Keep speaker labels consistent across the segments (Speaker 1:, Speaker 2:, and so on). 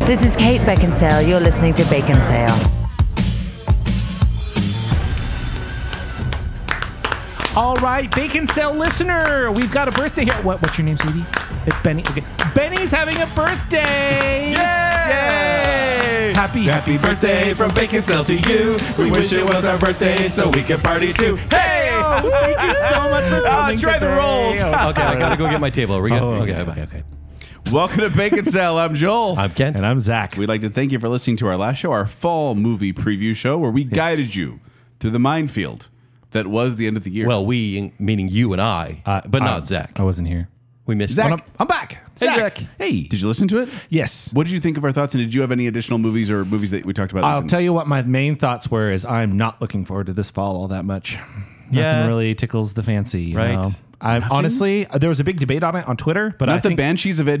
Speaker 1: This is Kate Beckinsale. You're listening to Bacon Sale.
Speaker 2: All right, Bacon Sale listener, we've got a birthday here. What, what's your name, sweetie? It's Benny. Okay. Benny's having a birthday. Yay! Happy,
Speaker 3: Happy birthday from Bacon Cell to you. We wish it was our birthday so we could party too. Hey! Ah,
Speaker 2: Thank you so much for coming.
Speaker 3: try the
Speaker 2: today.
Speaker 3: rolls.
Speaker 4: Okay, I gotta go get my table. Are we good?
Speaker 5: Oh.
Speaker 4: okay, bye.
Speaker 3: Welcome to Bacon Cell. I'm Joel.
Speaker 4: I'm Kent.
Speaker 5: And I'm Zach.
Speaker 3: We'd like to thank you for listening to our last show, our fall movie preview show, where we guided you through the minefield that was the end of the year.
Speaker 4: well, we in- meaning you and I, but
Speaker 5: I-
Speaker 4: not Zach.
Speaker 5: I wasn't here.
Speaker 4: we missed
Speaker 3: Zach.
Speaker 4: Well, no-
Speaker 5: I'm back.
Speaker 3: Zach, hey, did you listen to it?
Speaker 5: Yes.
Speaker 3: What did you think of our thoughts, and did you have any additional movies or movies that we talked about?
Speaker 5: I'll tell you what my main thoughts were is I'm not looking forward to this fall all that much.
Speaker 4: Yeah.
Speaker 5: Nothing really tickles the fancy. you
Speaker 4: Right.
Speaker 5: know? I honestly there was a big debate on it on Twitter, but I
Speaker 3: Not the
Speaker 5: think
Speaker 3: Banshees of Ed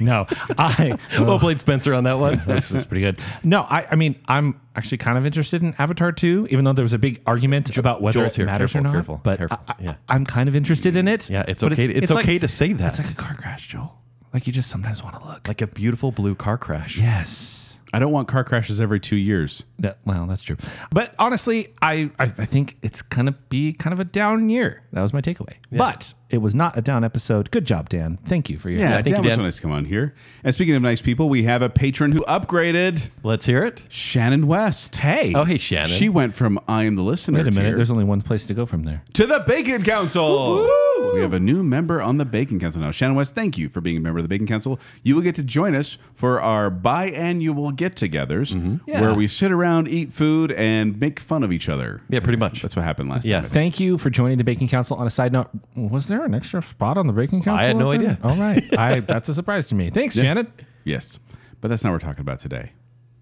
Speaker 5: no. I
Speaker 4: Well played, Spencer, on that one.
Speaker 5: That's pretty good. No, I, I mean, I'm actually kind of interested in Avatar 2, even though there was a big argument about whether
Speaker 4: Joel's
Speaker 5: it
Speaker 4: here.
Speaker 5: matters
Speaker 4: Careful,
Speaker 5: or not.
Speaker 4: careful,
Speaker 5: but
Speaker 4: careful.
Speaker 5: I,
Speaker 4: Yeah.
Speaker 5: am kind of interested in it.
Speaker 4: yeah, it's
Speaker 5: But
Speaker 4: okay. It's,
Speaker 5: like-
Speaker 4: okay to say that.
Speaker 5: It's like a car crash, Joel. Like you just sometimes want to look.
Speaker 4: Like a beautiful blue car crash.
Speaker 5: yes.
Speaker 3: I don't want car crashes every two years.
Speaker 5: That, well, that's true. But honestly, I, I, I think it's going to be kind of a down year. That was my takeaway. But it was not a down episode. Good job, Dan. Thank you for your
Speaker 3: Yeah,
Speaker 4: thank
Speaker 3: Dan
Speaker 4: you,
Speaker 3: was
Speaker 4: Dan.
Speaker 3: so nice to come on here. And speaking of nice people, we have a patron who upgraded
Speaker 4: Let's hear it.
Speaker 3: Shannon West. Hey.
Speaker 4: Oh, hey, Shannon.
Speaker 3: She went from I am the listener
Speaker 5: Wait a minute.
Speaker 3: tier
Speaker 5: There's only one place to go from there.
Speaker 3: to the Bacon Council. We have a new member on the Bacon Council now. Shannon West, thank you for being a member of the Bacon Council. You will get to join us for our biannual get togethers
Speaker 4: Mm-hmm.
Speaker 3: where we sit around, eat food, and make fun of each other.
Speaker 4: Yeah, pretty much.
Speaker 3: That's what happened last
Speaker 4: Yeah.
Speaker 3: time.
Speaker 5: Thank you for joining the Baking Council. On a side note, was there an extra spot on the Baking Council?
Speaker 4: I had no
Speaker 5: up there?
Speaker 4: idea.
Speaker 5: All right. I, that's a surprise to me. Thanks, Janet.
Speaker 3: Yes. But that's not what we're talking about today.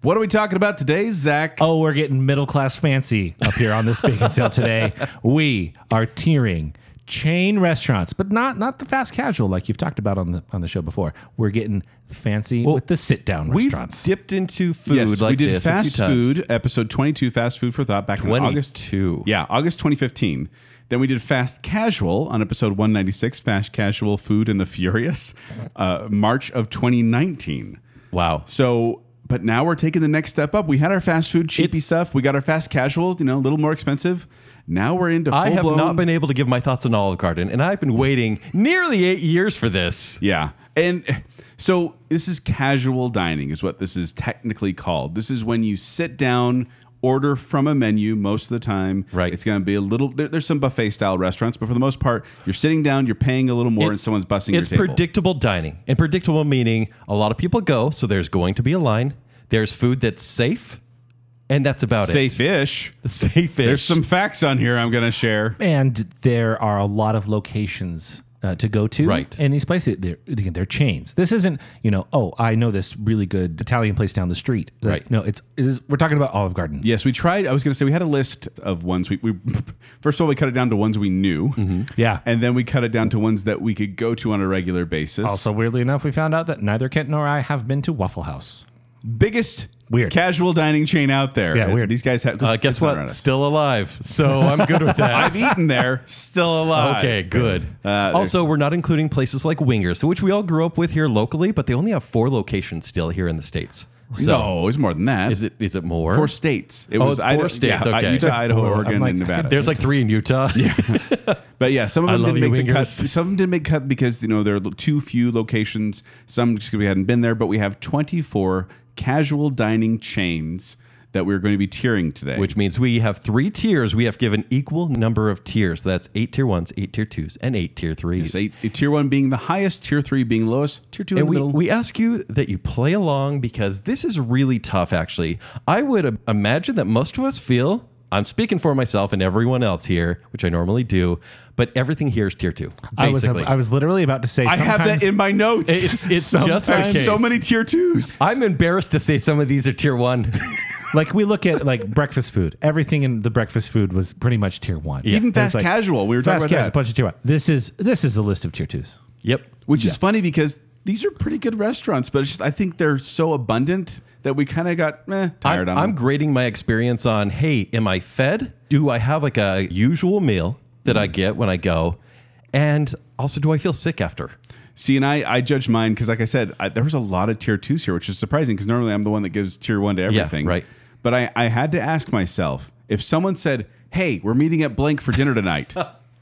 Speaker 3: What are we talking about today, Zach?
Speaker 5: Oh, we're getting middle class fancy up here on this Baking Sale today. We are tiering chain restaurants, but not not the fast casual like you've talked about on the on the show before. We're getting fancy with the sit down
Speaker 4: We've
Speaker 5: restaurants.
Speaker 4: dipped into food
Speaker 3: yes,
Speaker 4: like
Speaker 3: we did
Speaker 4: this a few
Speaker 3: fast
Speaker 4: times.
Speaker 3: food episode 22 fast food for thought back in August
Speaker 4: 22.
Speaker 3: Yeah, August 2015. Then we did Fast Casual on episode 196, Fast Casual Food and the Furious, uh, March of 2019.
Speaker 4: Wow.
Speaker 3: So, but now we're taking the next step up. We had our fast food cheapy
Speaker 4: It's-
Speaker 3: stuff. We got our fast casual, you know, a little more expensive. Now we're into full
Speaker 4: I have
Speaker 3: blown,
Speaker 4: not been able to give my thoughts on Olive Garden, and I've been waiting nearly eight years for this.
Speaker 3: Yeah. And so this is casual dining, is what this is technically called. This is when you sit down, order from a menu most of the time.
Speaker 4: Right.
Speaker 3: It's going to be a little, there, there's some buffet style restaurants, but for the most part, you're sitting down, you're paying a little more, and someone's busting
Speaker 4: It's
Speaker 3: your table.
Speaker 4: predictable dining, and predictable meaning a lot of people go, so there's going to be a line. There's food that's safe, and that's about
Speaker 3: Say
Speaker 4: it.
Speaker 3: fish.
Speaker 4: Safe.
Speaker 3: There's some facts on here I'm going to share.
Speaker 5: and there are a lot of locations uh, to go to
Speaker 4: Right.
Speaker 5: and these places they're, again, they're chains this isn't you know oh i know this really good italian place down the street Like,
Speaker 4: Right.
Speaker 5: no it's, it is, we're talking about olive garden
Speaker 3: Yes, we tried. I was going to say we had a list of ones we, we first of all we cut it down to ones we knew,
Speaker 4: Mm-hmm.
Speaker 5: Yeah.
Speaker 3: and then we cut it down to ones that we could go to on a regular basis.
Speaker 5: also weirdly enough we found out that neither kent nor i have been to waffle house
Speaker 3: biggest
Speaker 5: Weird.
Speaker 3: casual dining chain out there.
Speaker 5: Yeah, weird.
Speaker 3: These guys have.
Speaker 4: Uh,
Speaker 3: it's
Speaker 4: guess
Speaker 3: not around
Speaker 4: what?
Speaker 3: us.
Speaker 4: Still alive. So I'm good with that.
Speaker 3: I've eaten there. Still alive.
Speaker 4: Okay, good.
Speaker 3: Uh,
Speaker 4: also, we're not including places like Wingers, which we all grew up with here locally, but they only have four locations still here in the states. So
Speaker 3: no, it's more than that.
Speaker 4: is it is it more?
Speaker 3: four states? It
Speaker 4: Oh, it's four
Speaker 3: Idaho-
Speaker 4: states,
Speaker 3: yeah,
Speaker 4: okay.
Speaker 3: Utah, Idaho,
Speaker 5: Four.
Speaker 3: Oregon,
Speaker 5: I'm like,
Speaker 3: and Nevada.
Speaker 4: There's like three in Utah. Yeah.
Speaker 3: But yeah, some of them
Speaker 4: love
Speaker 3: didn't
Speaker 4: you,
Speaker 3: make the cut.
Speaker 4: Wingers.
Speaker 3: Some didn't make cut because you know there are too few locations. Some just 'cause we hadn't been there. But we have 24 casual dining chains that we're going to be tiering today.
Speaker 4: Which means we have three tiers. We have given equal number of tiers. That's eight tier ones, eight tier twos, and eight tier
Speaker 3: is
Speaker 4: threes.
Speaker 3: eight, tier one being the highest, tier three being lowest, tier two in
Speaker 4: and
Speaker 3: the
Speaker 4: we,
Speaker 3: middle.
Speaker 4: we ask you that you play along because this is really tough, actually. I would uh, imagine that most of us feel I'm speaking for myself and everyone else here, which I normally do, but everything here is tier two.
Speaker 5: I was,
Speaker 4: Basically.
Speaker 5: I was literally about to say
Speaker 3: I have that
Speaker 5: sometimes-
Speaker 3: in my notes.
Speaker 4: It's- it's just
Speaker 3: I have
Speaker 4: in
Speaker 3: so
Speaker 4: case.
Speaker 3: many tier twos.
Speaker 4: I'm embarrassed to say some of these are tier one.
Speaker 5: like we look at like breakfast food everything in the breakfast food was pretty much tier one
Speaker 3: Even
Speaker 5: It was
Speaker 3: fast
Speaker 5: like
Speaker 3: casual, we were talking
Speaker 5: fast
Speaker 3: about
Speaker 5: casual
Speaker 3: that.
Speaker 5: bunch of tier one this is this is the list of tier twos
Speaker 4: yep.
Speaker 3: which is funny because these are pretty good restaurants, but it's just, I think they're so abundant that we kind of got eh, tired
Speaker 4: I'm,
Speaker 3: on
Speaker 4: I'm
Speaker 3: them.
Speaker 4: grading my experience on hey, am I fed? Do I have like a Mm-hmm. usual meal that I get when I go? And also, do I feel sick after?
Speaker 3: See, and I, I judge mine because, like I said, I, there was a lot of tier twos here, which is surprising because normally I'm the one that gives tier one to everything.
Speaker 4: right.
Speaker 3: But I, I had to ask myself if someone said, hey, we're meeting at blank for dinner tonight,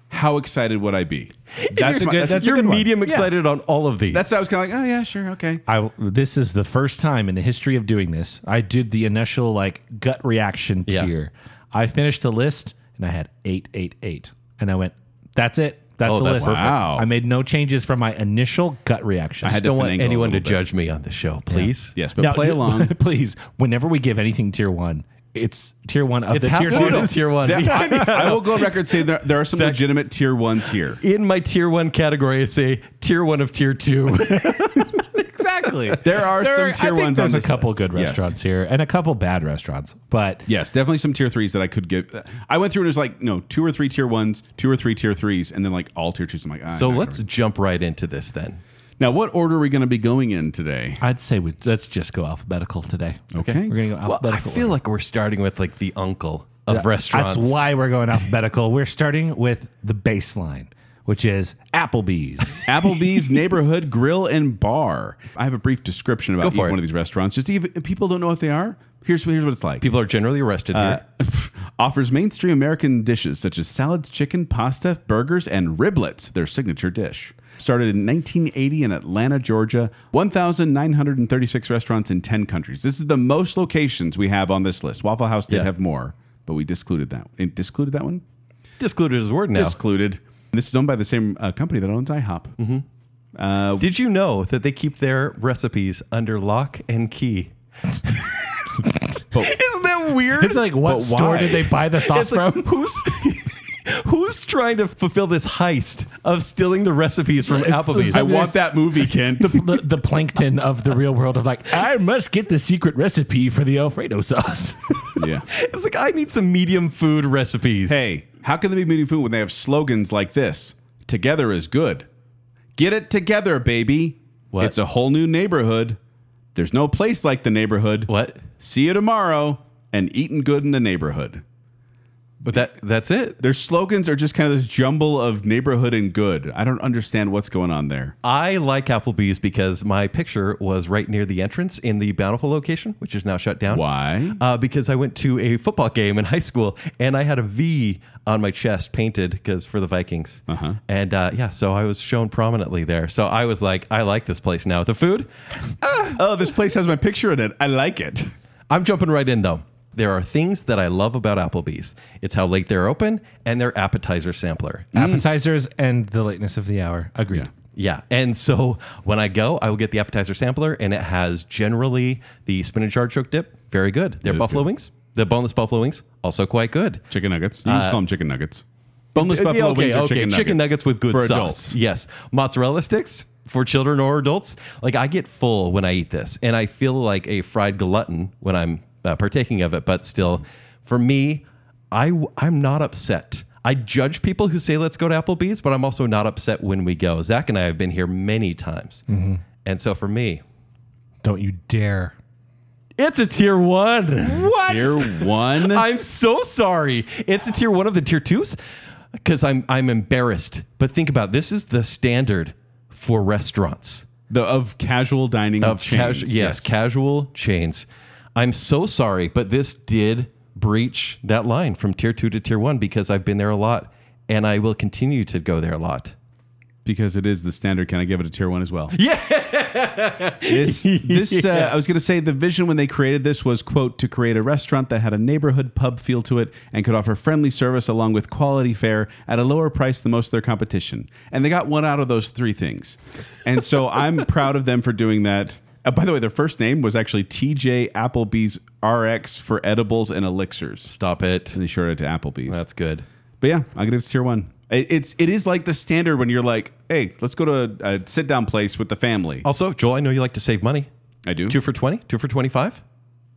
Speaker 3: how excited would I be? That's my- that's-
Speaker 5: a
Speaker 4: you're
Speaker 5: good one.
Speaker 4: medium excited on all of these.
Speaker 3: That's I was kind of like, oh yeah, sure, okay.
Speaker 5: I, this is the first time in the history of doing this. I did the initial like gut reaction
Speaker 4: Yeah.
Speaker 5: tier. I finished the list and I had eight, eight, eight, and I went, "That's it. That's
Speaker 4: Oh,
Speaker 5: the
Speaker 4: that's
Speaker 5: list."
Speaker 3: perfect. Wow.
Speaker 5: I made no changes from my initial gut reaction.
Speaker 3: I had
Speaker 5: Still-
Speaker 4: don't
Speaker 3: to
Speaker 4: want
Speaker 3: finagle a
Speaker 4: anyone to
Speaker 3: little bit.
Speaker 4: judge me on the show, please.
Speaker 3: Yes, but
Speaker 5: Now,
Speaker 3: play along.
Speaker 5: please. Whenever we give anything tier one, it's tier one of the
Speaker 4: half
Speaker 5: tier
Speaker 4: the
Speaker 5: two.
Speaker 4: noodles. Tier one.
Speaker 3: There- I, I will go on record saying there, there are some
Speaker 4: Zach-
Speaker 3: legitimate tier ones here.
Speaker 4: In my tier one category, I say tier one of tier two.
Speaker 5: Exactly.
Speaker 3: There are some
Speaker 5: I
Speaker 3: tier
Speaker 5: think
Speaker 3: ones on
Speaker 5: There's a
Speaker 3: this
Speaker 5: couple
Speaker 3: list.
Speaker 5: good
Speaker 3: Yes.
Speaker 5: restaurants here and a couple bad restaurants, but
Speaker 3: Yes, definitely some tier threes that I could give. I went through and it was like, no, two or three tier ones, two or three tier threes, and then like all tier twos. I'm like, ah,
Speaker 4: so
Speaker 3: not
Speaker 4: let's jump right into this then.
Speaker 3: Now, what order are we going to be going in today?
Speaker 5: I'd say we let's just go alphabetical today.
Speaker 3: Okay.
Speaker 5: We're gonna go
Speaker 4: Well, I
Speaker 5: alphabetical.
Speaker 4: feel like we're starting with like the uncle of restaurants.
Speaker 5: That's why we're going alphabetical. we're starting with the baseline, which is Applebee's.
Speaker 3: Applebee's Neighborhood Grill and Bar. I have a brief description
Speaker 4: Go
Speaker 3: about each
Speaker 4: for it.
Speaker 3: one of these restaurants. Just even if people don't know what they are. Here's here's what it's like.
Speaker 4: People are generally arrested
Speaker 3: Uh, offers mainstream American dishes such as salads, chicken, pasta, burgers, and riblets, their signature dish. Started in 1980 in Atlanta, Georgia, 1,936 restaurants in 10 countries. This is the most locations we have on this list. Waffle House did
Speaker 4: Yeah.
Speaker 3: have more, but we discluded that. It discluded that one?
Speaker 4: here. Discluded is a word now.
Speaker 3: Discluded. This is owned by the same uh, company that owns IHOP.
Speaker 4: Did you know that they keep their recipes under lock and key? Isn't that weird?
Speaker 5: it's like what
Speaker 3: But
Speaker 5: store
Speaker 3: why?
Speaker 5: did they buy the sauce
Speaker 4: It's like,
Speaker 5: from?
Speaker 4: who's who's trying to fulfill this heist of stealing the recipes from Applebee's?
Speaker 3: I want that movie, Kent.
Speaker 5: The, the plankton of the real world of like, I must get the secret recipe for the Alfredo sauce.
Speaker 3: yeah.
Speaker 4: it's like I need some medium food recipes.
Speaker 3: Hey, how can they be meeting food when they have slogans like this? Together is good. Get it together, baby.
Speaker 4: What?
Speaker 3: It's a whole new neighborhood. There's no place like the neighborhood.
Speaker 4: what?
Speaker 3: See you tomorrow and eating good in the neighborhood.
Speaker 4: But that that's it.
Speaker 3: Their slogans are just kind of this jumble of neighborhood and good. I don't understand what's going on there.
Speaker 4: I like Applebee's because my picture was right near the entrance in the Bountiful location, which is now shut down.
Speaker 3: Why?
Speaker 4: Uh, because I went to a football game in high school and I had a V on my chest painted because for the Vikings. Uh-huh. And uh, yeah, so I was shown prominently there. So I was like, I like this place now. The food,
Speaker 3: oh, this place has my picture in it. I like it.
Speaker 4: I'm jumping right in though. There are things that I love about Applebee's. It's how late they're open and their appetizer sampler.
Speaker 5: Mm. Appetizers and the lateness of the hour. Agreed.
Speaker 4: Yeah. And so when I go, I will get the appetizer sampler and it has generally the spinach artichoke dip. Very good. Their
Speaker 3: is
Speaker 4: buffalo
Speaker 3: good.
Speaker 4: wings, the boneless buffalo wings, also quite good.
Speaker 3: Chicken nuggets. You can just call them chicken nuggets. Boneless
Speaker 4: Uh, yeah,
Speaker 3: buffalo wings or chicken,
Speaker 4: nuggets, with good
Speaker 3: for
Speaker 4: sauce.
Speaker 3: adults.
Speaker 4: Yes, mozzarella sticks for children or adults. Like I get full when I eat this, and I feel like a fried glutton when I'm uh, partaking of it. But still, for me, I w- I'm not upset. I judge people who say let's go to Applebee's, but I'm also not upset when we go. Zach and I have been here many times, and so for me,
Speaker 5: Don't you dare.
Speaker 4: it's a tier one. What?
Speaker 3: Tier one.
Speaker 4: I'm so sorry. It's a tier one of the tier twos because I'm I'm embarrassed. But think about it. this is the standard for restaurants
Speaker 3: the, of casual dining
Speaker 4: of
Speaker 3: chains.
Speaker 4: casual yes, casual chains. I'm so sorry, but this did breach that line from tier two to tier one because I've been there a lot and I will continue to go there a lot.
Speaker 3: because it is the standard. Can I give it a tier one as well? Yeah. This, this Uh, I was going to say the vision when they created this was quote to create a restaurant that had a neighborhood pub feel to it and could offer friendly service along with quality fare at a lower price than most of their competition. And they got one out of those three things. And so I'm proud of them for doing that. Uh, by the way, their first name was actually TJ Applebee's RX for edibles and elixirs.
Speaker 4: Stop it.
Speaker 3: And they shorted it to Applebee's.
Speaker 4: That's good.
Speaker 3: But yeah, I give it tier one. It, it's it is like the standard when you're like, hey, let's go to a, a sit down place with the family.
Speaker 4: Also, Joel, I know you like to save money.
Speaker 3: I do.
Speaker 4: Oh, Two for 20, two for 25.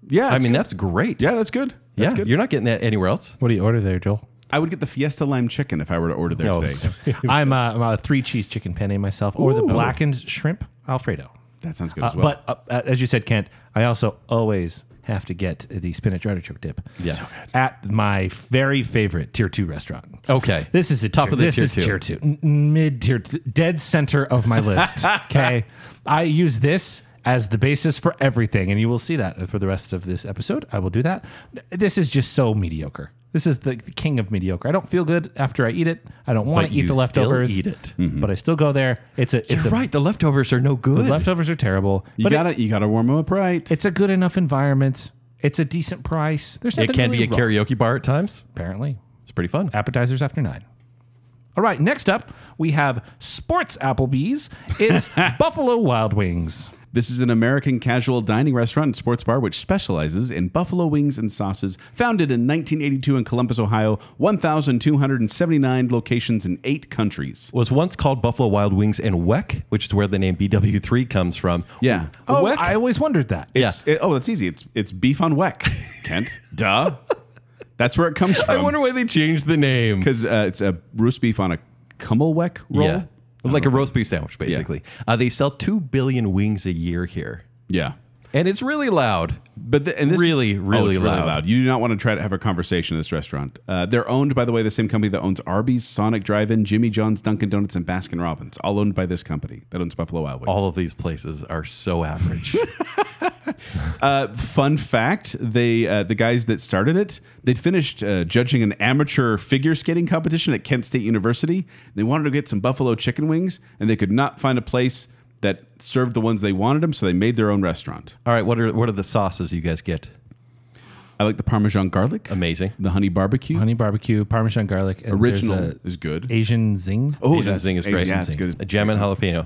Speaker 3: yeah,
Speaker 4: I
Speaker 3: that's
Speaker 4: mean,
Speaker 3: good.
Speaker 4: that's great.
Speaker 3: yeah, that's good. That's
Speaker 4: yeah.
Speaker 3: good.
Speaker 4: You're not getting that anywhere else.
Speaker 5: What do you order there, Joel?
Speaker 3: I would get the Fiesta Lime Chicken if I were to order there
Speaker 5: Oh,
Speaker 4: No,
Speaker 3: today.
Speaker 5: I'm a, I'm a three cheese chicken penne myself, or the blackened shrimp Alfredo.
Speaker 3: That sounds good
Speaker 5: Uh,
Speaker 3: as well.
Speaker 5: But uh, as you said, Kent, I also always have to get the spinach artichoke dip.
Speaker 4: Yeah. So good.
Speaker 5: At my very favorite tier two restaurant.
Speaker 4: Okay.
Speaker 5: This is a
Speaker 4: Top
Speaker 5: tier,
Speaker 4: of the
Speaker 5: this
Speaker 4: Oh. tier
Speaker 5: is
Speaker 4: two.
Speaker 5: tier two, N- mid tier, t- dead center of my list. Okay, I use this as the basis for everything, and you will see that for the rest of this episode. I will do that. This is just so mediocre. This is the the king of mediocre. I don't feel good after I eat it. I don't want
Speaker 4: But
Speaker 5: to eat
Speaker 4: you
Speaker 5: the
Speaker 4: still
Speaker 5: leftovers.
Speaker 4: eat it.
Speaker 5: but I still go there. It's a. It's
Speaker 4: You're
Speaker 5: a,
Speaker 4: right. The leftovers are no good.
Speaker 5: The leftovers are terrible.
Speaker 3: You
Speaker 5: but it-
Speaker 3: gotta you gotta warm them up right.
Speaker 5: it's a good enough environment. It's a decent price. There's
Speaker 4: it
Speaker 5: nothing
Speaker 4: can be
Speaker 5: really
Speaker 4: a
Speaker 5: wrong,
Speaker 4: karaoke bar at times.
Speaker 5: apparently
Speaker 4: It's pretty fun.
Speaker 5: appetizers after nine. All right, next up we have Sports Applebee's. It's Buffalo Wild Wings.
Speaker 3: This is an American casual dining restaurant and sports bar which specializes in buffalo wings and sauces. Founded in 1982 in Columbus, Ohio, 1,279 locations in eight countries.
Speaker 4: was once called Buffalo Wild Wings and WEC, which is where the name BW3 comes from.
Speaker 3: Yeah.
Speaker 5: Oh,
Speaker 4: Weck?
Speaker 5: I always wondered that.
Speaker 4: Yeah.
Speaker 3: It- oh, that's easy. It's it's beef on weck, Kent. Duh. That's where it comes
Speaker 4: I
Speaker 3: from.
Speaker 4: wonder why they changed the name.
Speaker 3: because uh, it's a roast beef on a Kummelweck roll.
Speaker 4: Yeah. Like a roast beef sandwich, basically. Uh, they sell 2 billion wings a year here.
Speaker 3: Yeah.
Speaker 4: And it's really loud.
Speaker 3: But the, and this
Speaker 4: Really,
Speaker 3: is- oh,
Speaker 4: really
Speaker 3: it's
Speaker 4: loud.
Speaker 3: You do not want to try to have a conversation in this restaurant. Uh, they're owned, by the way, the same company that owns Arby's, Sonic Drive-In, Jimmy John's, Dunkin' Donuts, and Baskin Robbins. All owned by this company that owns Buffalo Wild Wings.
Speaker 4: All of these places are so average.
Speaker 3: Fun fact: they uh, the guys that started it, they'd finished uh, judging an amateur figure skating competition at Kent State University. They wanted to get some buffalo chicken wings, and they could not find a place that served the ones they wanted them, so they made their own restaurant.
Speaker 4: All right, what are what are the sauces you guys get?
Speaker 3: I like the Parmesan garlic,
Speaker 4: Amazing.
Speaker 3: the honey barbecue,
Speaker 5: Honey barbecue, Parmesan garlic, and there's
Speaker 3: original
Speaker 5: a
Speaker 3: is good.
Speaker 5: Asian zing.
Speaker 3: Oh,
Speaker 4: Asian
Speaker 3: that's-
Speaker 4: zing is great.
Speaker 3: Yeah, it's good.
Speaker 4: A jam and jalapeno.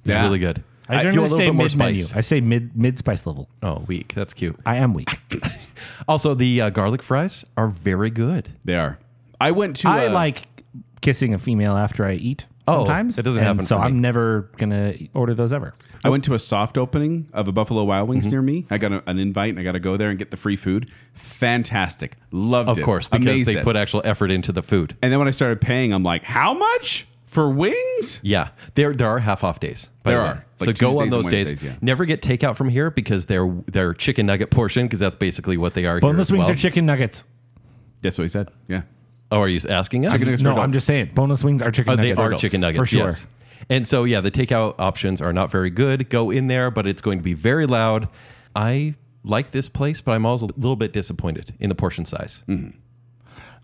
Speaker 4: It's
Speaker 3: Yeah.
Speaker 4: really good.
Speaker 5: I
Speaker 4: If you
Speaker 5: generally
Speaker 4: want a
Speaker 5: say
Speaker 4: little bit more
Speaker 5: mid menu.
Speaker 4: spice-
Speaker 5: I say mid mid spice level.
Speaker 4: Oh, weak. That's cute.
Speaker 5: I am weak.
Speaker 4: Also, the uh, garlic fries are very good.
Speaker 3: They are. I went to.
Speaker 5: I
Speaker 3: uh,
Speaker 5: like kissing a female after I eat.
Speaker 4: Oh,
Speaker 5: Sometimes
Speaker 4: it doesn't
Speaker 5: and
Speaker 4: happen
Speaker 5: So
Speaker 4: for me.
Speaker 5: I'm never gonna order those ever.
Speaker 3: I went to a soft opening of a Buffalo Wild
Speaker 4: Mm-hmm.
Speaker 3: Wings near me. I got a, an invite and I got to go there and get the free food. Fantastic. Loved
Speaker 4: Of
Speaker 3: it.
Speaker 4: course, because
Speaker 3: Amazed
Speaker 4: they
Speaker 3: at
Speaker 4: put
Speaker 3: it.
Speaker 4: actual effort into the food.
Speaker 3: And then when I started paying, I'm like, how much for wings?
Speaker 4: Yeah, there there are half off days. by
Speaker 3: There
Speaker 4: the way.
Speaker 3: are,
Speaker 4: so
Speaker 3: like
Speaker 4: go on
Speaker 3: Tuesdays and
Speaker 4: those days.
Speaker 3: Wednesdays, yeah.
Speaker 4: Never get takeout from here because they're they're chicken nugget portion because that's basically what they are.
Speaker 5: Boneless
Speaker 4: here as
Speaker 5: wings
Speaker 4: well.
Speaker 5: are chicken nuggets.
Speaker 3: That's what he said. Yeah.
Speaker 4: Oh, are you asking us?
Speaker 3: Chicken nuggets for
Speaker 5: No, I'm
Speaker 3: adults.
Speaker 5: just saying. Boneless wings are chicken
Speaker 4: Oh, they
Speaker 5: nuggets.
Speaker 4: are chicken nuggets
Speaker 5: for sure.
Speaker 4: Yes. And so yeah, the takeout options are not very good. Go in there, but it's going to be very loud. I like this place, but I'm also a little bit disappointed in the portion size.
Speaker 3: Mm-hmm.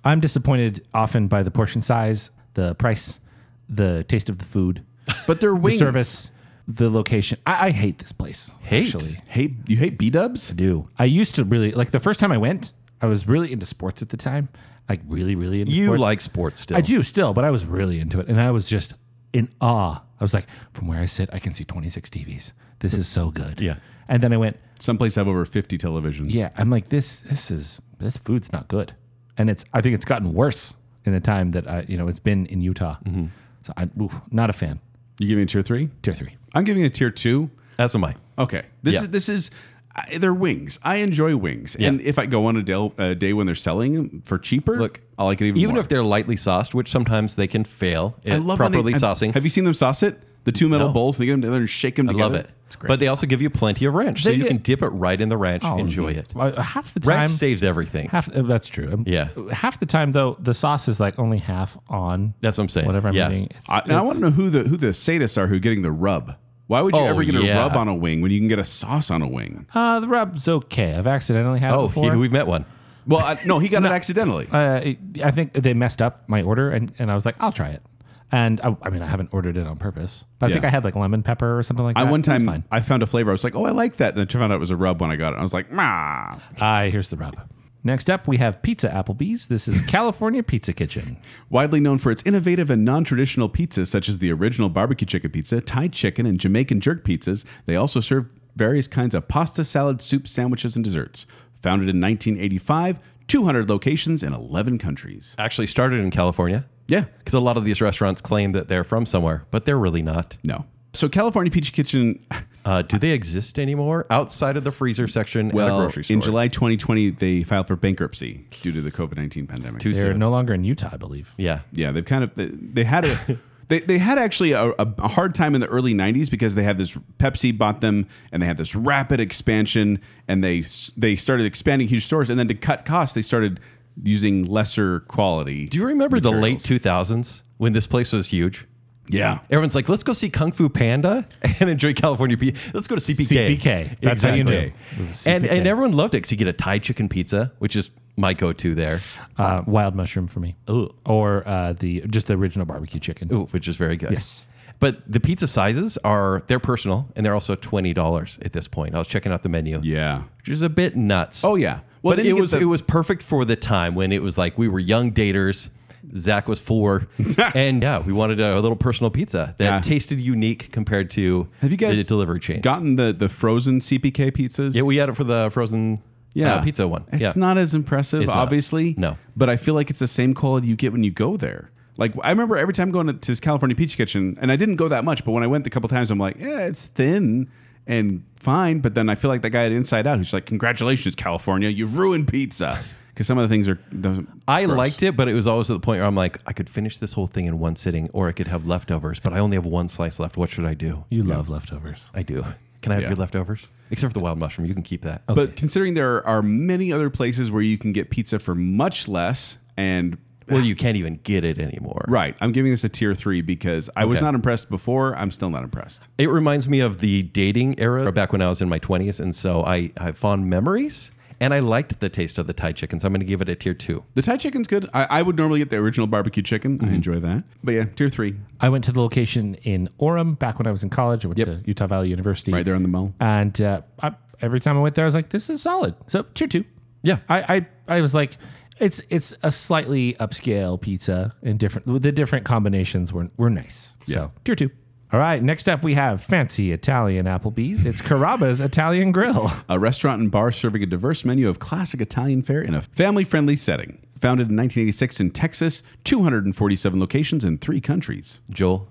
Speaker 5: I'm disappointed often by the portion size, the price, the taste of the food,
Speaker 3: But their
Speaker 5: the
Speaker 3: wings.
Speaker 5: service, the location. I, I hate this place.
Speaker 4: Hate?
Speaker 5: Actually,
Speaker 3: Hey, you hate B dubs?
Speaker 5: I do. I used to really like the first time I went. I was really into sports at the time, like really, really into
Speaker 4: You
Speaker 5: sports.
Speaker 4: like sports still?
Speaker 5: I do still, but I was really into it, and I was just in awe. I was like, from where I sit, I can see 26 TVs. This is so good.
Speaker 4: Yeah.
Speaker 5: And then I went,
Speaker 3: Some places have over 50 televisions.
Speaker 5: yeah, I'm like this. This is this food's not good, and it's. I think it's gotten worse in the time that I, you know, it's been in Utah.
Speaker 4: Mm-hmm.
Speaker 5: So I'm oof, not a fan.
Speaker 3: You give me a tier three?
Speaker 5: Tier three.
Speaker 3: I'm giving it a tier two.
Speaker 4: As am I.
Speaker 3: Okay. This
Speaker 4: Yeah.
Speaker 3: is this is I, they're wings. I enjoy wings, and
Speaker 4: Yeah.
Speaker 3: if I go on a del, uh, day when they're selling them for cheaper,
Speaker 4: Look,
Speaker 3: I like it even,
Speaker 4: Even
Speaker 3: more.
Speaker 4: if they're lightly sauced, which sometimes they can fail.
Speaker 3: I
Speaker 4: at
Speaker 3: love when
Speaker 4: properly
Speaker 3: they,
Speaker 4: saucing.
Speaker 3: Have you seen them sauce it? The two metal
Speaker 4: No.
Speaker 3: bowls. They get them together and shake them
Speaker 4: I
Speaker 3: together.
Speaker 4: love it. But they also give you plenty of ranch, so
Speaker 5: They
Speaker 4: you
Speaker 5: get-
Speaker 4: can dip it right in the ranch,
Speaker 3: Oh,
Speaker 4: enjoy it.
Speaker 5: Uh, Half the time,
Speaker 4: Ranch saves everything.
Speaker 5: half uh, that's true. Um,
Speaker 4: Yeah.
Speaker 5: half the time though, the sauce is like only half on.
Speaker 4: That's what I'm saying.
Speaker 5: Whatever I'm
Speaker 4: Yeah.
Speaker 5: eating, it's,
Speaker 3: I, and I want to know who the who the sadists are who are getting the rub. Why would you
Speaker 4: Oh,
Speaker 3: ever get
Speaker 4: yeah.
Speaker 3: a rub on a wing when you can get a sauce on a wing?
Speaker 5: Uh, the rub's okay. I've accidentally had it
Speaker 4: Oh,
Speaker 5: before.
Speaker 4: he, we've met one.
Speaker 3: Well, I, no, he got it accidentally.
Speaker 5: uh, I think they messed up my order, and, and I was like, I'll try it. And I, I mean, I haven't ordered it on purpose, but I think
Speaker 3: Yeah.
Speaker 5: I had like lemon pepper or something like
Speaker 3: I
Speaker 5: that.
Speaker 3: one
Speaker 5: It was
Speaker 3: time
Speaker 5: fine.
Speaker 3: I found a flavor. I was like, oh, I like that, and I found out it was a rub when I got it. I was like, nah.
Speaker 5: Ah, here's the rub. Next up, we have Pizza Applebee's. This is California Pizza Kitchen.
Speaker 3: Widely known for its innovative and non traditional pizzas, such as the original barbecue chicken pizza, Thai chicken, and Jamaican jerk pizzas, they also serve various kinds of pasta, salad, soup, sandwiches, and desserts. Founded in 1985, 200 locations in 11 countries.
Speaker 4: Actually, started in California
Speaker 3: Yeah.
Speaker 4: because a lot of these restaurants claim that they're from somewhere, but they're really not.
Speaker 3: No. So, California Pizza Kitchen,
Speaker 4: Uh, do they exist anymore outside of the freezer section at a
Speaker 3: well,
Speaker 4: grocery store?
Speaker 3: in July 2020, they filed for bankruptcy due to the COVID 19 pandemic.
Speaker 4: Too
Speaker 5: They're
Speaker 4: soon.
Speaker 5: no longer in Utah, I believe.
Speaker 4: yeah.
Speaker 3: Yeah, they've kind of, they, they had a. They, they had actually a, a a hard time in the early 90s because they had this Pepsi bought them and they had this rapid expansion and they s- they started expanding huge stores and then to cut costs they started using lesser quality.
Speaker 4: Do you remember the late
Speaker 3: materials.
Speaker 4: 2000s when this place was huge?
Speaker 3: Yeah.
Speaker 4: Everyone's like, let's go see Kung Fu Panda and enjoy California pizza. Let's go to CPK.
Speaker 5: CPK. That's how you
Speaker 4: Exactly.
Speaker 5: knew. It was
Speaker 4: And,
Speaker 5: CPK.
Speaker 4: and everyone loved it because you get a Thai chicken pizza, which is my go to there,
Speaker 5: Uh, wild mushroom for me.
Speaker 4: Ooh.
Speaker 5: Or uh, the just the original barbecue chicken.
Speaker 4: ooh, which is very good.
Speaker 5: Yes.
Speaker 4: But the pizza sizes are, they're personal and they're also $20 at this point. I was checking out the menu,
Speaker 3: Yeah.
Speaker 4: which is a bit nuts.
Speaker 3: Oh yeah. Well,
Speaker 4: but
Speaker 3: then
Speaker 4: it
Speaker 3: you get
Speaker 4: was
Speaker 3: the-
Speaker 4: it was perfect for the time when it was like we were young daters. Zach was four, and yeah, we wanted a little personal pizza that
Speaker 3: Yeah.
Speaker 4: tasted unique compared to
Speaker 3: Have you guys
Speaker 4: the delivery chains.
Speaker 3: gotten the the frozen CPK pizzas?
Speaker 4: yeah, we had it for the frozen
Speaker 3: Yeah.
Speaker 4: uh, pizza one.
Speaker 3: It's
Speaker 4: yeah.
Speaker 3: not as impressive,
Speaker 4: It's not.
Speaker 3: obviously.
Speaker 4: No.
Speaker 3: But I feel like it's the same quality you get when you go there. Like I remember every time going to, to California Peach Kitchen, and I didn't go that much, but when I went a couple times, I'm like, yeah, it's thin and fine. But then I feel like that guy at Inside Out who's like, congratulations, California, you've ruined pizza. Because some of the things are. those-
Speaker 4: I
Speaker 3: gross.
Speaker 4: liked it, but it was always at the point where I'm like, I could finish this whole thing in one sitting, or I could have leftovers, but I only have one slice left. What should I do?
Speaker 5: You love leftovers.
Speaker 4: I do. Can I have
Speaker 3: Yeah.
Speaker 4: your leftovers? Except for the wild mushroom, you can keep that.
Speaker 3: But considering there are many other places where you can get pizza for much less and
Speaker 4: Well, you can't even get it anymore.
Speaker 3: Right. I'm giving this a tier three because I was
Speaker 4: Okay.
Speaker 3: not impressed before. I'm still not impressed.
Speaker 4: It reminds me of the dating era back when I was in my 20s. And so I I have fond memories and I liked the taste of the Thai chicken. So I'm going to give it a tier two.
Speaker 3: The Thai chicken's good. I, I would normally get the original barbecue chicken. I enjoy that. But yeah, tier three.
Speaker 5: I went to the location in Orem back when I was in college. I went to Utah Valley University.
Speaker 3: Right there on the mall.
Speaker 5: And uh, I, every time I went there, I was like, "This is solid." So tier two.
Speaker 4: Yeah.
Speaker 5: I I, I was like, "It's it's a slightly upscale pizza and different. The different combinations were were nice." So tier two. All right. Next up, we have fancy Italian Applebee's. It's Carrabba's Italian Grill.
Speaker 3: A restaurant and bar serving a diverse menu of classic Italian fare in a family friendly setting. Founded in 1986 in Texas, 247 locations in three countries.
Speaker 4: Joel,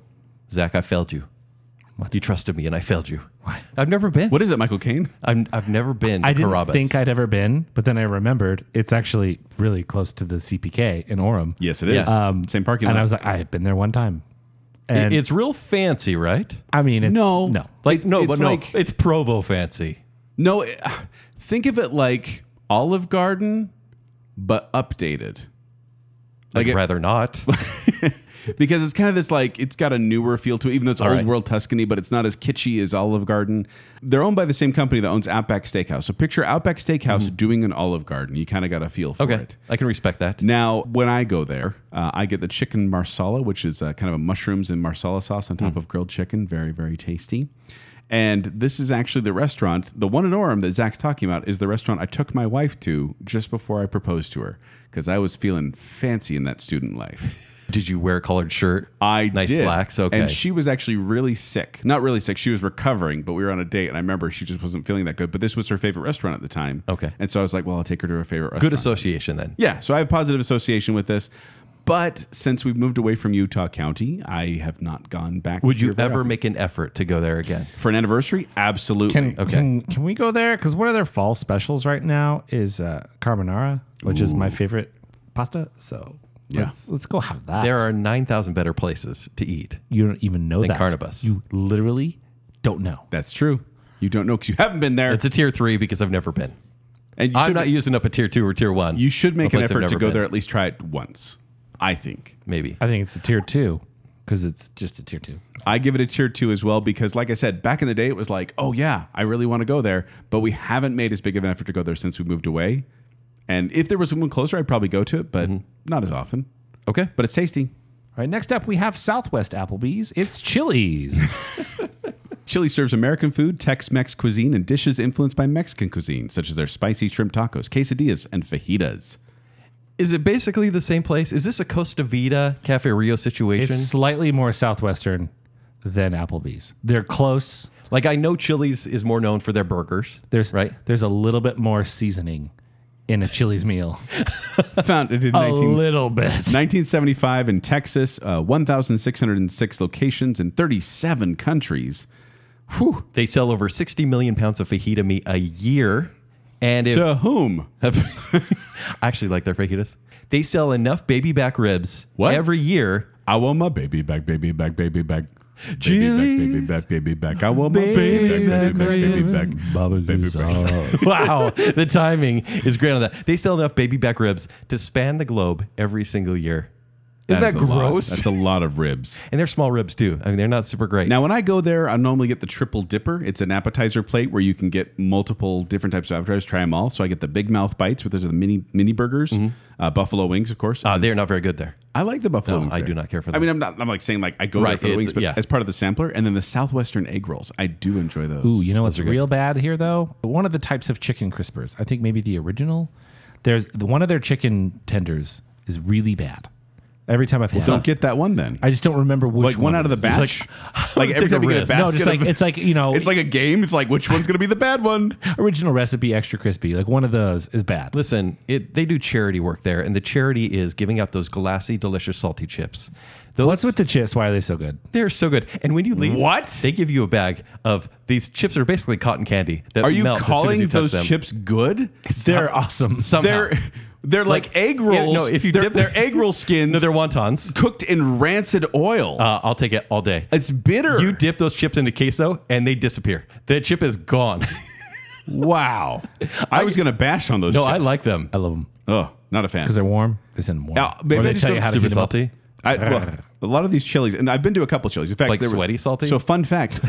Speaker 4: Zach, I failed you. You trusted me and I failed you. Why? I've never been.
Speaker 3: What is it, Michael Caine?
Speaker 4: I'm, I've never been
Speaker 5: I
Speaker 4: to
Speaker 5: didn't
Speaker 4: Carrabba's.
Speaker 5: think I'd ever been, but then I remembered it's actually really close to the CPK in Orem. Um,
Speaker 3: Yes, it is.
Speaker 4: Yeah.
Speaker 3: Same parking lot.
Speaker 5: And I was like, I have been there one time. And
Speaker 4: It's real fancy, right?
Speaker 5: I mean, it's,
Speaker 3: No.
Speaker 5: no.
Speaker 4: Like,
Speaker 3: It-
Speaker 4: no,
Speaker 3: it's
Speaker 4: but no.
Speaker 3: like-
Speaker 4: it's Provo fancy.
Speaker 3: no, it- think of it like Olive Garden, but updated. Like
Speaker 4: I'd
Speaker 3: it-
Speaker 4: rather not.
Speaker 3: because it's kind of this like it's got a newer feel to it, even though it's old
Speaker 4: right.
Speaker 3: world Tuscany, but it's not as kitschy as Olive Garden. They're owned by the same company that owns Outback Steakhouse. So picture Outback Steakhouse doing an Olive Garden. You kind of got a feel for
Speaker 4: Mm-hmm. okay.
Speaker 3: it.
Speaker 4: I can respect that.
Speaker 3: Now, when I go there, uh, I get the chicken marsala, which is uh, kind of a mushrooms and marsala sauce on
Speaker 4: Mm.
Speaker 3: top of grilled chicken. Very, very tasty. And this is actually the restaurant, the one in Orem that Zach's talking about is the restaurant I took my wife to just before I proposed to her because I was feeling fancy in that student life.
Speaker 4: Did you wear a collared shirt?
Speaker 3: I
Speaker 4: nice
Speaker 3: did.
Speaker 4: slacks. Okay.
Speaker 3: And she was actually really sick. Not really sick. She was recovering, but we were on a date, and I remember she just wasn't feeling that good. But this was her favorite restaurant at the time.
Speaker 4: Okay.
Speaker 3: And so I was like, well, I'll take her to her favorite restaurant.
Speaker 4: Good association then.
Speaker 3: Yeah. So I have positive association with this. But since we've moved away from Utah County, I have not gone back.
Speaker 4: Would you
Speaker 3: here very
Speaker 4: ever
Speaker 3: often.
Speaker 4: make an effort to go there again?
Speaker 3: for an anniversary? Absolutely.
Speaker 5: Can,
Speaker 4: Okay.
Speaker 5: can can we go there? Because one of their fall specials right now is uh, carbonara, which is my favorite pasta. So
Speaker 3: Yeah.
Speaker 5: let's let's go have that.
Speaker 4: There are 9,000 better places to eat.
Speaker 5: you don't even know
Speaker 4: Than
Speaker 5: that
Speaker 4: Carnibus.
Speaker 5: You literally don't know.
Speaker 3: That's true. You don't know because you haven't been there.
Speaker 4: It's a tier three because I've never been.
Speaker 3: and you
Speaker 4: I'm
Speaker 3: should,
Speaker 4: not using up a tier two or tier one.
Speaker 3: You should
Speaker 4: A
Speaker 3: make an
Speaker 4: place I've
Speaker 3: effort to
Speaker 4: never
Speaker 3: go
Speaker 4: been.
Speaker 3: there at least try it once. I think.
Speaker 4: Maybe.
Speaker 5: I think it's a tier two because it's just a tier two.
Speaker 3: I give it a tier two as well because, like I said, back in the day, it was like, oh, yeah, I really want to go there. But we haven't made as big of an effort to go there since we moved away. And if there was someone closer, I'd probably go to it, but not as often.
Speaker 4: Okay.
Speaker 3: But it's tasty.
Speaker 5: All right. Next up, we have Southwest Applebee's. It's Chili's.
Speaker 3: Chili serves American food, Tex Mex cuisine, and dishes influenced by Mexican cuisine, such as their spicy shrimp tacos, quesadillas, and fajitas.
Speaker 4: Is it basically the same place? Is this a Costa Vida Cafe Rio situation?
Speaker 5: it's slightly more southwestern than Applebee's. They're close.
Speaker 4: like I know Chili's is more known for their burgers.
Speaker 5: There's
Speaker 4: Right.
Speaker 5: There's a little bit more seasoning in a Chili's meal.
Speaker 3: Founded in 19
Speaker 5: bit.
Speaker 3: 1975 in Texas, uh, 1,606 locations in 37 countries.
Speaker 4: They sell over 60 million pounds of fajita meat a year. And if
Speaker 3: To whom?
Speaker 4: I actually like their fajitas. They sell enough baby back ribs
Speaker 3: What?
Speaker 4: every year
Speaker 3: I want my baby back, baby back, baby back. Baby back, baby back, baby back. I want my baby back, baby back,
Speaker 5: Mm-hmm.
Speaker 3: baby back. Baby back.
Speaker 5: Oh.
Speaker 4: wow, the timing is great on that. They sell enough baby back ribs to span the globe every single year. Isn't that
Speaker 3: a lot.
Speaker 4: gross?
Speaker 3: That's a lot of ribs.
Speaker 4: and they're small ribs too. I mean, they're not super great.
Speaker 3: Now, when I go there, I normally get the triple dipper. It's an appetizer plate where you can get multiple different types of appetizers, try them all. So I get the big mouth bites, which are the mini mini burgers, uh, buffalo wings, of course.
Speaker 4: Mm-hmm. uh, they're not very good there.
Speaker 3: I like the buffalo
Speaker 4: No,
Speaker 3: wings.
Speaker 4: I
Speaker 3: there.
Speaker 4: do not care for
Speaker 3: I
Speaker 4: them.
Speaker 3: mean, I'm not. I'm like saying like I go there
Speaker 4: Right,
Speaker 3: for the
Speaker 4: it's-
Speaker 3: wings, but
Speaker 4: yeah.
Speaker 3: as part of the sampler, and then the southwestern egg rolls. I do enjoy those.
Speaker 5: Ooh, you know what's
Speaker 4: are good.
Speaker 5: real bad here though? One of the types of chicken crispers. I think maybe the original. There's the- one of their chicken tenders is really bad. Every time I've had,
Speaker 3: Don't
Speaker 5: it.
Speaker 3: get that one then.
Speaker 5: I just don't remember which
Speaker 3: like one out of the
Speaker 5: it is.
Speaker 3: batch. Like, every
Speaker 4: take a
Speaker 3: time you get a
Speaker 4: risk.
Speaker 3: basket,
Speaker 5: No, just like
Speaker 3: of-
Speaker 5: it's like you know,
Speaker 3: it's like a game. It's like which one's gonna be the bad one.
Speaker 5: original recipe extra crispy. Like one of those is bad.
Speaker 4: Listen, it, they do charity work there, and the charity is giving out those glassy, delicious, salty chips. Those,
Speaker 5: What's with the chips? Why are they so good?
Speaker 4: They're so good. And when you leave,
Speaker 3: What?
Speaker 4: They give you a bag of these chips are basically cotton candy. That
Speaker 3: Are you
Speaker 4: melt as soon as
Speaker 3: calling
Speaker 4: you touch
Speaker 3: those
Speaker 4: them.
Speaker 3: chips good?
Speaker 5: They're awesome.
Speaker 4: Somehow.
Speaker 3: They're they're like,
Speaker 4: Like,
Speaker 3: egg
Speaker 4: yeah,
Speaker 3: rolls.
Speaker 4: no, if you
Speaker 3: they're,
Speaker 4: dip-
Speaker 3: they're egg roll skins.
Speaker 4: No, they're wontons.
Speaker 3: cooked in rancid oil.
Speaker 4: Uh, I'll take it all day.
Speaker 3: it's bitter.
Speaker 4: You dip those chips into queso, and they disappear. The chip is gone.
Speaker 3: wow. I, was gonna bash on those.
Speaker 4: no,
Speaker 3: chips.
Speaker 4: I like them.
Speaker 5: I love them
Speaker 3: Oh, not a fan.
Speaker 5: because they're warm. They send warm.
Speaker 3: Now, maybe
Speaker 5: or
Speaker 3: I
Speaker 5: they
Speaker 3: just
Speaker 5: tell
Speaker 3: go
Speaker 5: you how to
Speaker 4: Super
Speaker 5: heat 'em up.
Speaker 4: salty.
Speaker 3: I, well, a lot of these chilies, and I've been to a couple chilies. In fact,
Speaker 4: Like
Speaker 3: there were-
Speaker 4: sweaty salty?
Speaker 3: So, fun fact: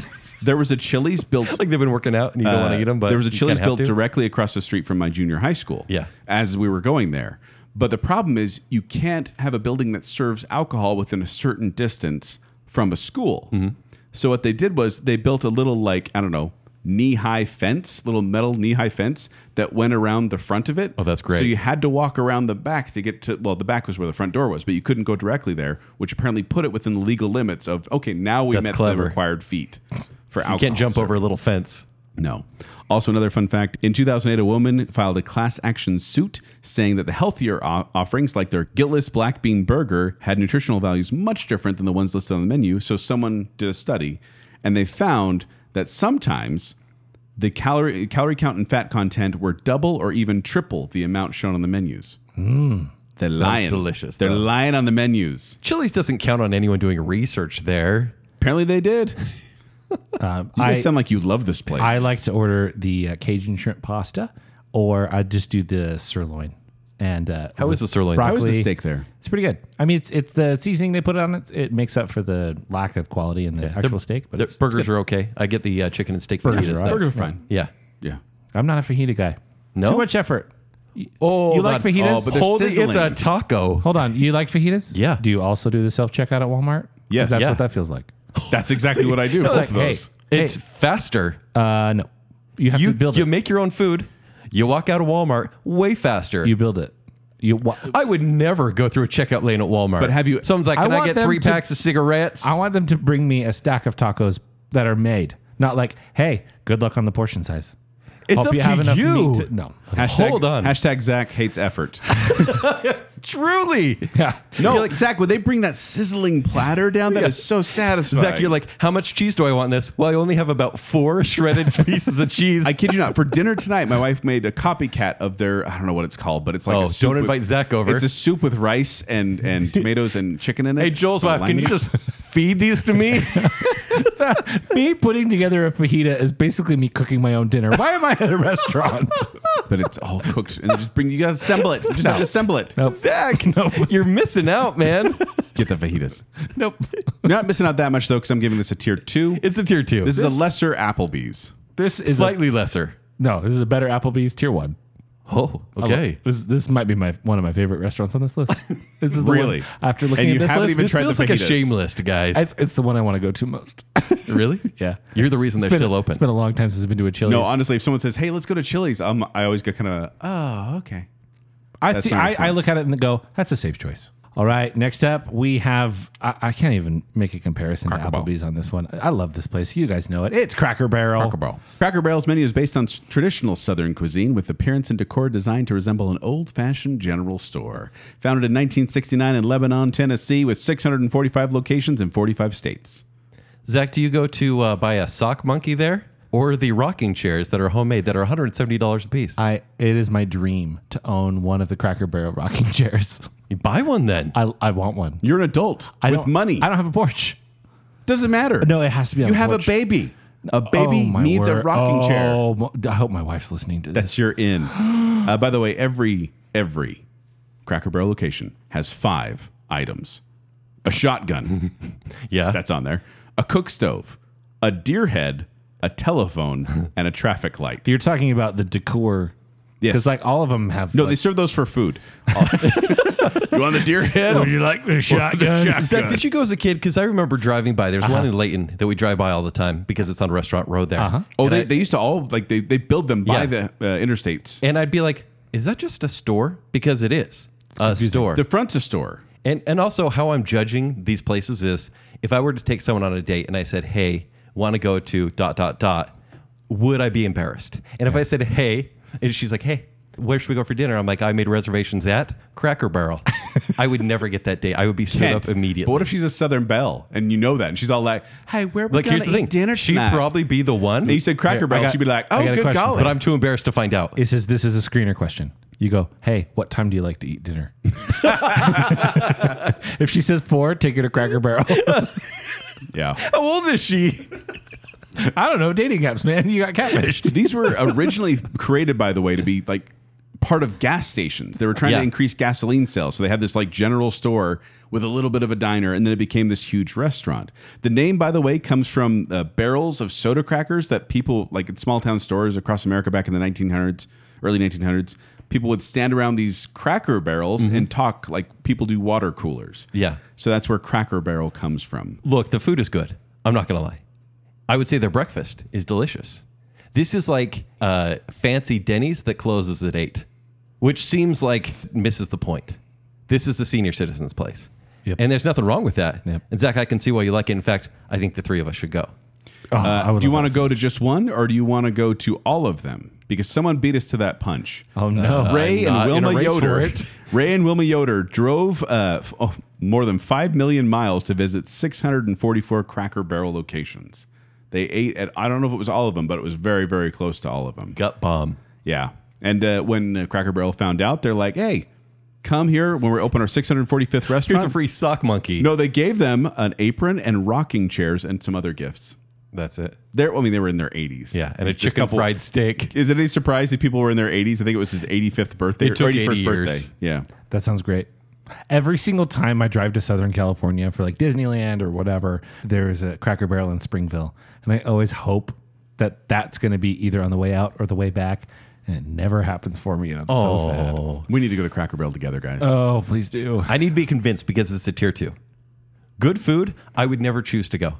Speaker 3: there was a Chili's built
Speaker 4: Like they've been working out, and you don't want
Speaker 3: Uh,
Speaker 4: to eat them. But
Speaker 3: there was a
Speaker 4: you
Speaker 3: Chili's
Speaker 4: kinda
Speaker 3: built
Speaker 4: have to.
Speaker 3: directly across the street from my junior high school.
Speaker 4: Yeah.
Speaker 3: as we were going there, but the problem is you can't have a building that serves alcohol within a certain distance from a school.
Speaker 4: Mm-hmm.
Speaker 3: So what they did was they built a little like I don't know knee high fence, little metal knee high fence that went around the front of it.
Speaker 4: Oh, that's great.
Speaker 3: So you had to walk around the back to get to well, the back was where the front door was, but you couldn't go directly there, which apparently put it within the legal limits of okay, now we
Speaker 4: That's
Speaker 3: met
Speaker 4: clever.
Speaker 3: the required feet for alcohol.
Speaker 4: You can't jump
Speaker 3: service.
Speaker 4: over a little fence.
Speaker 3: No. Also, another fun fact in 2008, a woman filed a class action suit saying that the healthier o- offerings, like their guiltless black bean burger, had nutritional values much different than the ones listed on the menu. So, someone did a study and they found that sometimes the calorie, calorie count and fat content were double or even triple the amount shown on the menus.
Speaker 5: Hmm.
Speaker 3: They're lying.
Speaker 4: delicious,
Speaker 3: They're
Speaker 4: though.
Speaker 3: lying on the menus.
Speaker 4: Chili's doesn't count on anyone doing research there.
Speaker 3: Apparently, they did. You guys
Speaker 5: Uh, I-
Speaker 3: sound like you love this place.
Speaker 5: I like to order the uh, Cajun shrimp pasta, or I just do the sirloin. And uh,
Speaker 4: How
Speaker 5: with
Speaker 4: is the sirloin?
Speaker 5: broccoli.
Speaker 3: How is the steak there?
Speaker 5: It's pretty good. I mean, it's it's the seasoning they put on it. It makes up for the lack of quality in the actual steak. But
Speaker 4: The
Speaker 5: it's,
Speaker 4: burgers are okay. I get the uh, chicken and steak
Speaker 5: Burgers
Speaker 4: fajitas.
Speaker 5: are
Speaker 4: though.
Speaker 3: Burgers are fine.
Speaker 4: Yeah.
Speaker 3: Yeah.
Speaker 5: I'm not a fajita guy.
Speaker 4: No?
Speaker 5: too much effort.
Speaker 4: Oh,
Speaker 5: You like fajitas?
Speaker 3: Oh, but they're
Speaker 4: Holy, it's a
Speaker 3: sizzling.
Speaker 4: taco.
Speaker 5: Hold on, you like fajitas?
Speaker 4: Yeah.
Speaker 5: Do you also do the self checkout at Walmart? 'Cause
Speaker 3: Yes.
Speaker 5: that's
Speaker 4: Yeah.
Speaker 5: what that feels like.
Speaker 3: That's exactly what I do. Both
Speaker 5: like,
Speaker 3: of those.
Speaker 5: hey,
Speaker 4: It's faster.
Speaker 5: Uh, no, you have
Speaker 4: you
Speaker 5: to build
Speaker 4: you
Speaker 5: it.
Speaker 4: make your own food. You walk out of Walmart way faster.
Speaker 5: you build it. You. Wa-
Speaker 4: I would never go through a checkout lane at Walmart.
Speaker 3: But have you-
Speaker 4: Someone's like,
Speaker 5: I
Speaker 4: "Can I,
Speaker 5: want
Speaker 4: get
Speaker 5: them
Speaker 4: three
Speaker 5: to-
Speaker 4: packs of cigarettes?"
Speaker 5: I want them to bring me a stack of tacos that are made, not like, hey, good luck on the portion size.
Speaker 4: it's
Speaker 5: Hope
Speaker 4: up
Speaker 5: you
Speaker 4: to
Speaker 5: have enough
Speaker 4: you.
Speaker 5: meat to- no.
Speaker 3: Hashtag,
Speaker 4: Hold on.
Speaker 3: Hashtag Zach hates effort.
Speaker 4: Truly,
Speaker 5: Yeah.
Speaker 3: No,
Speaker 4: You're like-
Speaker 3: Zach, would they bring that sizzling platter down? That is so satisfying.
Speaker 4: Zach, you're like, "How much cheese do I want in this?" Well, I only have about four shredded pieces of cheese.
Speaker 3: I kid you not. For dinner tonight, my wife made a copycat of their. I don't know what it's called, but it's like.
Speaker 4: Oh,
Speaker 3: a soup
Speaker 4: don't
Speaker 3: with-
Speaker 4: invite Zach over.
Speaker 3: It's a soup with rice and and tomatoes and chicken in it.
Speaker 4: Hey, Joel's
Speaker 3: Or
Speaker 4: wife, can
Speaker 3: lime
Speaker 4: you
Speaker 3: in it.
Speaker 4: just feed these to me?
Speaker 5: me putting together a fajita is basically me cooking my own dinner. Why am I at a restaurant?
Speaker 3: But it's all cooked, and they just bring you guys assemble it. You just have to assemble it.
Speaker 5: nope.
Speaker 4: Zach, you're missing out, man.
Speaker 3: Get the fajitas.
Speaker 5: Nope.
Speaker 3: You're not missing out that much though, because I'm giving this a tier two.
Speaker 4: It's a tier two.
Speaker 3: this is a lesser Applebee's.
Speaker 5: This is like
Speaker 4: slightly lesser.
Speaker 5: no. This is a better Applebee's tier one.
Speaker 4: Oh, okay.
Speaker 5: This, this might be my one of my favorite restaurants on this list. This is the
Speaker 3: Really?
Speaker 5: one- after looking
Speaker 3: And
Speaker 5: at
Speaker 3: you
Speaker 5: this
Speaker 3: haven't
Speaker 5: list,
Speaker 3: even
Speaker 4: This
Speaker 3: tried
Speaker 4: feels
Speaker 3: the
Speaker 4: like a
Speaker 3: fajitas.
Speaker 4: shame list, guys.
Speaker 5: it's, it's the one I want to go to most.
Speaker 4: really?
Speaker 5: yeah.
Speaker 4: You're the reason they're
Speaker 5: It's been-
Speaker 4: still open.
Speaker 5: It's been a long time since I've been to a Chili's.
Speaker 3: No, honestly, if someone says, "Hey, let's go to Chili's," um, I always get kind of, "Oh, okay."
Speaker 5: I
Speaker 3: That's
Speaker 5: see.
Speaker 3: my
Speaker 5: I, I
Speaker 3: response.
Speaker 5: look at it and go, "That's a safe choice." All right. Next up, we have. I, I can't even make a comparison to
Speaker 3: Barrel.
Speaker 5: Applebee's on this one. I love this place. You guys know it. It's Cracker Barrel.
Speaker 3: Cracker Barrel. Cracker Barrel's menu is based on s- traditional Southern cuisine with appearance and decor designed to resemble an old fashioned general store. Founded in 1969 in Lebanon, Tennessee, with 645 locations in 45 states.
Speaker 4: Zach, do you go to uh, buy a sock monkey there? or the rocking chairs that are homemade that are $170 a piece.
Speaker 5: I it is my dream to own one of the Cracker Barrel rocking chairs.
Speaker 4: You buy one then.
Speaker 5: I, I want one.
Speaker 3: You're an adult
Speaker 5: I
Speaker 3: with
Speaker 5: don't-
Speaker 3: money.
Speaker 5: I don't have a porch.
Speaker 3: Doesn't matter.
Speaker 5: No, it has to be. On
Speaker 3: you
Speaker 5: the
Speaker 3: have
Speaker 5: porch.
Speaker 3: a baby. A
Speaker 5: Oh,
Speaker 3: baby
Speaker 5: my
Speaker 3: needs a
Speaker 5: word.
Speaker 3: rocking chair.
Speaker 5: Oh, mo- I hope my wife's listening to this.
Speaker 3: That's your in. Uh, by the way, every every Cracker Barrel location has five items: a shotgun,
Speaker 4: yeah.
Speaker 3: that's on there, a cook stove, a deer head, a telephone, and a traffic light.
Speaker 5: You're talking about the decor.
Speaker 3: Yes.
Speaker 5: Because like all of them have.
Speaker 3: No,
Speaker 5: like,
Speaker 3: they serve those for food. Oh. you want the deer head?
Speaker 5: Oh,
Speaker 3: Would you like the shotgun?
Speaker 4: Zach, did you go as a kid? Because I remember driving by. There's one in Layton that we drive by all the time because it's on Restaurant Road there.
Speaker 3: Oh, they, they used to all like they, they build them by
Speaker 4: Yeah.
Speaker 3: the uh, interstates.
Speaker 4: And I'd be like, is that just a store? Because it is a store.
Speaker 3: The front's a store.
Speaker 4: And and also how I'm judging these places is if I were to take someone on a date and I said, "Hey, want to go to dot dot dot," would I be embarrassed? And if I said, "Hey," and she's like, "Hey, where should we go for dinner?" I'm like, "I made reservations at Cracker Barrel." I would never get that date. I would be stood up
Speaker 3: Kent.
Speaker 4: immediately.
Speaker 3: But what if she's a Southern Belle and you know that, and she's all like, "Hey, where we
Speaker 4: like
Speaker 3: gonna
Speaker 4: here's the
Speaker 3: eat
Speaker 4: thing,
Speaker 3: dinner
Speaker 4: she'd
Speaker 3: tonight?"
Speaker 4: probably be the one,
Speaker 3: And you said Cracker
Speaker 5: Here, I
Speaker 3: Barrel,
Speaker 5: got-
Speaker 3: she'd be like,
Speaker 5: I
Speaker 3: "Oh,
Speaker 5: got a
Speaker 3: good
Speaker 5: question
Speaker 3: golly!"
Speaker 5: for
Speaker 4: but I'm too embarrassed to find out.
Speaker 5: This is this is a screener question. You go, hey, what time do you like to eat dinner? if she says four, take her to Cracker Barrel.
Speaker 3: yeah.
Speaker 5: How old is she? I don't know. Dating apps, man. You got catfished.
Speaker 3: These were originally created, by the way, to be like part of gas stations. They were trying
Speaker 4: Yeah.
Speaker 3: to increase gasoline sales, so they had this like general store with a little bit of a diner, and then it became this huge restaurant. The name, by the way, comes from uh, barrels of soda crackers that people like in small town stores across America back in the 1900s, early 1900s. People would stand around these cracker barrels and talk like people do water coolers.
Speaker 4: Mm-hmm. Yeah.
Speaker 3: So that's where Cracker Barrel comes from.
Speaker 4: Look, the food is good. I'm not gonna lie. I would say their breakfast is delicious. This is like uh, fancy Denny's that closes at eight, which seems like misses the point. This is the senior citizens' place, and there's nothing wrong with that.
Speaker 5: Yep.
Speaker 4: And Zach, I can see why you like it. In fact, I think the three of us should go.
Speaker 5: I
Speaker 3: Uh, Do
Speaker 5: would
Speaker 3: you
Speaker 5: love
Speaker 3: want
Speaker 5: that
Speaker 3: to go to just one or do you want to go to all of them? Because someone beat us to that punch.
Speaker 5: Oh, no.
Speaker 3: Ray
Speaker 4: Uh,
Speaker 3: and
Speaker 4: I'm not in a
Speaker 3: Wilma
Speaker 4: race for
Speaker 3: Yoder.
Speaker 4: it.
Speaker 3: Ray and Wilma Yoder drove uh, f- oh, more than 5 million miles to visit 644 Cracker Barrel locations. They ate at, I don't know if it was all of them, but it was very, very close to all of them.
Speaker 4: Gut bomb.
Speaker 3: Yeah. And uh, when uh, Cracker Barrel found out, they're like, hey, come here when we open our 645th restaurant.
Speaker 4: Here's a free sock monkey.
Speaker 3: no, they gave them an apron and rocking chairs and some other gifts.
Speaker 4: that's it.
Speaker 3: They're, I mean, they were in their 80s.
Speaker 4: Yeah, and a
Speaker 3: This- this
Speaker 4: chicken
Speaker 3: couple-
Speaker 4: fried steak.
Speaker 3: Is it any surprise that people were in their 80s? I think it was his 85th birthday.
Speaker 4: It
Speaker 3: or
Speaker 4: took
Speaker 3: 81st
Speaker 4: 80 years.
Speaker 3: birthday. Yeah.
Speaker 5: That sounds great. Every single time I drive to Southern California for like Disneyland or whatever, there is a Cracker Barrel in Springville, and I always hope that that's going to be either on the way out or the way back, and it never happens for me. And I'm so sad.
Speaker 3: We need to go to Cracker Barrel together, guys.
Speaker 4: Uh,
Speaker 5: Oh, please do.
Speaker 4: I need to be convinced because it's a tier two. Good food, I would never choose to go.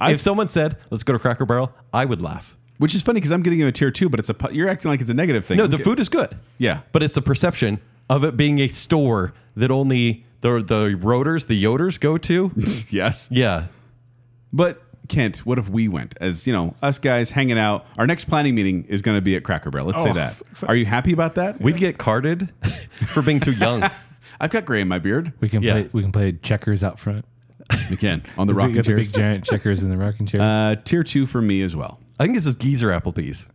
Speaker 4: if someone said, "Let's go to Cracker Barrel," I would laugh.
Speaker 3: Which is funny because I'm getting you a tier two, but it's a pu- you're acting like it's a negative thing.
Speaker 4: No, the food is good.
Speaker 3: Yeah.
Speaker 4: But it's the perception of it being a store that only the the rotors, the yoders go to.
Speaker 3: Yes.
Speaker 4: yeah.
Speaker 3: But Kent, what if we went as you know us guys hanging out? Our next planning meeting is going to be at Cracker Barrel. Let's say that. Are you happy about that?
Speaker 4: We'd get carded for being too young.
Speaker 3: I've got gray in my beard.
Speaker 5: We can
Speaker 4: Yeah.
Speaker 5: play. We can play checkers out front.
Speaker 3: Again on the
Speaker 5: We
Speaker 3: rocking
Speaker 5: got the
Speaker 3: chairs.
Speaker 5: big giant checkers in the rocking chairs.
Speaker 3: Uh, tier two for me as well.
Speaker 4: I think this is geezer Applebee's.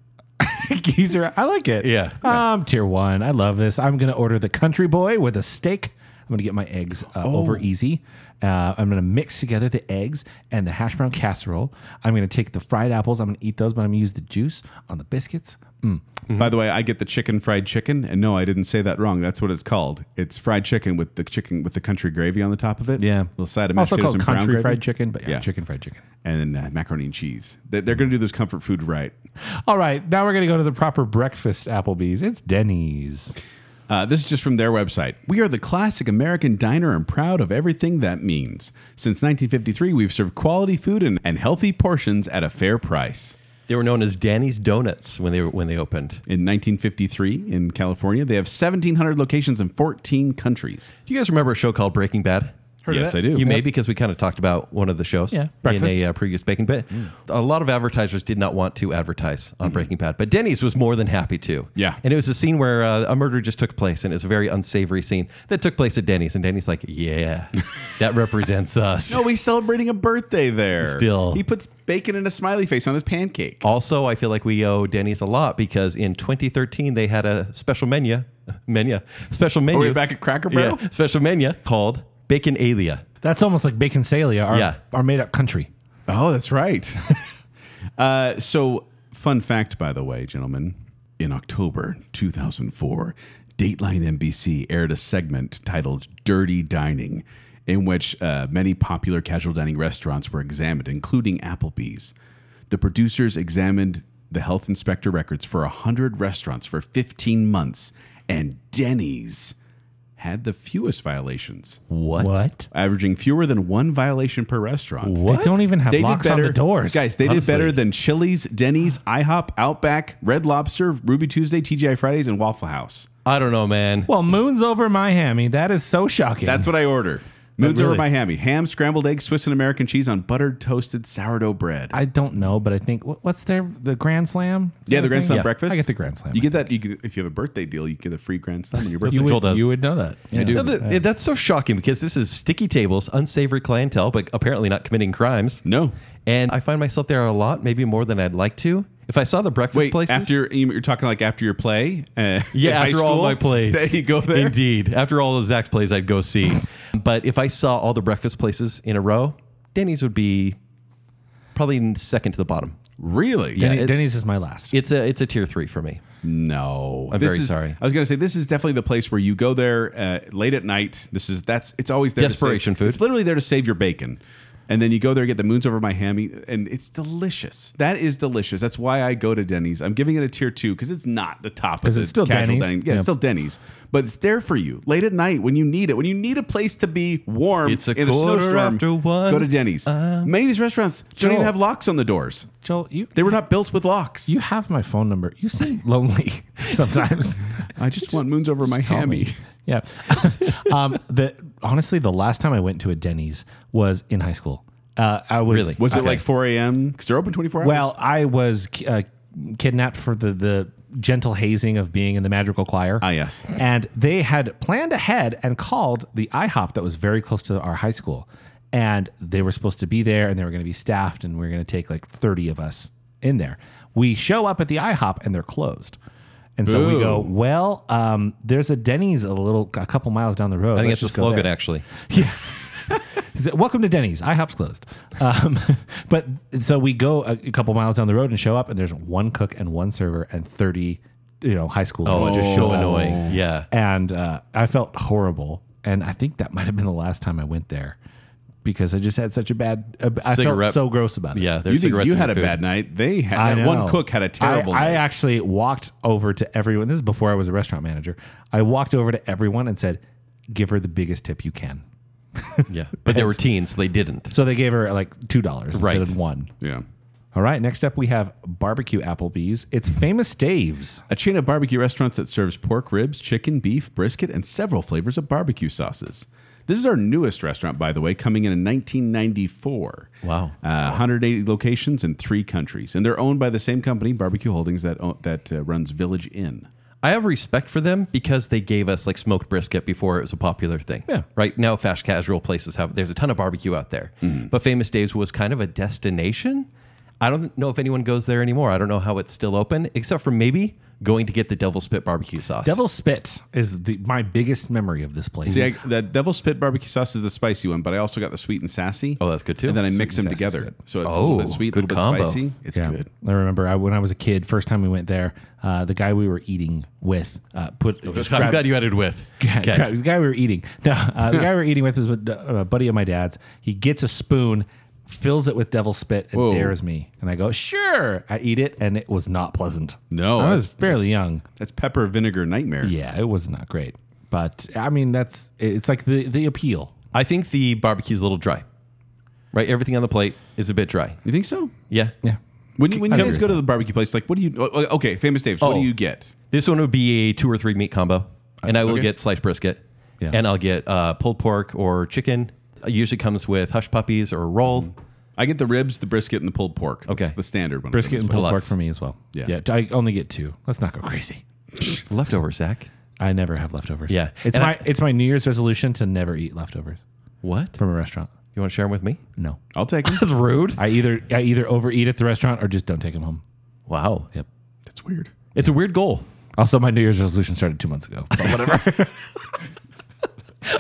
Speaker 5: Geezer, I like it.
Speaker 4: Yeah.
Speaker 5: Um, tier one. I love this. I'm gonna order the country boy with a steak. I'm gonna get my eggs uh, over easy. Uh, I'm gonna mix together the eggs and the hash brown casserole. I'm gonna take the fried apples. I'm gonna eat those, but I'm gonna use the juice on the biscuits. Mm. Mm-hmm.
Speaker 3: By the way, I get the chicken fried chicken, and no, I didn't say that wrong. That's what it's called. It's fried chicken with the chicken with the country gravy on the top of it. little side of mashed
Speaker 5: also
Speaker 3: potatoes
Speaker 5: called
Speaker 3: and brown
Speaker 5: country
Speaker 3: gravy.
Speaker 5: fried chicken, but yeah,
Speaker 3: Yeah.
Speaker 5: chicken fried chicken.
Speaker 3: and uh, macaroni and cheese. They- They're going to do this comfort food right.
Speaker 5: All right, now we're gonna go to the proper breakfast Applebee's. It's Denny's.
Speaker 3: Uh, this is just from their website. We are the classic American diner and proud of everything that means. Since 1953, we've served quality food and, and healthy portions at a fair price.
Speaker 4: They were known as Danny's Donuts when they when they opened.
Speaker 3: In 1953, in California, they have 1,700 locations in 14 countries.
Speaker 4: Do you guys remember a show called Breaking Bad?
Speaker 2: Heard of
Speaker 3: yes,
Speaker 2: it?
Speaker 3: I do.
Speaker 4: You may because we kind of talked about one of the shows
Speaker 2: Yeah,
Speaker 4: in
Speaker 2: breakfast.
Speaker 4: a uh, previous Bacon But
Speaker 3: Mm.
Speaker 4: A lot of advertisers did not want to advertise on Breaking Bad, but Denny's was more than happy to.
Speaker 3: Yeah.
Speaker 4: And it was a scene where uh, a murder just took place, and it's a very unsavory scene that took place at Denny's. And Denny's like, yeah, that represents us.
Speaker 3: No, he's celebrating a birthday there.
Speaker 4: Still.
Speaker 3: he puts bacon and a smiley face on his pancake.
Speaker 4: Also, I feel like we owe Denny's a lot because in 2013 they had a special menu, menu, special menu.
Speaker 3: Are we back at Cracker Barrel?
Speaker 4: Yeah, special menu called Bacon Alia.
Speaker 5: That's almost like Bacon Salia, our,
Speaker 4: Yeah.
Speaker 5: our made up country.
Speaker 3: Oh, that's right. uh, so, fun fact, by the way, gentlemen, in October 2004, Dateline NBC aired a segment titled Dirty Dining, in which uh, many popular casual dining restaurants were examined, including Applebee's. The producers examined the health inspector records for 100 restaurants for 15 months, and Denny's had the fewest violations,
Speaker 4: What?
Speaker 3: averaging fewer than one violation per restaurant
Speaker 5: They don't even have locks on the doors.
Speaker 3: guys. They
Speaker 4: honestly.
Speaker 3: did better than Chili's, Denny's, IHOP, Outback, Red Lobster, Ruby Tuesday, TGI Fridays, and Waffle House.
Speaker 4: I don't know, man.
Speaker 5: Well, moon's over my hammy. That is so shocking.
Speaker 3: That's what I order. Moons over
Speaker 5: really?
Speaker 3: my hammy, ham, scrambled eggs, Swiss and American cheese on buttered toasted sourdough bread.
Speaker 5: I don't know, but I think what, what's their the Grand Slam?
Speaker 3: yeah, the
Speaker 5: Thing?
Speaker 3: Grand Slam
Speaker 5: Yeah.
Speaker 3: breakfast.
Speaker 5: I get the Grand Slam.
Speaker 3: You get that. You get, if you have a birthday deal, you get a free Grand Slam on your birthday.
Speaker 4: You Joel does.
Speaker 5: You would know that. I
Speaker 3: do.
Speaker 4: No, th- that's so shocking because this is sticky tables, unsavory clientele, but apparently not committing crimes.
Speaker 3: no.
Speaker 4: And I find myself there a lot, maybe more than I'd like to. If I saw the breakfast
Speaker 3: Wait,
Speaker 4: places,
Speaker 3: after your, you're talking like after your play. Uh, in
Speaker 4: yeah,
Speaker 3: high
Speaker 4: after all
Speaker 3: school?
Speaker 4: my plays,
Speaker 3: There you go. There.
Speaker 4: Indeed, after all of Zach's plays, I'd go see. but if I saw all the breakfast places in a row, Denny's would be probably second to the bottom.
Speaker 3: Really?
Speaker 4: Yeah, it-
Speaker 5: Denny's is my last.
Speaker 4: It's a it's a tier three for me.
Speaker 3: No,
Speaker 4: I'm
Speaker 3: This
Speaker 4: very
Speaker 3: is-
Speaker 4: sorry.
Speaker 3: I was gonna say this is definitely the place where you go there uh, late at night. This is that's it's always there. to save-
Speaker 4: Desperation food.
Speaker 3: It's literally there to save your bacon, and then you go there get the moons over my hammy, and it's delicious. That is delicious. That's why I go to Denny's. I'm giving it a tier two because it's not the top. Because
Speaker 5: it's still Denny's.
Speaker 3: Dining. Yeah,
Speaker 5: Yeah.
Speaker 3: it's still Denny's, but it's there for you late at night when you need it. When you need a place to be warm.
Speaker 4: It's a
Speaker 3: in
Speaker 4: quarter
Speaker 3: snowstorm,
Speaker 4: after one.
Speaker 3: Go to Denny's. Many of these restaurants don't
Speaker 5: Joel.
Speaker 3: even have locks on the doors.
Speaker 5: Joel, you
Speaker 3: They were not built with locks.
Speaker 5: you have my phone number. You seem lonely sometimes.
Speaker 3: I just, want moons over my
Speaker 5: Call
Speaker 3: hammy.
Speaker 5: me. Yeah. um, the honestly, the last time I went to a Denny's was in high school. Uh, I was
Speaker 4: Really?
Speaker 3: Was it
Speaker 5: Okay.
Speaker 3: like 4 a.m.? Because they're open 24 hours.
Speaker 5: Well, I was uh, kidnapped for the the gentle hazing of being in the magical choir.
Speaker 3: Ah, yes.
Speaker 5: And they had planned ahead and called the IHOP that was very close to our high school, and they were supposed to be there, and they were going to be staffed, and we are going to take like thirty of us in there. We show up at the IHOP, and they're closed. And so we
Speaker 3: Boo.
Speaker 5: go. Well, um, there's a Denny's a little, a couple miles down the road.
Speaker 4: I think
Speaker 5: Let's
Speaker 4: that's
Speaker 5: just
Speaker 4: the
Speaker 5: go
Speaker 4: slogan
Speaker 5: there.
Speaker 4: actually.
Speaker 5: He said, Welcome to Denny's. IHOP's closed. Um, but so we go a, a couple miles down the road and show up, and there's one cook and one server and thirty, you know, high schoolers.
Speaker 4: Oh, it's just
Speaker 5: show
Speaker 4: so
Speaker 5: up.
Speaker 4: annoying. Yeah.
Speaker 5: And uh, I felt horrible, and I think that might have been the last time I went there because I just had such a bad. Uh, I felt
Speaker 4: Cigarette-
Speaker 5: so gross about it.
Speaker 4: Yeah,
Speaker 3: you
Speaker 4: there's
Speaker 3: think
Speaker 4: cigarettes
Speaker 3: you
Speaker 4: in
Speaker 3: had
Speaker 4: your
Speaker 3: a
Speaker 4: food.
Speaker 3: bad night. They had
Speaker 5: I
Speaker 3: that
Speaker 5: know.
Speaker 3: one cook had a terrible
Speaker 5: I, I
Speaker 3: night.
Speaker 5: actually walked over to everyone. This is before I was a restaurant manager. I walked over to everyone and said, "Give her the biggest tip you can."
Speaker 4: Yeah, but they were teens. They didn't.
Speaker 5: So they gave her like two dollars
Speaker 4: Right.
Speaker 5: instead of one.
Speaker 3: yeah.
Speaker 5: All right, next up we have Barbecue Applebee's. It's Famous Dave's.
Speaker 3: A chain of barbecue restaurants that serves pork ribs, chicken, beef, brisket, and several flavors of barbecue sauces. This is our newest restaurant, by the way, coming in in 1994.
Speaker 4: Wow.
Speaker 3: Uh, 180 locations in three countries. And they're owned by the same company, Barbecue Holdings, that, o- that uh, runs Village Inn.
Speaker 4: I have respect for them because they gave us like smoked brisket before it was a popular thing.
Speaker 5: Yeah.
Speaker 4: Right now, fast casual places have, there's a ton of barbecue out there. But Famous Dave's was kind of a destination. I don't know if anyone goes there anymore. I don't know how it's still open, except for maybe going to get the devil spit barbecue sauce.
Speaker 5: Devil Spit is the, my biggest memory of this place.
Speaker 3: See, I,
Speaker 4: Mm-hmm.
Speaker 3: the Devil Spit barbecue sauce is the spicy one, but I also got the sweet and sassy.
Speaker 4: Oh, that's good, too.
Speaker 3: And then I
Speaker 4: Sweet
Speaker 3: mix
Speaker 5: and
Speaker 3: them
Speaker 5: sassy's
Speaker 3: together,
Speaker 5: good.
Speaker 3: so it's a little
Speaker 4: Oh,
Speaker 3: bit sweet, a
Speaker 4: good
Speaker 3: little
Speaker 4: combo.
Speaker 3: bit spicy. It's
Speaker 5: Yeah.
Speaker 3: good.
Speaker 5: I remember I, when I was a kid, first time we went there, uh, the guy we were eating with uh, put. just
Speaker 4: I'm
Speaker 5: grabbed-
Speaker 4: glad you added with. Okay.
Speaker 5: crap, the guy we were eating. No, uh, the guy we were eating with is with, uh, a buddy of my dad's. He gets a spoon, fills it with devil spit, and
Speaker 3: Whoa.
Speaker 5: dares me. And I go, sure. I eat it, and it was not pleasant.
Speaker 3: No,
Speaker 5: I was
Speaker 3: that's-
Speaker 5: fairly young.
Speaker 3: That's pepper vinegar nightmare.
Speaker 5: Yeah, it was not great. But I mean, that's it's like the the appeal.
Speaker 4: I think the barbecue's a little dry. Right? Everything on the plate is a bit dry.
Speaker 3: You think so?
Speaker 4: Yeah.
Speaker 5: Yeah.
Speaker 3: When you, when you guys go to the barbecue place, like, what do you? oh, Okay, famous Dave's. What
Speaker 4: Oh.
Speaker 3: do you get?
Speaker 4: This one would be a two or three meat combo, and I will
Speaker 3: Okay.
Speaker 4: get sliced brisket,
Speaker 5: Yeah.
Speaker 4: and I'll get uh, pulled pork or chicken, It usually comes with hush puppies or a roll.
Speaker 3: I get the ribs, the brisket, and the pulled pork. That's
Speaker 4: Okay.
Speaker 3: the standard one.
Speaker 5: Brisket and pulled
Speaker 4: Deluxe.
Speaker 5: pork for me as well.
Speaker 3: Yeah.
Speaker 5: I only get two. Let's not go crazy.
Speaker 4: Leftover, Mm-hmm. Zach.
Speaker 5: I never have leftovers.
Speaker 4: Yeah.
Speaker 5: It's
Speaker 4: And
Speaker 5: my
Speaker 4: I-
Speaker 5: it's my New Year's resolution to never eat leftovers
Speaker 4: What?
Speaker 5: from a restaurant.
Speaker 4: You want to share them with me?
Speaker 5: No.
Speaker 3: I'll take them.
Speaker 4: That's rude.
Speaker 5: I either I either overeat at the restaurant or just don't take them home.
Speaker 4: Wow.
Speaker 5: Yep.
Speaker 3: That's weird.
Speaker 4: It's a weird goal.
Speaker 5: Also, my New Year's resolution started two months ago.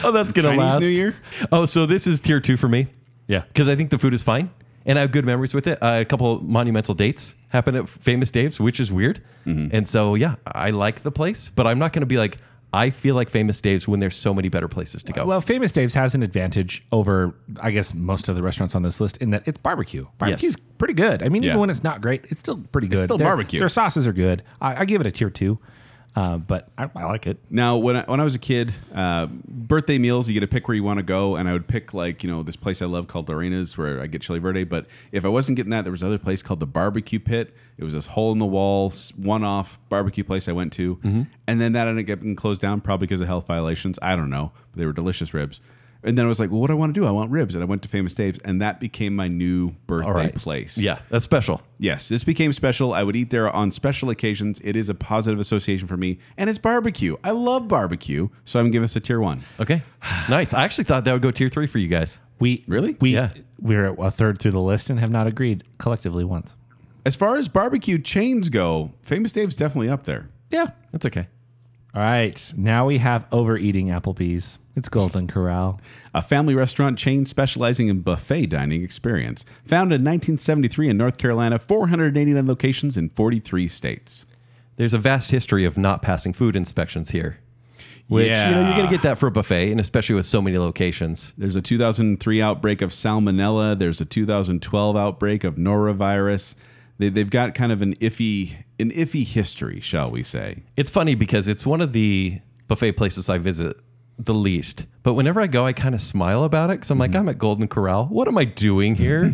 Speaker 4: Oh, that's going to
Speaker 3: Chinese
Speaker 4: last.
Speaker 3: New Year?
Speaker 4: Oh, so this is tier two for me
Speaker 5: yeah.
Speaker 4: because I think the food is fine and I have good memories with it. Uh, a couple monumental dates happened at Famous Dave's, which is weird. And so, yeah, I like the place, but I'm not going to be like, I feel like Famous Dave's when there's so many better places to go.
Speaker 5: Well, Famous Dave's has an advantage over, I guess, most of the restaurants on this list in that it's barbecue. Barbecue's pretty good. I mean,
Speaker 3: Yeah.
Speaker 5: even when it's not great, it's still pretty good.
Speaker 3: still
Speaker 5: Their-
Speaker 3: barbecue.
Speaker 5: Their sauces are good. I, I give it a tier two, uh, but I, I like it.
Speaker 3: Now, when I, when I was a kid, uh, birthday meals, you get to pick where you want to go. And I would pick, like, you know, this place I love called Lorena's where I get chili verde. But if I wasn't getting that, there was another place called the Barbecue Pit. It was this hole in the wall, one off barbecue place I went to.
Speaker 4: Mm-hmm.
Speaker 3: And then that ended up getting closed down probably because of health violations. I don't know. But they were delicious ribs. And then I was like, well, what do I want to do? I want ribs. And I went to Famous Dave's, and that became my new birthday
Speaker 4: All right.
Speaker 3: place.
Speaker 4: Yeah, that's special.
Speaker 3: Yes, this became special. I would eat there on special occasions. It is a positive association for me, and it's barbecue. I love barbecue, so I'm giving this a tier one.
Speaker 4: Okay. nice. I actually thought that would go tier three for you guys.
Speaker 5: We
Speaker 3: Really?
Speaker 5: we
Speaker 4: Yeah.
Speaker 5: we're a third through the list and have not agreed collectively once.
Speaker 3: As far as barbecue chains go, Famous Dave's definitely up there.
Speaker 5: Yeah.
Speaker 4: That's okay.
Speaker 5: All right. Now we have overeating Applebee's. It's Golden Corral.
Speaker 3: A family restaurant chain specializing in buffet dining experience. Founded in 1973 in North Carolina, 489 locations in 43 states.
Speaker 4: There's a vast history of not passing food inspections here. Which, you know, you're going to get that for a buffet, and especially with so many locations.
Speaker 3: There's a 2003 outbreak of salmonella. There's a 2012 outbreak of norovirus. They, they've got kind of an iffy, an iffy history, shall we say?
Speaker 4: It's funny because it's one of the buffet places I visit the least. But whenever I go, I kind of smile about it because I'm like, I'm at Golden Corral. What am I doing here?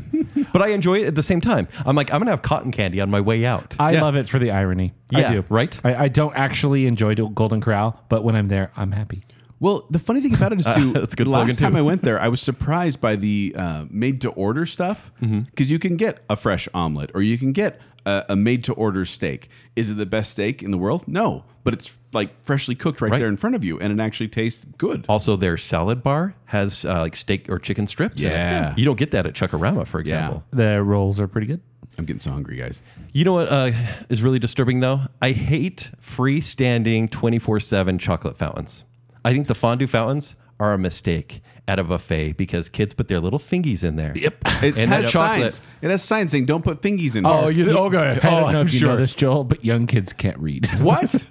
Speaker 4: but I enjoy it at the same time. I'm like, I'm going to have cotton candy on my way out.
Speaker 5: I love it for the irony.
Speaker 4: Yeah,
Speaker 5: I do.
Speaker 4: right?
Speaker 5: I, I don't actually enjoy Do- Golden Corral, but when I'm there, I'm happy.
Speaker 3: Well, the funny thing about it is, too,
Speaker 4: Uh, that's a good
Speaker 3: the
Speaker 4: slogan,
Speaker 3: last time
Speaker 4: too.
Speaker 3: I went there, I was surprised by the uh, made to order stuff because
Speaker 4: Mm-hmm.
Speaker 3: you can get a fresh omelet or you can get a, a made to order steak. Is it the best steak in the world? No, but it's like freshly cooked right,
Speaker 4: Right.
Speaker 3: there in front of you and it actually tastes good.
Speaker 4: Also, their salad bar has uh, like steak or chicken strips. in it.
Speaker 3: Yeah.
Speaker 4: You don't get that at Chuckarama, for example.
Speaker 5: The rolls are pretty good.
Speaker 3: I'm getting so hungry, guys.
Speaker 4: You know what uh, is really disturbing though? I hate freestanding 24 7 chocolate fountains. I think the fondue fountains are a mistake at a buffet because kids put their little fingies in there. Yep.
Speaker 3: It
Speaker 4: And
Speaker 3: has
Speaker 4: that chocolate. Oh,
Speaker 3: signs. It has signs saying don't put fingies in. here."
Speaker 5: you okay? I don't know
Speaker 4: I'm
Speaker 5: if you
Speaker 4: sure.
Speaker 5: know this, Joel, but young kids can't read.
Speaker 3: What?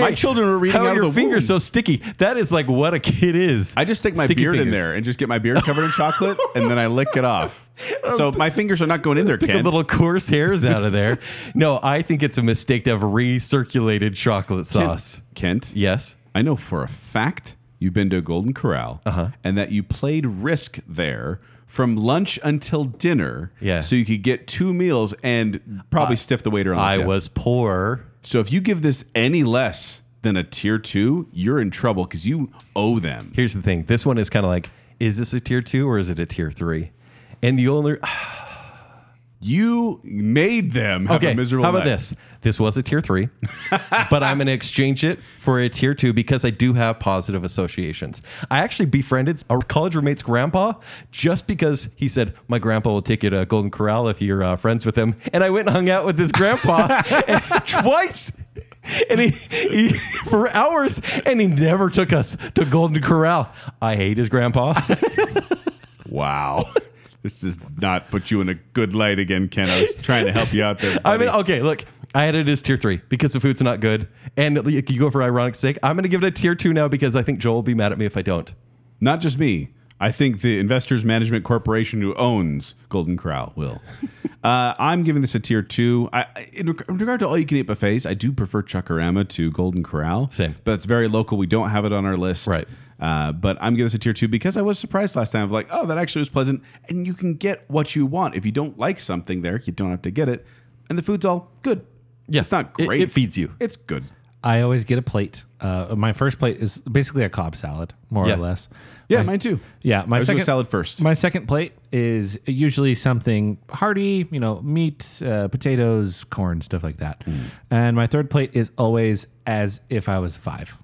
Speaker 3: My children are reading
Speaker 4: How
Speaker 3: out
Speaker 4: are
Speaker 3: of
Speaker 4: your
Speaker 3: the
Speaker 4: fingers
Speaker 3: womb.
Speaker 4: so sticky? That is like what a kid is.
Speaker 3: I just stick my
Speaker 4: Sticky
Speaker 3: beard in
Speaker 4: fingers.
Speaker 3: there and just get my beard covered in chocolate and then I lick it off. So my fingers are not going in there,
Speaker 4: Pick the
Speaker 3: Ken.
Speaker 4: little coarse hairs out of there. No, I think it's a mistake to have recirculated chocolate sauce.
Speaker 3: Kent.
Speaker 4: Yes.
Speaker 3: I know for a fact you've been to Golden Corral
Speaker 4: Uh-huh.
Speaker 3: and that you played Risk there from lunch until dinner.
Speaker 4: Yeah.
Speaker 3: So you could get two meals and probably stiff the waiter on the
Speaker 4: I
Speaker 3: tip.
Speaker 4: was poor.
Speaker 3: So if you give this any less than a tier two, you're in trouble because you owe them.
Speaker 4: here's the thing this one is kind of like is this a tier two or is it a tier three and the only
Speaker 3: You made them have
Speaker 4: okay
Speaker 3: a miserable
Speaker 4: how about
Speaker 3: life.
Speaker 4: this this was a tier three but i'm going to exchange it for a tier two because i do have positive associations i actually befriended our college roommate's grandpa just because he said my grandpa will take you to golden corral if you're uh, friends with him and i went and hung out with this grandpa twice and he, he for hours and he never took us to golden corral i hate his grandpa
Speaker 3: Wow. This does not put you in a good light again, Ken. I was trying to help you out there.
Speaker 4: I mean,
Speaker 3: buddy.
Speaker 4: okay, look, I had it as tier three because the food's not good. And you can go for ironic sake. I'm going to give it a tier two now because I think Joel will be mad at me if I don't.
Speaker 3: Not just me. I think the Investors Management Corporation who owns Golden Corral will. uh, I'm giving this a tier two. I, I- in, reg- in regard to all you can eat buffets, I do prefer Chuckarama to Golden Corral.
Speaker 4: Same.
Speaker 3: But it's very local. We don't have it on our list.
Speaker 4: Right.
Speaker 3: Uh, but I'm giving this a tier two because I was surprised last time. I was like, oh, that actually was pleasant. And you can get what you want. If you don't like something there, you don't have to get it. And the food's all good.
Speaker 4: Yeah.
Speaker 3: It's not
Speaker 4: It-
Speaker 3: great.
Speaker 4: it feeds you.
Speaker 3: It's good.
Speaker 5: I always get a plate Uh, my first plate is basically a cob salad, more
Speaker 4: Yeah.
Speaker 5: or less.
Speaker 3: Yeah,
Speaker 5: my,
Speaker 3: mine too.
Speaker 5: Yeah, my
Speaker 3: I was doing
Speaker 5: second
Speaker 3: salad first.
Speaker 5: My second plate is usually something hearty, you know, meat, uh, potatoes, corn, stuff like that.
Speaker 3: Hmm.
Speaker 5: And my third plate is always as if I was five.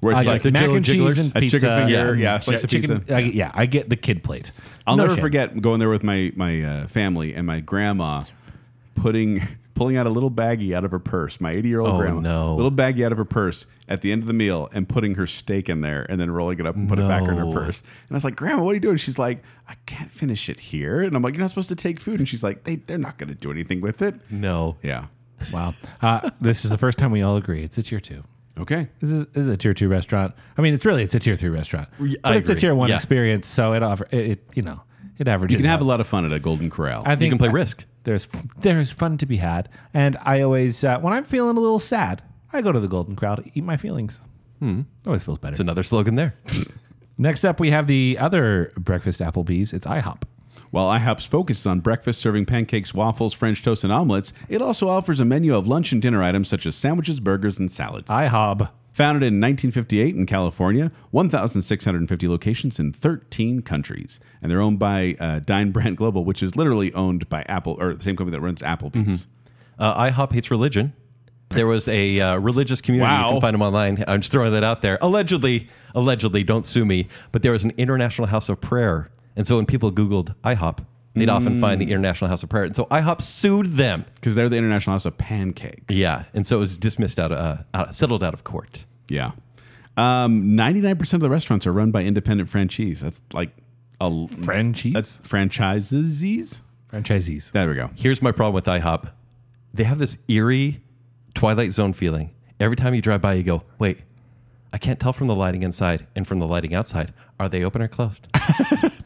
Speaker 3: Where it's
Speaker 5: I
Speaker 3: like
Speaker 5: get mac
Speaker 4: Jell-O
Speaker 5: and cheese
Speaker 4: jigglers?
Speaker 5: and
Speaker 3: A chicken
Speaker 5: pizza.
Speaker 3: finger, yeah,
Speaker 5: like
Speaker 3: slice of
Speaker 5: chicken-
Speaker 3: pizza.
Speaker 5: I get- yeah, I get the kid plate.
Speaker 3: I'll
Speaker 5: No
Speaker 3: never
Speaker 5: shame.
Speaker 3: forget going there with my my uh, family and my grandma putting pulling out a little baggie out of her purse. My 80 year old
Speaker 4: Oh,
Speaker 3: grandma,
Speaker 4: no.
Speaker 3: little baggie out of her purse at the end of the meal and putting her steak in there and then rolling it up and putting it back in her
Speaker 4: No.
Speaker 3: purse. And I was like, Grandma, what are you doing? She's like, I can't finish it here. And I'm like, You're not supposed to take food. And she's like, They they're not going to do anything with it.
Speaker 4: No.
Speaker 3: Yeah.
Speaker 5: Wow. Uh, this is the first time we all agree. It's a tier two.
Speaker 3: Okay.
Speaker 5: This is, this is a tier two restaurant. I mean, it's really it's a tier three restaurant,
Speaker 4: Re-
Speaker 5: but
Speaker 4: I
Speaker 5: it's a
Speaker 4: agree.
Speaker 5: tier one
Speaker 4: Yeah.
Speaker 5: experience. So it offer it, it you know it averages.
Speaker 3: You can have
Speaker 5: out.
Speaker 3: a lot of fun at a Golden Corral.
Speaker 5: I
Speaker 4: You
Speaker 5: think
Speaker 4: can play Risk.
Speaker 5: There's there's fun to be had, and I always uh, when I'm feeling a little sad, I go to the Golden Crowd to eat my feelings. Hmm. Always feels better.
Speaker 4: It's another slogan there.
Speaker 5: Next up, we have the other breakfast Applebee's. It's IHOP.
Speaker 3: While IHOP's focuses on breakfast, serving pancakes, waffles, French toast, and omelets, it also offers a menu of lunch and dinner items such as sandwiches, burgers, and salads.
Speaker 5: IHOB.
Speaker 3: Founded in 1958 in California, 1,650 locations in 13 countries, and they're owned by uh, Dine Brand Global, which is literally owned by Apple or the same company that runs Applebee's.
Speaker 4: Uh, IHOP hates religion. There was a uh, religious community. You
Speaker 3: Wow.
Speaker 4: can find them online. I'm just throwing that out there. Allegedly, allegedly, don't sue me. But there was an International House of Prayer, and so when people Googled IHOP, they'd
Speaker 3: Mm.
Speaker 4: often find the International House of Prayer, and so IHOP sued them.
Speaker 3: Because they're the International House of Pancakes.
Speaker 4: Yeah, and so it was dismissed out of uh, out, settled out of court.
Speaker 3: Yeah. Um, 99% of the restaurants are run by independent franchisees. That's like a
Speaker 5: Franchisees?
Speaker 3: That's franchises.
Speaker 5: Franchisees.
Speaker 3: There we go.
Speaker 4: Here's my problem with IHOP. They have this eerie Twilight Zone feeling. Every time you drive by, you go, wait, I can't tell from the lighting inside and from the lighting outside. Are they open or closed?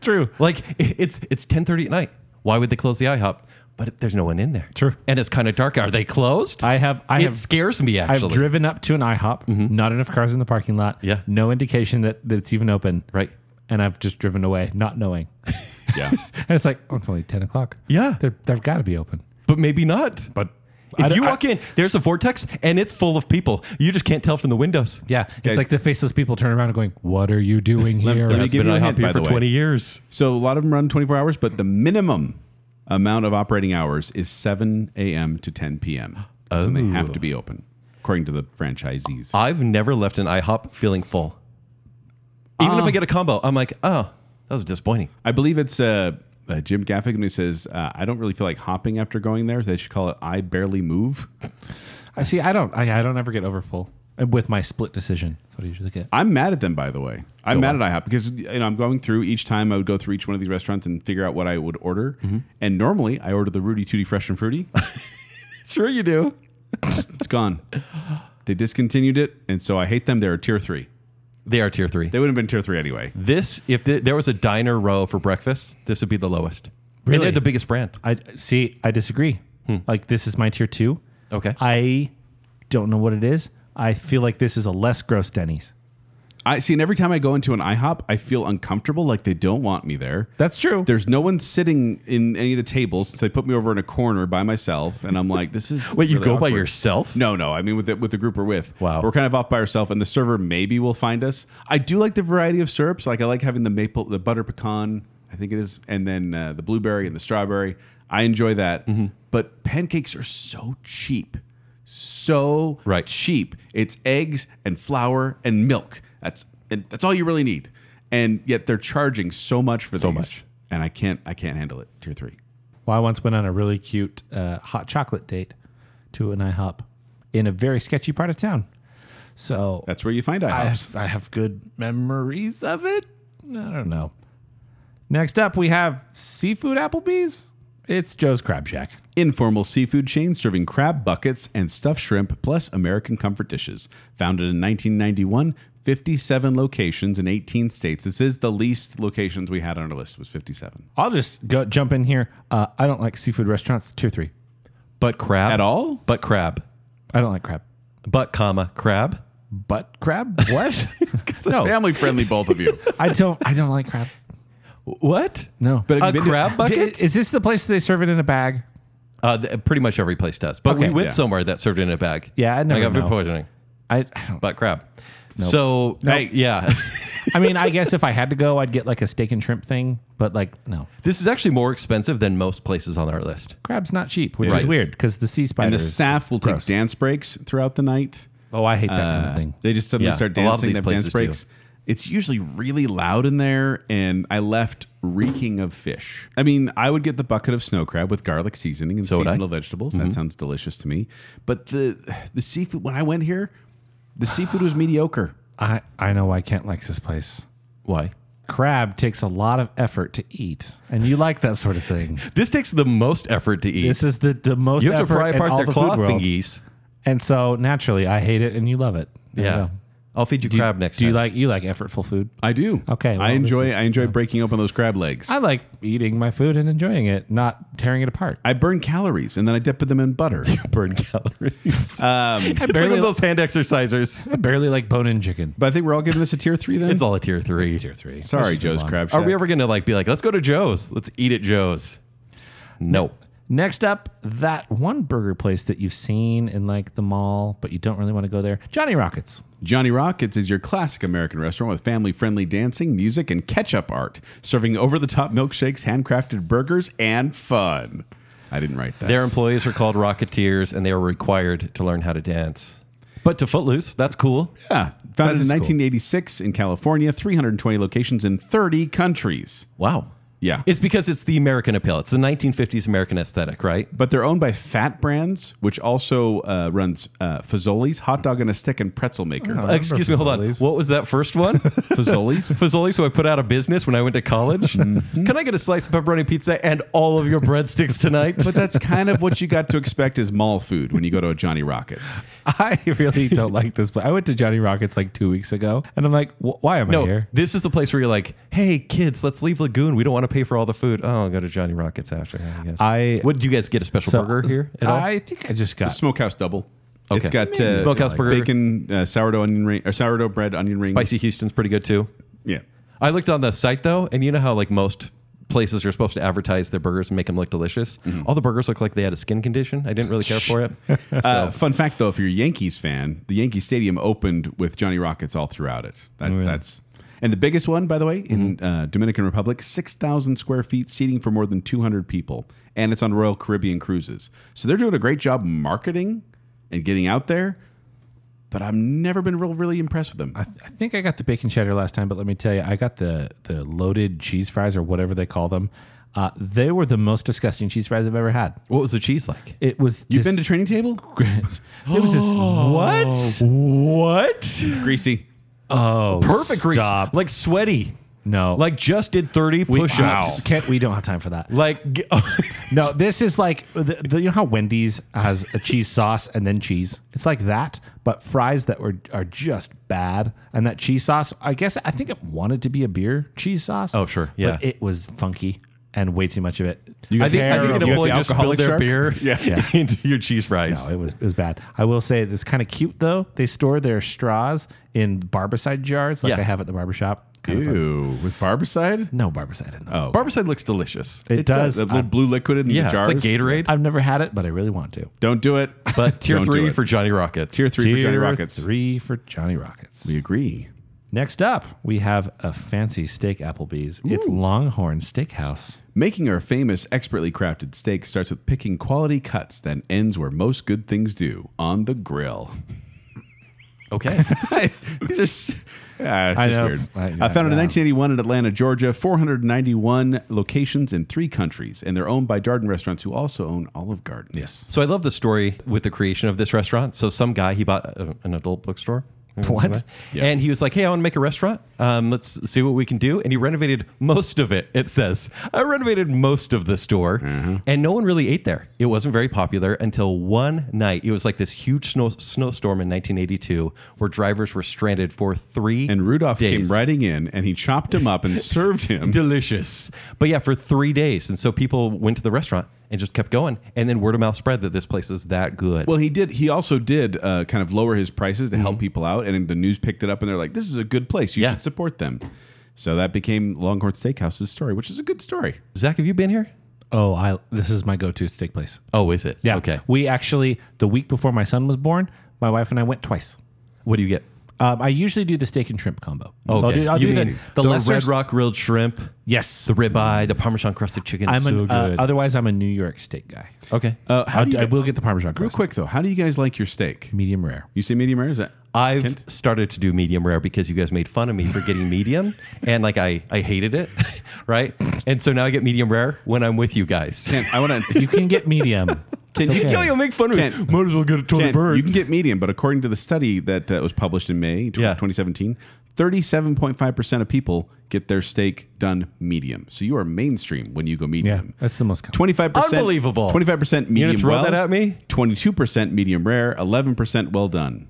Speaker 5: True.
Speaker 4: like i- it's it's 10.30 at night. Why would they close the IHOP? But there's no one in there.
Speaker 5: True.
Speaker 4: And it's kind of dark. Are they closed?
Speaker 5: I have. I
Speaker 4: it
Speaker 5: have.
Speaker 4: scares me,
Speaker 5: I've
Speaker 4: actually. Mm-hmm.
Speaker 5: driven up to an IHOP. Not enough cars in the parking lot.
Speaker 4: Yeah.
Speaker 5: No indication that, that it's even open.
Speaker 4: Right.
Speaker 5: And I've just driven away, not knowing.
Speaker 3: Yeah.
Speaker 5: And it's like, oh, it's only ten o'clock.
Speaker 4: Yeah.
Speaker 5: They're, they've got to be open.
Speaker 4: But maybe not.
Speaker 5: But
Speaker 4: If you walk in, there's a vortex and it's full of people. You just can't tell from the windows.
Speaker 5: Yeah,
Speaker 3: Guys-
Speaker 5: it's like the faceless people turn around and going, "What are you doing here?"
Speaker 3: let me
Speaker 4: It's
Speaker 3: give
Speaker 4: been
Speaker 3: you a
Speaker 4: IHOP
Speaker 3: hint, by
Speaker 4: here for
Speaker 3: the way.
Speaker 4: 20 years.
Speaker 3: So a lot of them run 24 hours, but the minimum amount of operating hours is 7 a.m. to 10 p.m. That's when they have to be open, according to the franchisees.
Speaker 4: I've never left an IHOP feeling full. Even
Speaker 3: Ah.
Speaker 4: if I get a combo, I'm like, oh, that was disappointing.
Speaker 3: I believe it's uh, uh, Jim Gaffigan who says, uh, I don't really feel like hopping after going there. They should call it I Barely Move.
Speaker 5: I see. I don't. I, I don't ever get over full And with my split decision. That's what I usually get.
Speaker 3: I'm mad at them, by the way. I'm mad at IHOP because you know I'm going through each time I would go through each one of these restaurants and figure out what I would order. And normally I order the Rudy Tooty Fresh and Fruity.
Speaker 4: Sure, you do.
Speaker 3: it's gone. They discontinued it, and so I hate them. They're a tier three.
Speaker 4: They are tier three.
Speaker 3: They would have been tier three anyway.
Speaker 4: this, if th- there was a diner row for breakfast, this would be the lowest. Really? And they're the biggest brand.
Speaker 5: I see. I disagree. Like this is my tier two.
Speaker 4: Okay.
Speaker 5: I don't know what it is. I feel like this is a less gross Denny's.
Speaker 3: I see, and every time I go into an IHOP, I feel uncomfortable, like they don't want me there.
Speaker 5: That's true.
Speaker 3: There's no one sitting in any of the tables, so they put me over in a corner by myself, and I'm like, "This is."
Speaker 4: Wait, you
Speaker 3: really
Speaker 4: go by
Speaker 3: awkward.
Speaker 4: yourself?
Speaker 3: No, no. I mean, with the, with the group we're with,
Speaker 4: Wow.
Speaker 3: we're kind of off by ourselves, and the server maybe will find us. I do like the variety of syrups. Like I like having the maple, the butter pecan, I think it is, and then uh, the blueberry and the strawberry. I enjoy that.
Speaker 4: Mm-hmm.
Speaker 3: But pancakes are so cheap, so
Speaker 4: Right.
Speaker 3: cheap. It's eggs and flour and milk. That's and that's all you really need. And yet they're charging so much for so
Speaker 4: much.
Speaker 3: and I can't I can't handle it. Tier three.
Speaker 5: Well, I once went on a really cute uh, hot chocolate date to an IHOP in a very sketchy part of town. So
Speaker 3: That's where you find
Speaker 5: I
Speaker 3: IHOPs.
Speaker 5: have, I have good memories of it. I don't know. Next up, we have seafood Applebee's. It's Joe's Crab Shack.
Speaker 3: Informal seafood chain serving crab buckets and stuffed shrimp, plus American comfort dishes. Founded in 1991, 57 locations in 18 states. This is the least locations we had on our list was 57.
Speaker 5: I'll just go jump in here. Uh, I don't like seafood restaurants. Tier three.
Speaker 4: But crab.
Speaker 3: At all?
Speaker 4: But crab.
Speaker 5: I don't like crab.
Speaker 4: But comma, crab.
Speaker 5: Butt crab? What? no,
Speaker 3: Family friendly, both of you.
Speaker 5: I don't. I don't like crab.
Speaker 4: What?
Speaker 5: No.
Speaker 3: But
Speaker 4: A
Speaker 3: have you been to-
Speaker 4: crab bucket?
Speaker 5: is this the place that they serve it in a bag?
Speaker 4: Uh, th- pretty much every place does. But we
Speaker 5: Okay.
Speaker 4: went
Speaker 3: Yeah.
Speaker 4: somewhere that served it in a bag.
Speaker 5: Yeah, I'd never
Speaker 4: I got food
Speaker 5: know.
Speaker 4: poisoning.
Speaker 5: I, I don't.
Speaker 4: But crab. So
Speaker 3: Hey.
Speaker 4: yeah,
Speaker 5: I mean, I guess if I had to go, I'd get like a steak and shrimp thing, but like, no.
Speaker 4: this is actually more expensive than most places on our list.
Speaker 5: Crab's not cheap, which
Speaker 3: Right.
Speaker 5: is weird because the sea
Speaker 3: and
Speaker 5: spider.
Speaker 3: the
Speaker 5: is-
Speaker 3: staff will
Speaker 5: gross.
Speaker 3: take dance breaks throughout the night.
Speaker 5: Oh, I hate that kind
Speaker 3: Uh,
Speaker 5: of thing.
Speaker 3: They just suddenly
Speaker 4: Yeah,
Speaker 3: start
Speaker 4: a lot of
Speaker 3: dancing.
Speaker 4: these
Speaker 3: They have dance
Speaker 4: places
Speaker 3: breaks.
Speaker 4: do.
Speaker 3: It's usually really loud in there, and I left reeking of fish. I mean, I would get the bucket of snow crab with garlic seasoning and
Speaker 4: would I. Mm-hmm.
Speaker 3: seasonal vegetables. That sounds delicious to me. But the the seafood when I went here, the seafood was mediocre.
Speaker 5: I, I know why Kent likes this place.
Speaker 4: Why?
Speaker 5: Crab takes a lot of effort to eat, and you like that sort of thing.
Speaker 4: This takes the most effort to eat.
Speaker 5: This is the, the most
Speaker 4: you have to
Speaker 5: effort
Speaker 4: pry
Speaker 5: in
Speaker 4: apart
Speaker 5: all
Speaker 4: their
Speaker 5: the
Speaker 4: claw
Speaker 5: food world.
Speaker 4: thingies.
Speaker 5: And so naturally, I hate it, and you love it. There you
Speaker 4: Yeah,
Speaker 5: go.
Speaker 4: I'll feed you
Speaker 5: Do you-
Speaker 4: crab next
Speaker 5: Do you
Speaker 4: time.
Speaker 5: like you like effortful food?
Speaker 3: I do.
Speaker 5: Okay, well,
Speaker 3: I
Speaker 5: this
Speaker 3: enjoy.
Speaker 5: is-
Speaker 3: I enjoy breaking open those crab legs.
Speaker 5: I like eating my food and enjoying it, not tearing it apart.
Speaker 3: I burn calories and then I dip them in butter.
Speaker 4: burn calories?
Speaker 3: um,
Speaker 4: it's like
Speaker 5: Uh, barely-
Speaker 4: one of those hand exercisers.
Speaker 5: I barely like bone-in chicken.
Speaker 3: but I think we're all giving this a tier three then.
Speaker 4: It's all a tier three.
Speaker 5: Tier three.
Speaker 3: Sorry,
Speaker 5: Let's move
Speaker 3: Joe's
Speaker 5: on.
Speaker 3: crab.
Speaker 4: Are we
Speaker 3: Shack.
Speaker 4: ever gonna like be like, let's go to Joe's, let's eat at Joe's? No.
Speaker 5: Next up, that one burger place that you've seen in like the mall, but you don't really want to go there. Johnny Rockets.
Speaker 3: Johnny Rockets is your classic American restaurant with family friendly dancing, music, and catch up art, serving over the top milkshakes, handcrafted burgers, and fun. I didn't write that.
Speaker 4: Their employees are called Rocketeers, and they are required to learn how to dance. But to Footloose, that's cool.
Speaker 3: yeah.
Speaker 4: That
Speaker 3: Founded in
Speaker 4: is cool.
Speaker 3: 1986 in California, 320 locations in 30 countries.
Speaker 4: Wow.
Speaker 3: Yeah.
Speaker 4: It's because it's the American appeal. It's the 1950s American aesthetic, right?
Speaker 3: but they're owned by Fat Brands, which also uh, runs uh, Fazoli's, Hot Dog and a Stick, and Pretzel Maker.
Speaker 4: Excuse me, hold on. What was that first one?
Speaker 3: Fazoli's?
Speaker 4: Fazoli's, who I put out of business when I went to college.
Speaker 5: Mm-hmm.
Speaker 4: Can I get a slice of pepperoni pizza and all of your breadsticks tonight?
Speaker 3: But that's kind of what you got to expect is mall food when you go to a Johnny Rockets.
Speaker 5: I really don't like this place. I went to Johnny Rockets like two weeks ago, and I'm like, "Wh- why am I
Speaker 4: No,
Speaker 5: here?
Speaker 4: this is the place where you're like, hey, kids, let's leave Lagoon. We don't want to pay for all the food. Oh, I'll go to Johnny Rockets after. I guess.
Speaker 5: I- uh,
Speaker 4: what did you guys get a special burger here at all?
Speaker 5: I think I just got
Speaker 3: Smokehouse double. It's
Speaker 4: Uh, Okay.
Speaker 3: got uh,
Speaker 4: Smokehouse burger.
Speaker 3: bacon, uh, sourdough onion ring, or sourdough bread, onion rings.
Speaker 4: Spicy Houston's pretty good too.
Speaker 3: Yeah.
Speaker 4: I looked on the site though, and you know how like most places are supposed to advertise their burgers and make them look delicious.
Speaker 5: Mm-hmm.
Speaker 4: All the burgers look like they had a skin condition. I didn't really care for it.
Speaker 3: Uh, fun fact, though, if you're a Yankees fan, the Yankee Stadium opened with Johnny Rockets all throughout it.
Speaker 5: Oh,
Speaker 3: That, That's and the biggest one, by the way, in
Speaker 5: Mm-hmm.
Speaker 3: uh, Dominican Republic, six thousand square feet, seating for more than two hundred people, and it's on Royal Caribbean cruises. So they're doing a great job marketing and getting out there. But I've never been real, really impressed with them.
Speaker 5: I, th- I think I got the bacon cheddar last time, but let me tell you, I got the the loaded cheese fries or whatever they call them. Uh, they were the most disgusting cheese fries I've ever had.
Speaker 4: what was the cheese like?
Speaker 5: It was
Speaker 3: You've
Speaker 5: this, Oh,
Speaker 3: been to training table?
Speaker 5: it was this
Speaker 4: Oh,
Speaker 5: what?
Speaker 4: What?
Speaker 3: Greasy.
Speaker 5: Oh,
Speaker 4: Perfect grease.
Speaker 5: Stop.
Speaker 4: Like sweaty.
Speaker 5: No,
Speaker 4: Like just did 30 push-ups.
Speaker 5: Kent, we don't have time for that.
Speaker 4: Like g-
Speaker 5: No, this is like the, the, you know how Wendy's has a cheese sauce and then cheese. It's like that, but fries that were are just bad, and that cheese sauce. I guess I think it wanted to be a beer cheese sauce.
Speaker 4: Oh, sure. Yeah.
Speaker 5: but it was funky and way too much of it.
Speaker 4: I think I think
Speaker 3: You got
Speaker 4: an
Speaker 3: the
Speaker 4: employee just
Speaker 3: alcoholic
Speaker 4: spilled their
Speaker 3: shark?
Speaker 4: beer
Speaker 5: Yeah.
Speaker 4: into your cheese fries.
Speaker 5: No, it was it was bad. I will say it's kind of cute though. They store their straws in barberside jars, like
Speaker 4: Yeah.
Speaker 5: I have at the barbershop. Kind Of fun.
Speaker 3: Ew, with barberside?
Speaker 5: No barberside in them.
Speaker 3: Oh,
Speaker 4: Barberside looks delicious.
Speaker 5: it, does.
Speaker 3: That little
Speaker 5: I've,
Speaker 3: blue liquid in
Speaker 4: Yeah,
Speaker 3: the jars.
Speaker 4: it's like Gatorade.
Speaker 5: I've never had it, but I really want to.
Speaker 3: Don't do it.
Speaker 4: But tier
Speaker 3: Don't do
Speaker 4: three
Speaker 3: it.
Speaker 4: for Johnny Rockets.
Speaker 3: tier three for Johnny
Speaker 5: Tier
Speaker 3: Rockets.
Speaker 5: Three for Johnny Rockets.
Speaker 3: We agree.
Speaker 5: Next up, we have a fancy steak Applebee's. It's Longhorn Steakhouse.
Speaker 3: Making our famous expertly crafted steak starts with picking quality cuts, then ends where most good things do on the grill.
Speaker 4: Okay.
Speaker 3: just. Yeah, it's
Speaker 5: I
Speaker 3: just
Speaker 5: know.
Speaker 3: weird.
Speaker 5: I-
Speaker 3: uh, founded in
Speaker 5: yeah.
Speaker 3: 1981 in Atlanta, Georgia, 491 locations in three countries, and they're owned by Darden Restaurants, who also own Olive Garden. Yes.
Speaker 4: So I love the story with the creation of this restaurant. So some guy he bought a, an adult bookstore.
Speaker 5: What?
Speaker 3: Yeah.
Speaker 4: And he was like, "Hey, I want to make a restaurant. Um, let's see what we can do." And he renovated most of it. It says, "I renovated most of the store,"
Speaker 3: Mm-hmm.
Speaker 4: and no one really ate there. It wasn't very popular until one night. It was like this huge snow snowstorm in 1982, where drivers were stranded for three
Speaker 3: And Rudolph
Speaker 4: days.
Speaker 3: came riding in, and he chopped him up and served him.
Speaker 4: delicious. But yeah, for three days, and so people went to the restaurant and just kept going, and then word of mouth spread that this place is that good.
Speaker 3: Well, he did. He also did uh, kind of lower his prices to help people out, and the news picked it up, and they're like, "This is a good place. You
Speaker 4: Yeah.
Speaker 3: should support them." So that became Longhorn Steakhouse's story, which is a good story.
Speaker 4: Zach, have you been here?
Speaker 5: Oh, I this is my go-to steak place.
Speaker 4: Oh, is it?
Speaker 5: Yeah.
Speaker 4: Okay.
Speaker 5: We actually the week before my son was born, my wife and I went twice.
Speaker 4: What do you get?
Speaker 5: Um, I usually do the steak and shrimp combo.
Speaker 4: Okay.
Speaker 5: So I'll do, I'll
Speaker 4: you
Speaker 5: do the,
Speaker 4: mean
Speaker 5: the, lesser
Speaker 4: Red Rock grilled shrimp,
Speaker 5: Yes.
Speaker 4: the ribeye, the Parmesan crusted chicken.
Speaker 5: I'm
Speaker 4: is so
Speaker 5: an, uh,
Speaker 4: good.
Speaker 5: otherwise I'm a New York steak guy.
Speaker 4: okay.
Speaker 3: Uh, how
Speaker 5: I'll
Speaker 3: do
Speaker 5: do-
Speaker 3: you
Speaker 5: I
Speaker 3: get-
Speaker 5: will get the Parmesan
Speaker 3: Real
Speaker 5: crust.
Speaker 3: quick though, how do you guys like your steak?
Speaker 5: medium rare.
Speaker 3: You say medium rare? Is that
Speaker 4: I've
Speaker 3: Kent?
Speaker 4: started to do medium rare because you guys made fun of me for getting medium, and like I, I hated it, right? And so now I get medium rare when I'm with you guys.
Speaker 3: Kent, I want to.
Speaker 5: You can get medium. It's
Speaker 4: You
Speaker 5: okay.
Speaker 4: know, you'll make fun of me.
Speaker 3: Kent.
Speaker 4: Might as well get a total
Speaker 3: Kent,
Speaker 4: bird.
Speaker 3: you can get medium, but according to the study that uh, was published in May tw-
Speaker 4: Yeah.
Speaker 3: 2017, 37.5% of people get their steak done medium. So you are mainstream when you go medium.
Speaker 5: that's the most common.
Speaker 3: 25%
Speaker 4: Unbelievable.
Speaker 3: 25% medium
Speaker 4: You gonna throw
Speaker 3: well,
Speaker 4: that at me?
Speaker 3: 22% medium rare, 11% well done.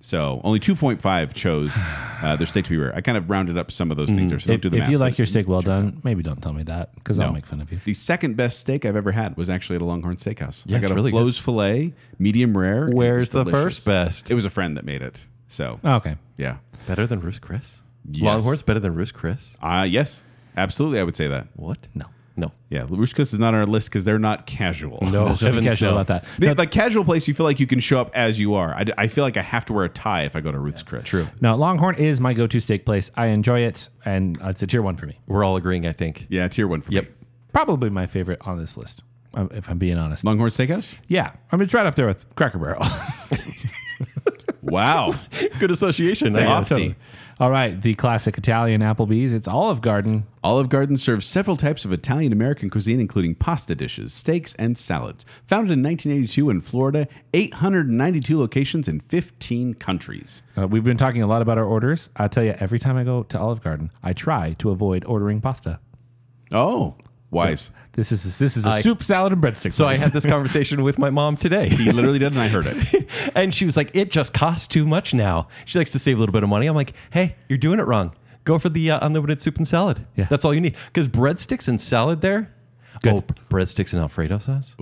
Speaker 3: So only 2.5 chose uh, their steak to be rare. I kind of rounded up some of those
Speaker 4: Mm-hmm.
Speaker 3: things there. So don't do
Speaker 5: If,
Speaker 3: the
Speaker 5: if
Speaker 3: math,
Speaker 5: you
Speaker 3: but
Speaker 5: like your steak well done, maybe don't tell me that because I'll
Speaker 3: No.
Speaker 5: make fun of you.
Speaker 3: the second best steak I've ever had was actually at a Longhorn Steakhouse.
Speaker 4: Yeah,
Speaker 3: I got
Speaker 4: it's
Speaker 3: a
Speaker 4: really good.
Speaker 3: Flo's filet, medium rare. and it
Speaker 4: Where's
Speaker 3: was
Speaker 4: the
Speaker 3: delicious.
Speaker 4: first best? Oh.
Speaker 3: It was a friend that made it. So
Speaker 5: Okay.
Speaker 3: yeah,
Speaker 4: better than Roost Chris.
Speaker 3: Yes.
Speaker 4: Longhorns better than Roost Chris.
Speaker 3: uh, yes, absolutely, I would say that.
Speaker 4: What?
Speaker 5: No.
Speaker 4: no.
Speaker 3: Yeah, Larushka's is not on our list because they're not casual.
Speaker 5: No, so be
Speaker 4: heavens,
Speaker 5: casual
Speaker 4: no.
Speaker 5: about that.
Speaker 3: They, like casual place, you feel like you can show up as you are. I, d- I feel like I have to wear a tie if I go to Ruth's Chris.
Speaker 4: True.
Speaker 5: Now, Longhorn is my go-to steak place. I enjoy it, and it's a tier one for me.
Speaker 4: We're all agreeing, I think.
Speaker 3: Yeah, tier one for
Speaker 4: Yep.
Speaker 3: me.
Speaker 5: Probably my favorite on this list, um, if I'm being honest.
Speaker 3: Longhorn Steakhouse.
Speaker 5: Yeah, I mean, it's right up there with Cracker Barrel.
Speaker 3: Wow.
Speaker 4: Good association. I guess.
Speaker 3: Awesome.
Speaker 5: All right, the classic Italian Applebee's. It's Olive Garden.
Speaker 3: Olive Garden serves several types of Italian American cuisine, including pasta dishes, steaks, and salads. Founded in 1982 in Florida, 892 locations in 15 countries.
Speaker 5: Uh, we've been talking a lot about our orders. I tell you, every time I go to Olive Garden, I try to avoid ordering pasta.
Speaker 3: Oh, wise.
Speaker 5: This is this is a
Speaker 4: I-
Speaker 5: soup, salad, and breadsticks.
Speaker 4: So I had this conversation with my mom today.
Speaker 3: He literally did, and I heard it.
Speaker 4: And she was like, it just costs too much now. She likes to save a little bit of money. I'm like, hey, you're doing it wrong. Go for the uh, unlimited soup and salad.
Speaker 5: Yeah.
Speaker 4: That's all you need. Because breadsticks and salad there.
Speaker 5: Good.
Speaker 4: Oh, breadsticks and Alfredo sauce.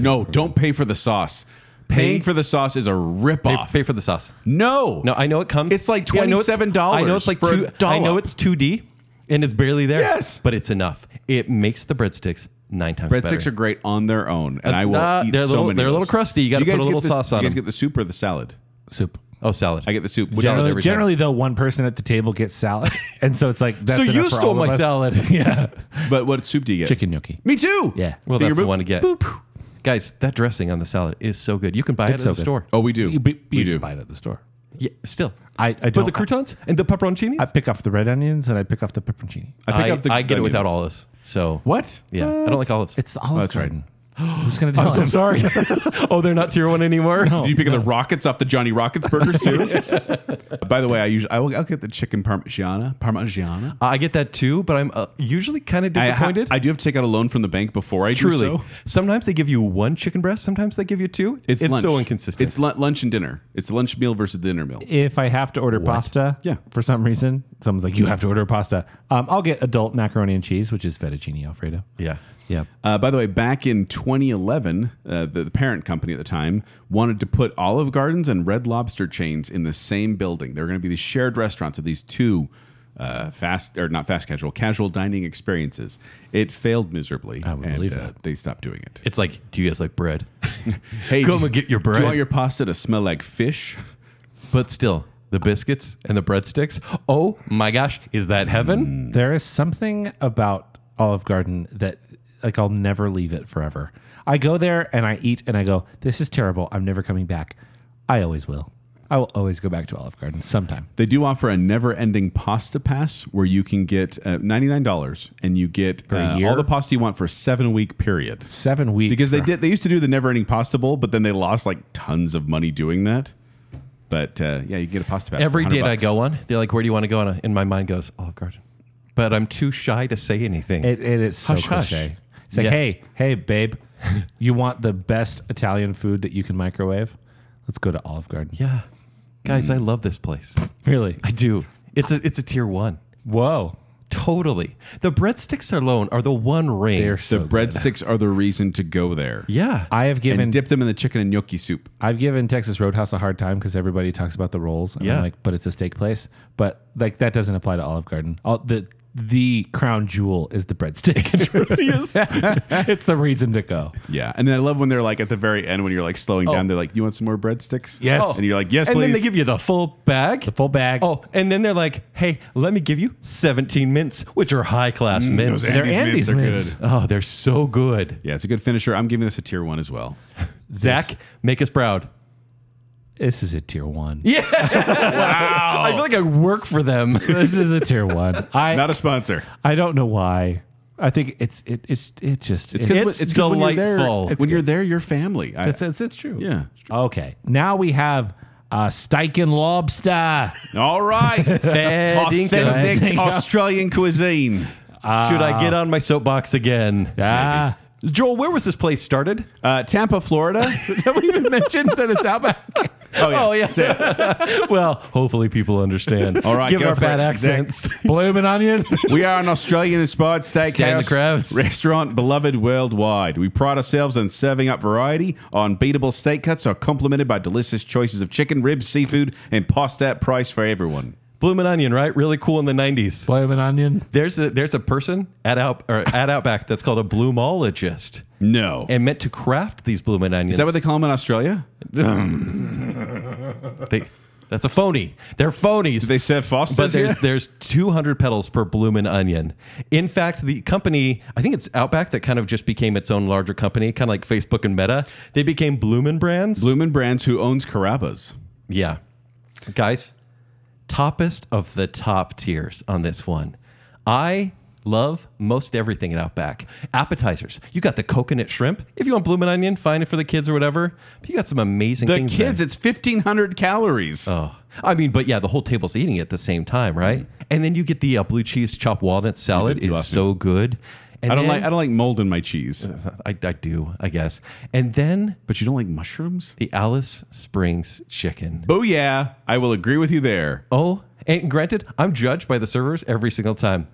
Speaker 3: no, don't pay for the sauce. Paying for the sauce is a
Speaker 4: Pay,
Speaker 3: ripoff.
Speaker 4: pay for the sauce.
Speaker 3: no.
Speaker 4: No, I know it comes.
Speaker 3: It's like
Speaker 4: Yeah, I know it's-
Speaker 3: $27
Speaker 4: I know it's like
Speaker 3: for a
Speaker 4: two. I know
Speaker 3: dollop.
Speaker 4: it's two D, and it's barely there.
Speaker 3: Yes.
Speaker 4: but it's enough. It makes the breadsticks nine times better.
Speaker 3: Breadsticks are great on their own, and I will
Speaker 4: uh,
Speaker 3: eat
Speaker 4: they're a
Speaker 3: so
Speaker 4: little-
Speaker 3: many.
Speaker 4: they're a
Speaker 3: of
Speaker 4: little
Speaker 3: those.
Speaker 4: crusty. You
Speaker 3: Do
Speaker 4: gotta put a
Speaker 3: guys
Speaker 4: little
Speaker 3: get the-
Speaker 4: sauce
Speaker 3: do
Speaker 4: on
Speaker 3: You guys
Speaker 4: them.
Speaker 3: get the soup or the salad?
Speaker 5: souad.
Speaker 4: oh salad.
Speaker 3: I get the soup.
Speaker 4: Salad
Speaker 5: Generally,
Speaker 4: every time.
Speaker 5: generally though, one person at the table gets salad, and so it's like that's
Speaker 4: so
Speaker 5: enough
Speaker 4: you
Speaker 5: for
Speaker 4: stole
Speaker 5: all of
Speaker 4: my
Speaker 5: us.
Speaker 4: salad. yeah.
Speaker 3: But what soup do you get?
Speaker 5: chicken gnocchi.
Speaker 3: Me too.
Speaker 5: Yeah.
Speaker 4: Well,
Speaker 3: Finger
Speaker 4: that's the
Speaker 3: boop.
Speaker 4: one to get. Guys, that dressing on the salad is so good. You can buy
Speaker 5: It's
Speaker 4: it at
Speaker 5: so
Speaker 4: the
Speaker 5: good.
Speaker 4: store.
Speaker 3: Oh, we do.
Speaker 5: You, you
Speaker 3: we
Speaker 5: just
Speaker 3: do.
Speaker 5: buy it at the store.
Speaker 4: Yeah, still.
Speaker 5: I, I don't.
Speaker 4: But the croutons and the pepperoncinis.
Speaker 5: I, I pick off the red onions and I pick off the pepperoncini.
Speaker 3: I pick up the
Speaker 4: I get it without
Speaker 3: onions.
Speaker 4: olives. So
Speaker 3: What?
Speaker 4: Yeah, I don't like olives.
Speaker 5: It's the Olive
Speaker 3: Oh, that's right.
Speaker 5: Garden. Who's gonna tell him?
Speaker 4: sorry. oh, they're not tier one anymore.
Speaker 3: Oh. Do you pick up the rockets off the Johnny Rockets burgers too? By the way, I usually I will I'll get the chicken parmigiana. Parmigiana.
Speaker 4: I get that too, but I'm uh, usually kind of
Speaker 3: I, ha-
Speaker 4: disappointed.
Speaker 3: I do have to take out a loan from the bank before I
Speaker 4: Truly.
Speaker 3: do so.
Speaker 4: Sometimes they give you one chicken breast. Sometimes they give you two. It's,
Speaker 3: lunch.
Speaker 4: so inconsistent.
Speaker 3: It's lu- lunch and dinner. It's lunch meal versus dinner meal.
Speaker 5: If I have to order pasta,
Speaker 3: Yeah.
Speaker 5: for some reason, someone's like, "You have to order pasta." Um, I'll get adult macaroni and cheese, which is fettuccine alfredo.
Speaker 4: yeah.
Speaker 5: Yeah.
Speaker 3: Uh, by the way, back in 2011, uh, the, the parent company at the time wanted to put Olive Gardens and Red Lobster chains in the same building. They're going to be these shared restaurants of these two uh, fast or not fast casual, casual dining experiences. It failed miserably. I
Speaker 5: would believe that.
Speaker 3: They stopped doing it.
Speaker 4: It's like, do you guys like bread?
Speaker 3: Hey,
Speaker 4: Come and get your
Speaker 3: Do
Speaker 4: bread.
Speaker 3: you want your pasta to smell like fish?
Speaker 4: but still, the biscuits and the breadsticks. Oh my gosh, is that heaven?
Speaker 5: There is something about Olive Garden that like I'll never leave it forever. I go there and I eat and I go, this is terrible. I'm never coming back. I always will. I will always go back to Olive Garden sometime.
Speaker 3: They do offer a never-ending pasta pass where you can get uh, ninety-nine dollars and you get uh,
Speaker 5: year?
Speaker 3: all the pasta you want for a seven-week period.
Speaker 5: Seven weeks
Speaker 3: because they
Speaker 5: for-
Speaker 3: did they used to do the never ending pasta bowl but then they lost like tons of money doing that but uh, yeah you can get a pasta pass
Speaker 4: Every date I go on, they're like, where do you want to go on? And my mind goes, Olive Garden. But I'm too shy to say anything.
Speaker 5: It, it is so
Speaker 4: Hush, hush.
Speaker 5: cliche. It's like,
Speaker 4: Yeah.
Speaker 5: hey, hey, babe, you want the best Italian food that you can microwave? Let's go to Olive Garden.
Speaker 4: yeah. Guys, I love this place.
Speaker 5: Really?
Speaker 4: I do. It's a it's a tier one.
Speaker 5: Whoa.
Speaker 4: Totally. The breadsticks alone are the one ring.
Speaker 5: They're
Speaker 3: the
Speaker 5: so good.
Speaker 3: breadsticks are the reason to go there
Speaker 4: yeah.
Speaker 5: I have
Speaker 3: and
Speaker 5: given
Speaker 3: dip them in the chicken and gnocchi soup
Speaker 5: I've given Texas Roadhouse a hard time because everybody talks about the rolls. And
Speaker 4: Yeah.
Speaker 5: I'm like, but it's a steak place. But like that doesn't apply to Olive Garden. All the the crown jewel is the breadstick. It really is. it's the reason to go.
Speaker 3: Yeah, and then I love when they're like at the very end when you're like slowing down. They're like, "You want some more breadsticks?"
Speaker 5: Yes.
Speaker 3: and you're like, "Yes,
Speaker 4: Oh. and
Speaker 3: please."
Speaker 4: then they give you the full bag.
Speaker 5: The full bag.
Speaker 4: Oh, and then they're like, "Hey, let me give you 17 mints, which are high class mints.
Speaker 3: those
Speaker 5: they're Andes
Speaker 3: Andes mints are
Speaker 5: mints.
Speaker 3: good.
Speaker 4: oh, they're so good.
Speaker 3: yeah, it's a good finisher. I'm giving this a tier one as well.
Speaker 4: Zach, make us proud.
Speaker 5: This is a tier one.
Speaker 4: I feel like I work for them.
Speaker 5: This is a tier one. I
Speaker 3: Not a sponsor.
Speaker 5: I don't know why. I think it's it it's it just it's,
Speaker 3: when-
Speaker 4: It's
Speaker 3: 'cause When you're
Speaker 4: delightful.
Speaker 3: there,
Speaker 4: It's
Speaker 3: when you're, there you're family. I-
Speaker 5: it's, it's, it's true.
Speaker 3: yeah.
Speaker 5: Okay. Now we have uh, Steichen Lobster.
Speaker 3: All right.
Speaker 4: Authentic.
Speaker 3: Authentic Australian cuisine.
Speaker 4: Should I get on my soapbox again?
Speaker 5: Ah,
Speaker 4: Joel, where was this place started?
Speaker 3: Uh, Tampa, Florida.
Speaker 5: have we even mentioned that it's Outback?
Speaker 3: Oh yeah.
Speaker 4: well, hopefully people understand.
Speaker 3: All right,
Speaker 4: give
Speaker 3: go
Speaker 4: our
Speaker 3: for
Speaker 4: bad
Speaker 3: it,
Speaker 4: accents.
Speaker 5: Bloomin' onion.
Speaker 3: We are an Australian inspired steakhouse
Speaker 4: Stay in the crowds.
Speaker 3: restaurant beloved worldwide. We pride ourselves on serving up variety. Our unbeatable steak cuts are complemented by delicious choices of chicken, ribs, seafood, and pasta at price for everyone.
Speaker 4: Bloomin' Onion, right? Really cool in the '90s.
Speaker 5: Bloomin' onion.
Speaker 4: There's a there's a person at out or at Outback that's called a bloomologist
Speaker 3: No.
Speaker 4: and meant to craft these bloomin' onions.
Speaker 3: Is that what they call them in Australia?
Speaker 4: They- that's a phony. They're phonies.
Speaker 3: They serve Foster's
Speaker 4: but there's
Speaker 3: here?
Speaker 4: there's 200 petals per bloomin' onion. In fact, the company, I think it's Outback that kind of just became its own larger company, kind of like Facebook and Meta. They became Bloomin' Brands.
Speaker 3: Bloomin' Brands, who owns Carabas.
Speaker 4: Yeah. Guys, toppest of the top tiers on this one. I love most everything at Outback. Appetizers. You got the coconut shrimp. If you want bloomin' onion, find it for the kids or whatever. But you got some amazing
Speaker 3: The
Speaker 4: things.
Speaker 3: kids,
Speaker 4: there.
Speaker 3: it's 1,500 calories.
Speaker 4: Oh. I mean, but yeah, the whole table's eating it at the same time, right? And then you get the uh, blue cheese chopped walnut salad.
Speaker 3: did, Mm-hmm. you
Speaker 4: It's
Speaker 3: lost
Speaker 4: so good. And
Speaker 3: I don't
Speaker 4: then-
Speaker 3: like I don't like mold in my cheese.
Speaker 4: I, I do, I guess. And then
Speaker 3: But you don't like mushrooms?
Speaker 4: the Alice Springs chicken.
Speaker 3: Booyah. I will agree with you there.
Speaker 4: Oh, and granted, I'm judged by the servers every single time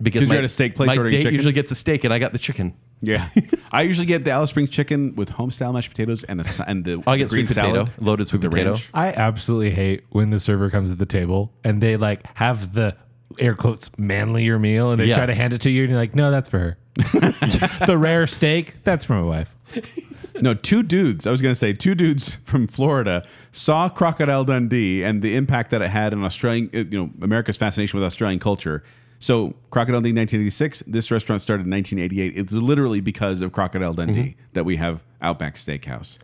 Speaker 4: because
Speaker 3: 'Cause
Speaker 4: my-
Speaker 3: you're at a steak place
Speaker 4: My
Speaker 3: ordering
Speaker 4: date
Speaker 3: chicken?
Speaker 4: usually gets a steak, and I got the chicken.
Speaker 3: Yeah, I usually get the Alice Springs chicken with homestyle mashed potatoes and the sa- and the
Speaker 4: I get
Speaker 3: green
Speaker 4: sweet potato,
Speaker 3: salad
Speaker 4: loaded sweet
Speaker 3: with the
Speaker 4: potato.
Speaker 3: ranch.
Speaker 5: I absolutely hate when the server comes to the table and they like have the air quotes manlier meal and they
Speaker 4: Yeah.
Speaker 5: try to hand it to you and you're like, no, that's for her. the rare steak, that's for my wife.
Speaker 3: No, two dudes. I was gonna say two dudes from Florida saw Crocodile Dundee and the impact that it had on Australian, uh, you know, America's fascination with Australian culture. So Crocodile Dundee, 1986. This restaurant started in 1988. It's literally because of Crocodile Dundee
Speaker 4: Mm-hmm.
Speaker 3: that we have Outback Steakhouse.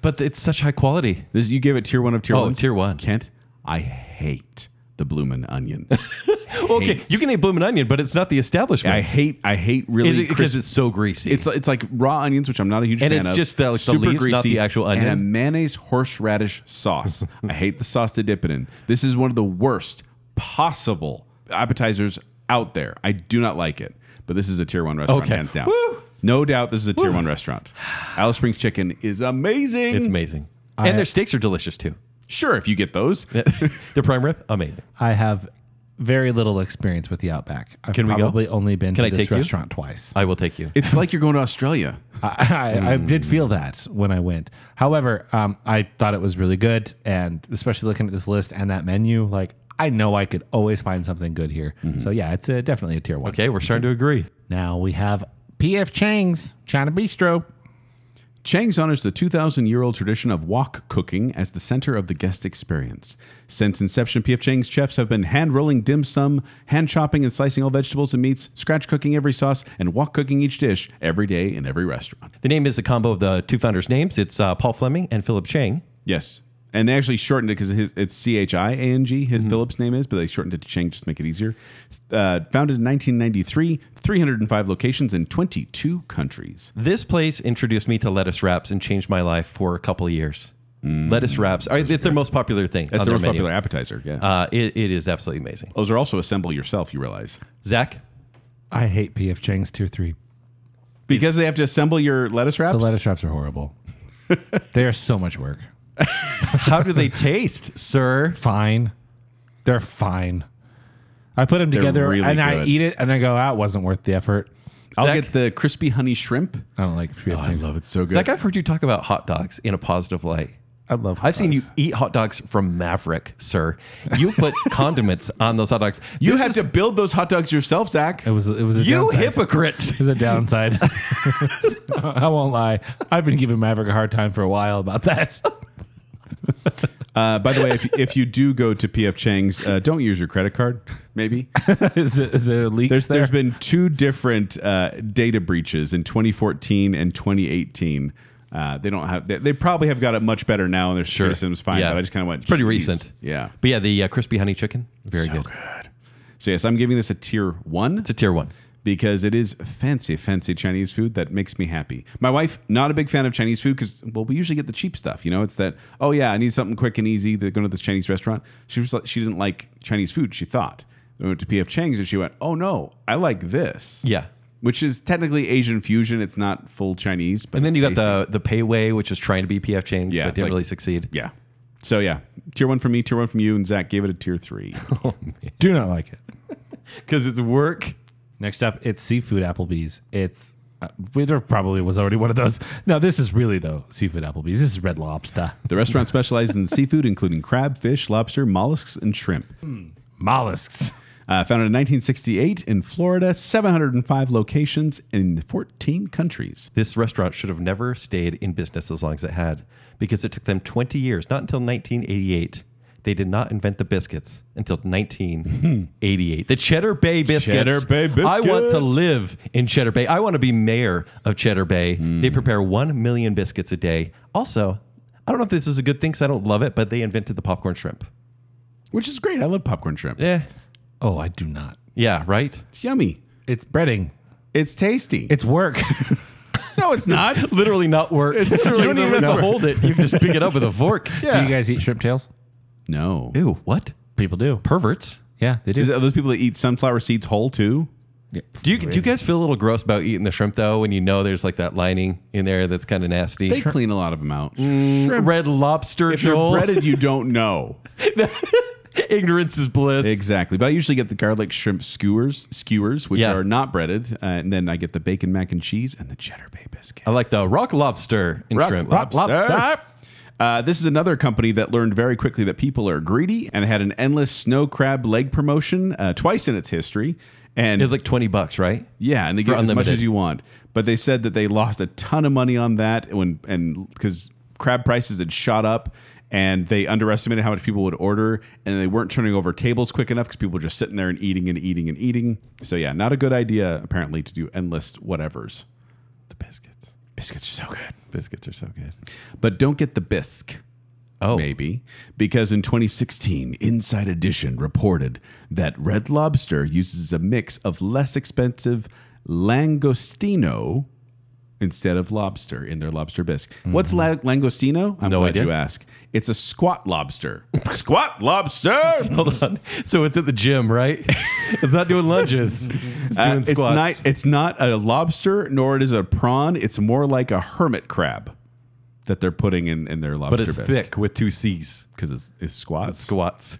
Speaker 4: But it's such high quality.
Speaker 3: This you give it tier one of tier
Speaker 4: Oh,
Speaker 3: one.
Speaker 4: tier one.
Speaker 3: Kent, I hate the bloomin' onion.
Speaker 4: Okay, you can eat bloomin' onion, but it's not the establishment.
Speaker 3: I hate. I hate really
Speaker 4: Is it because
Speaker 3: crisp-
Speaker 4: it's so greasy?
Speaker 3: It's it's like raw onions, which I'm not a huge
Speaker 4: And
Speaker 3: fan
Speaker 4: it's
Speaker 3: of.
Speaker 4: just the- like the leaves, not the actual onion?
Speaker 3: And a mayonnaise horseradish sauce. I hate the sauce to dip it in. This is one of the worst possible appetizers out there. I do not like it. But this is a tier one restaurant,
Speaker 4: Okay.
Speaker 3: hands down.
Speaker 4: Woo!
Speaker 3: No doubt, this is a tier one restaurant. Alice Springs chicken is amazing.
Speaker 4: It's amazing, and their steaks are delicious too.
Speaker 3: sure if you get those.
Speaker 4: the prime rib, amazing.
Speaker 5: I have very little experience with the Outback. I've
Speaker 4: Can we go?
Speaker 5: probably only been
Speaker 4: Can
Speaker 5: to
Speaker 4: I
Speaker 5: this
Speaker 4: take you?
Speaker 5: restaurant twice.
Speaker 4: I will take you.
Speaker 3: It's like you're going to Australia.
Speaker 5: I, I, I did feel
Speaker 4: Hmm.
Speaker 5: that when I went. However, um, I thought it was really good, and especially looking at this list and that menu, like I know I could always find something good here. So yeah, it's a, definitely a tier one.
Speaker 4: Mm-hmm. okay, we're starting to agree.
Speaker 5: Now we have PF Chang's China Bistro.
Speaker 3: Chang's honors the 2,000 year old tradition of wok cooking as the center of the guest experience. Since inception, P.F. Chang's chefs have been hand rolling dim sum, hand chopping and slicing all vegetables and meats, scratch cooking every sauce, and wok cooking each dish every day in every restaurant.
Speaker 4: The name is a combo of the two founders' names. It's uh, Paul Fleming and Philip Chang.
Speaker 3: Yes. And they actually shortened it because it's C H I A N G, his Phillips name is, but they shortened it to Chang just to make it easier. Uh, founded in 1993, 305 locations in 22 countries.
Speaker 4: This place introduced me to lettuce wraps and changed my life for a couple of years. lettuce wraps. Are, it's their most popular thing.
Speaker 3: Mm. That's
Speaker 4: on
Speaker 3: the
Speaker 4: their
Speaker 3: most
Speaker 4: menu.
Speaker 3: popular appetizer. Yeah.
Speaker 4: Uh, it, it is absolutely amazing.
Speaker 3: Those are also assemble yourself, you realize.
Speaker 4: Zach,
Speaker 5: I hate PF Chang's tier three.
Speaker 3: Because they have to assemble your lettuce wraps?
Speaker 5: The lettuce wraps are horrible. they are so much work.
Speaker 4: how do they taste, sir?
Speaker 5: Fine, they're fine. I put them together
Speaker 3: really
Speaker 5: and I
Speaker 3: good.
Speaker 5: eat it, and I go, "That wasn't worth the effort."
Speaker 3: I'll
Speaker 4: Zach?
Speaker 3: get the crispy honey shrimp.
Speaker 5: Oh,
Speaker 4: Oh,
Speaker 5: I don't like PF Chang's.
Speaker 3: it so good.
Speaker 4: Zach, I've heard you talk about hot dogs in a positive light.
Speaker 2: I love hot
Speaker 4: I've seen you
Speaker 2: dogs.
Speaker 4: eat hot dogs from Maverick, sir. You put condiments on those hot dogs.
Speaker 3: You
Speaker 4: This
Speaker 3: had
Speaker 4: is-
Speaker 3: to build those hot dogs yourself, Zach.
Speaker 5: It
Speaker 4: Oh.
Speaker 5: was it was a
Speaker 4: You
Speaker 5: downside.
Speaker 4: hypocrite.
Speaker 5: It was a downside. I won't lie. I've been giving Maverick a hard time for a while about that.
Speaker 3: Uh, by the way, if, if you do go to PF Chang's, uh, don't use your credit card. Maybe
Speaker 5: is, it, is there leaks
Speaker 3: there's
Speaker 5: there?
Speaker 3: there's been two different uh, data breaches in 2014 and 2018. Uh, they don't have. They, they probably have got it much better now, and their security system's fine.
Speaker 4: Yeah.
Speaker 3: But I just kind of went.
Speaker 4: It's pretty
Speaker 3: "Jeez."
Speaker 4: recent.
Speaker 3: Yeah.
Speaker 4: But yeah, the uh, crispy honey chicken, very good.
Speaker 3: So yes, I'm giving this a tier one.
Speaker 4: It's a tier one.
Speaker 3: because it is fancy, fancy Chinese food that makes me happy. My wife, not a big fan of Chinese food because, well, we usually get the cheap stuff. You know, it's that, oh, yeah, I need something quick and easy. They're going to this Chinese restaurant. She was like, she didn't like Chinese food, she thought. We went to PF Chang's and she went, oh, no, I like this.
Speaker 4: Yeah.
Speaker 3: Which is technically Asian fusion. It's not full Chinese. But
Speaker 4: And then
Speaker 3: it's
Speaker 4: you got
Speaker 3: tasty.
Speaker 4: the the payway, which was trying to be PF Chang's,
Speaker 3: Yeah,
Speaker 4: but
Speaker 3: it's
Speaker 4: didn't
Speaker 3: like-
Speaker 4: really succeed.
Speaker 3: Yeah. So, yeah, tier one from me, tier one from you, and Zach gave it a tier three.
Speaker 5: Do not like it.
Speaker 4: Because it's work.
Speaker 5: Next up, it's seafood Applebee's. It's uh, we- there probably was already one of those. No, this is really though seafood Applebee's. This is Red Lobster,
Speaker 3: the restaurant specializes in seafood, including crab, fish, lobster, mollusks, and shrimp.
Speaker 5: mollusks.
Speaker 3: Uh, founded in 1968 in Florida, 705 locations in 14 countries.
Speaker 4: This restaurant should have never stayed in business as long as it had, because it took them 20 years, not until 1988. They did not invent the biscuits until 1988. The Cheddar Bay biscuits.
Speaker 3: Cheddar Bay
Speaker 4: I want
Speaker 3: biscuits.
Speaker 4: to live in Cheddar Bay. I want to be mayor of Cheddar Bay. They
Speaker 3: Hmm.
Speaker 4: prepare 1 million biscuits a day. Also, I don't know if this is a good thing because I don't love it, but they invented the popcorn shrimp.
Speaker 3: Which is great. I love popcorn shrimp.
Speaker 4: Yeah.
Speaker 5: Oh, I do not.
Speaker 4: Yeah, right?
Speaker 3: It's yummy.
Speaker 5: It's breading.
Speaker 3: It's tasty.
Speaker 5: It's work.
Speaker 3: no, it's not.
Speaker 4: Literally not work. It's
Speaker 3: literally
Speaker 4: you don't even
Speaker 3: not
Speaker 4: have to
Speaker 3: work.
Speaker 4: hold it. You can just pick it up with a fork.
Speaker 5: Do you guys eat shrimp tails?
Speaker 3: No.
Speaker 4: Ew, what?
Speaker 5: People do.
Speaker 4: Perverts?
Speaker 5: Yeah, they do.
Speaker 3: Is it those people that eat sunflower seeds whole too?
Speaker 4: Do you, do you guys feel a little gross about eating the shrimp though when you know there's like that lining in there that's kind of nasty?
Speaker 3: They clean a lot of them out.
Speaker 4: Mm, Red lobster,
Speaker 3: If you're
Speaker 4: Joel.
Speaker 3: breaded, you don't know.
Speaker 4: Ignorance is bliss.
Speaker 3: exactly. But I usually get the garlic shrimp skewers, skewers, which
Speaker 4: Yeah.
Speaker 3: are not breaded. Uh, and then I get the bacon mac and cheese and the cheddar bay biscuit.
Speaker 4: I like the rock lobster and
Speaker 3: Rock
Speaker 4: shrimp.
Speaker 3: lobster.
Speaker 5: Lobster.
Speaker 3: Uh, this is another company that learned very quickly that people are greedy and had an endless snow crab leg promotion uh, twice in its history. And
Speaker 4: It was like 20 bucks, right?
Speaker 3: yeah, and they get as much
Speaker 4: unlimited.
Speaker 3: as you want. But they said that they lost a ton of money on that when and because crab prices had shot up and they underestimated how much people would order and they weren't turning over tables quick enough because people were just sitting there and eating and eating and eating. So yeah, not a good idea apparently to do endless whatevers.
Speaker 4: The biscuits.
Speaker 3: Biscuits are so good.
Speaker 4: Biscuits are so good.
Speaker 3: But don't get the bisque.
Speaker 4: Oh.
Speaker 3: Maybe. Because in 2016, Inside Edition reported that Red Lobster uses a mix of less expensive langostino instead of lobster in their lobster bisque. What's la- langostino? I'm
Speaker 4: No
Speaker 3: glad
Speaker 4: idea.
Speaker 3: you ask. It's a squat lobster. squat lobster!
Speaker 4: Hold on. So it's at the gym, right? it's not doing lunges. It's
Speaker 3: Uh,
Speaker 4: doing
Speaker 3: it's,
Speaker 4: squats.
Speaker 3: not, it's not a lobster, nor it is a prawn. It's more like a hermit crab that they're putting in, in their lobster
Speaker 4: but it's
Speaker 3: bisque.
Speaker 4: thick with two C's.
Speaker 3: Because it's, it's squats.
Speaker 4: Squats.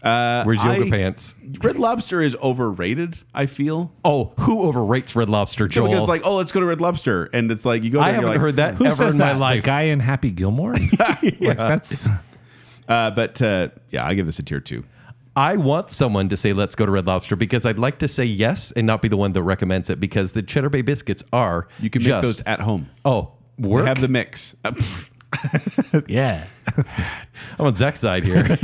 Speaker 4: Where's yoga
Speaker 3: Mm. Uh, I-
Speaker 4: pants?
Speaker 3: Red Lobster is overrated. I feel
Speaker 4: Oh, who overrates Red Lobster,
Speaker 3: So
Speaker 4: Joel?
Speaker 3: because like, oh, let's go to Red Lobster, and it's like you go. There
Speaker 4: I
Speaker 3: and you're
Speaker 4: haven't
Speaker 3: like,
Speaker 4: heard that
Speaker 5: Who
Speaker 4: ever
Speaker 5: says
Speaker 4: in
Speaker 5: that?
Speaker 4: my life.
Speaker 5: The guy in Happy Gilmore. Like that's
Speaker 3: Uh, but uh, yeah, I give this a tier two.
Speaker 4: I want someone to say, let's go to Red Lobster because I'd like to say yes and not be the one that recommends it because the Cheddar Bay biscuits are.
Speaker 3: You can make
Speaker 4: just,
Speaker 3: those at home.
Speaker 4: Oh,
Speaker 3: We
Speaker 4: work?
Speaker 3: have the mix. Uh, pff.
Speaker 5: yeah.
Speaker 4: I'm on Zach's side here.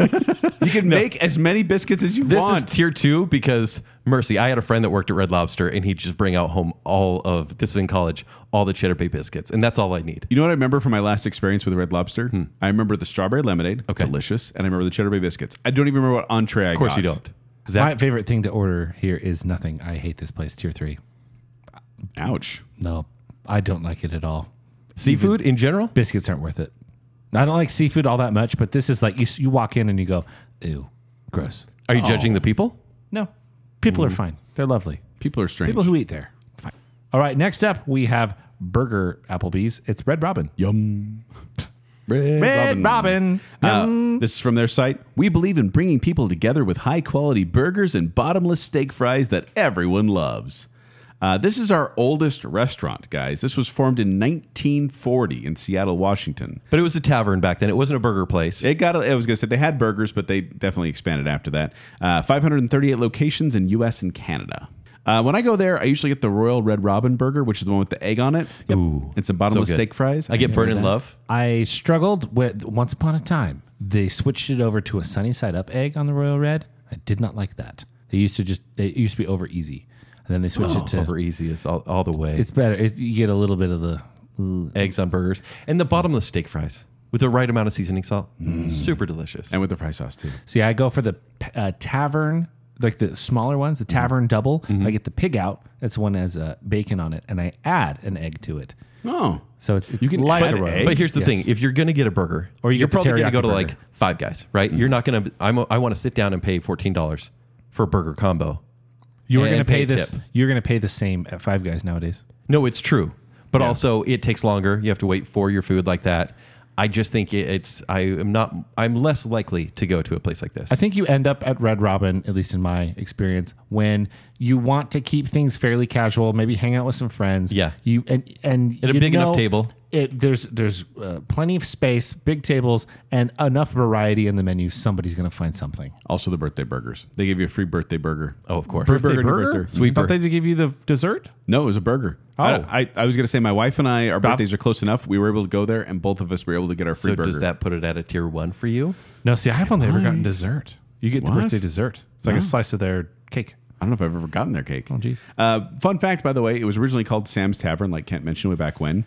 Speaker 3: you can make as many biscuits as you
Speaker 4: this
Speaker 3: want.
Speaker 4: is tier two because, mercy, I had a friend that worked at Red Lobster and he'd just bring out home all of, this is in college, all the Cheddar Bay biscuits. And that's all I need.
Speaker 3: you know what I remember from my last experience with Red Lobster? I remember the strawberry lemonade, delicious, and I remember the cheddar bay biscuits. I don't even remember what entree I
Speaker 4: Of course you don't.
Speaker 5: My
Speaker 4: Zach,
Speaker 5: favorite thing to order here is nothing. I hate this place. Tier three.
Speaker 3: Ouch.
Speaker 5: No, I don't like it at all.
Speaker 4: seafood in general?
Speaker 5: Biscuits aren't worth it. I don't like seafood all that much, but this is like you, s- you walk in and you go, ew, gross.
Speaker 4: Are you judging
Speaker 3: Oh.
Speaker 4: the people?
Speaker 5: No, people are fine. They're lovely.
Speaker 3: People are strange.
Speaker 5: People who eat there, fine. All right, next up we have Burger Applebee's. It's Red Robin.
Speaker 3: Yum. Red,
Speaker 5: Red Robin.
Speaker 3: Uh, this is from their site. We believe in bringing people together with high quality burgers and bottomless steak fries that everyone loves. Uh, this is our oldest restaurant, guys. This was formed in 1940 in Seattle, Washington.
Speaker 4: But it was a tavern back then. It wasn't a burger place.
Speaker 3: It got. I was gonna say they had burgers, but they definitely expanded after that. Uh, 538 locations in U.S. and Canada. Uh, when I go there, I usually get the Royal Red Robin burger, which is the one with the egg on it, Ooh, and some bottomless
Speaker 4: good.
Speaker 3: steak fries.
Speaker 4: I get burned in love.
Speaker 5: I struggled with once upon a time. They switched it over to a sunny side up egg on the Royal Red. I did not like that. They used to just it used to be over easy, and then they switched it to
Speaker 4: Over Oh, e-, easy is all, all the way.
Speaker 5: It's better. It, you get a little bit of the.
Speaker 4: eggs on burgers and the bottomless steak fries with the right amount of seasoning salt.
Speaker 5: Mm.
Speaker 4: Super delicious.
Speaker 3: and with the fry sauce too.
Speaker 5: See, I go for the uh, tavern, like the smaller ones,
Speaker 4: Mm-hmm.
Speaker 5: the tavern double. I get the pig out. That's the one that has uh, bacon on it, and I add an egg to it.
Speaker 3: Oh,
Speaker 5: So it's, it's
Speaker 3: You can
Speaker 5: like
Speaker 3: add
Speaker 5: a royal.
Speaker 3: egg?
Speaker 4: But here's the
Speaker 5: Yes.
Speaker 4: thing: if you're going to get a burger,
Speaker 5: Or you
Speaker 4: are
Speaker 5: get the
Speaker 4: probably going to
Speaker 5: teriyaki
Speaker 4: go to
Speaker 5: burger. Mm.
Speaker 4: like Five Guys, right? You're not going to. I'm. A, I want to sit down and pay fourteen dollars for a burger combo.
Speaker 5: you are going to
Speaker 4: and
Speaker 5: pay
Speaker 4: pay
Speaker 5: this.
Speaker 4: tip.
Speaker 5: You're going to pay the same at Five Guys nowadays.
Speaker 4: No, it's true, but also it takes longer. You have to wait for your food like that. I just think it, it's. I am not. I'm less likely to go to a place like this.
Speaker 5: I think you end up at Red Robin, at least in my experience, when you want to keep things fairly casual, maybe hang out with some friends.
Speaker 4: Yeah.
Speaker 5: you and and
Speaker 4: At a
Speaker 5: you
Speaker 4: big enough table.
Speaker 5: It, there's there's uh, plenty of space, big tables, and enough variety in the menu. Somebody's gonna find something.
Speaker 3: also the birthday burgers. They give you a free birthday burger.
Speaker 4: oh, of course.
Speaker 3: Birthday burger?
Speaker 4: Sweet
Speaker 2: Thought
Speaker 4: burger.
Speaker 2: they give you the dessert?
Speaker 3: No, it was a burger. Oh, I, I, I was gonna say my wife and I, our birthdays are close enough. We were able to go there, and both of us were able to get our free
Speaker 4: So
Speaker 3: burger.
Speaker 4: does that put it at a tier one for you?
Speaker 2: No, see, I've only ever gotten dessert. You get
Speaker 3: What?
Speaker 2: the birthday dessert. It's like a slice of their cake.
Speaker 3: I don't know if I've ever gotten their cake. Oh, jeez. Uh, fun fact, by the way, it was originally called Sam's Tavern, like Kent mentioned way back when.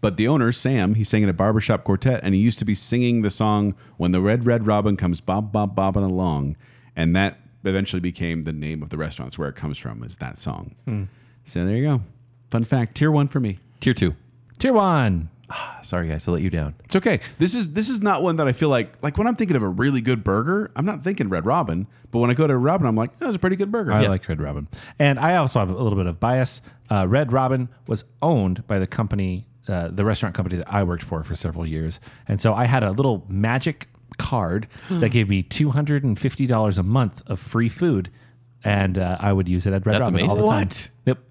Speaker 3: But the owner, Sam, he sang in a barbershop quartet, and he used to be singing the song "When the Red Red Robin Comes Bob Bob Bobbing Along," and that eventually became the name of the restaurant. It's where it comes from is that song. So there you go. Fun fact, tier one for me.
Speaker 4: Tier two.
Speaker 5: Tier one.
Speaker 4: Sorry, guys, I let you down.
Speaker 3: It's okay. This is this is not one that I feel like like when I'm thinking of a really good burger, I'm not thinking Red Robin. But when I go to Robin, I'm like, that was a pretty good burger.
Speaker 5: I like Red Robin, and I also have a little bit of bias. Uh, Red Robin was owned by the company, uh, the restaurant company that I worked for for several years, and so I had a little magic card that gave me two hundred and fifty dollars a month of free food, and uh, I would use it at Red
Speaker 4: That's
Speaker 5: Robin. All
Speaker 4: amazing.
Speaker 5: the time.
Speaker 3: What?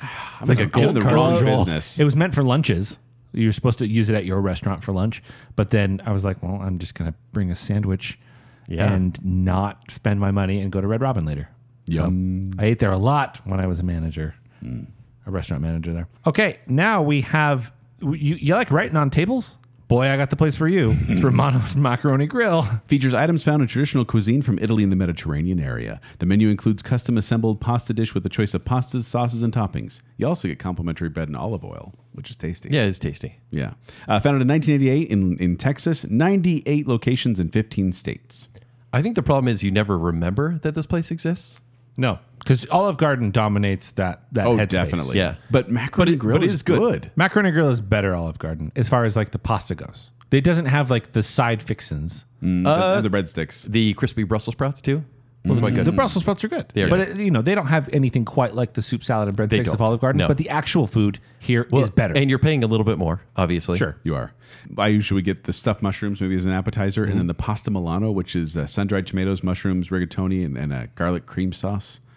Speaker 5: Yep,
Speaker 3: I'm like a
Speaker 4: gold
Speaker 3: the
Speaker 4: card.
Speaker 3: wrong
Speaker 4: Well,
Speaker 3: business.
Speaker 5: it was meant for lunches. You're supposed to use it at your restaurant for lunch, but then I was like, well, I'm just gonna bring a sandwich.
Speaker 4: Yeah.
Speaker 5: And not spend my money and go to Red Robin later.
Speaker 3: Yum.
Speaker 5: I ate there a lot when I was a manager, a restaurant manager there. Okay, now we have you. You like writing on tables? Boy, I got the place for you. It's Romano's Macaroni Grill.
Speaker 3: Features items found in traditional cuisine from Italy and the Mediterranean area. The menu includes custom assembled pasta dish with a choice of pastas, sauces, and toppings. You also get complimentary bread and olive oil, which is tasty.
Speaker 4: Yeah, it's tasty.
Speaker 3: Yeah. Uh, founded in 1988 in, in Texas, 98 locations in 15 states.
Speaker 4: I think the problem is you never remember that this place exists.
Speaker 5: No, because Olive Garden dominates that. That
Speaker 3: Oh,
Speaker 5: headspace.
Speaker 3: definitely.
Speaker 4: Yeah.
Speaker 3: But macaroni
Speaker 4: But it-
Speaker 3: grill
Speaker 4: but it
Speaker 3: is
Speaker 4: is good.
Speaker 3: good.
Speaker 5: Macaroni Grill is better Olive Garden as far as like the pasta goes. They doesn't have like the side fixins.
Speaker 3: Uh, the, the breadsticks.
Speaker 4: The crispy Brussels sprouts too. Well, quite good.
Speaker 5: Mm. The Brussels sprouts are good,
Speaker 4: are
Speaker 5: but
Speaker 4: good.
Speaker 5: it, you know they don't have anything quite like the soup salad and breadsticks of
Speaker 4: don't.
Speaker 5: Olive Garden.
Speaker 4: No.
Speaker 5: But the actual food here is better.
Speaker 4: And you're paying a little bit more, obviously.
Speaker 5: Sure.
Speaker 3: You are. I usually get the stuffed mushrooms, maybe as an appetizer, and
Speaker 4: Mm-hmm.
Speaker 3: then the pasta Milano, which is uh, sun dried tomatoes, mushrooms, rigatoni, and, and a garlic cream sauce.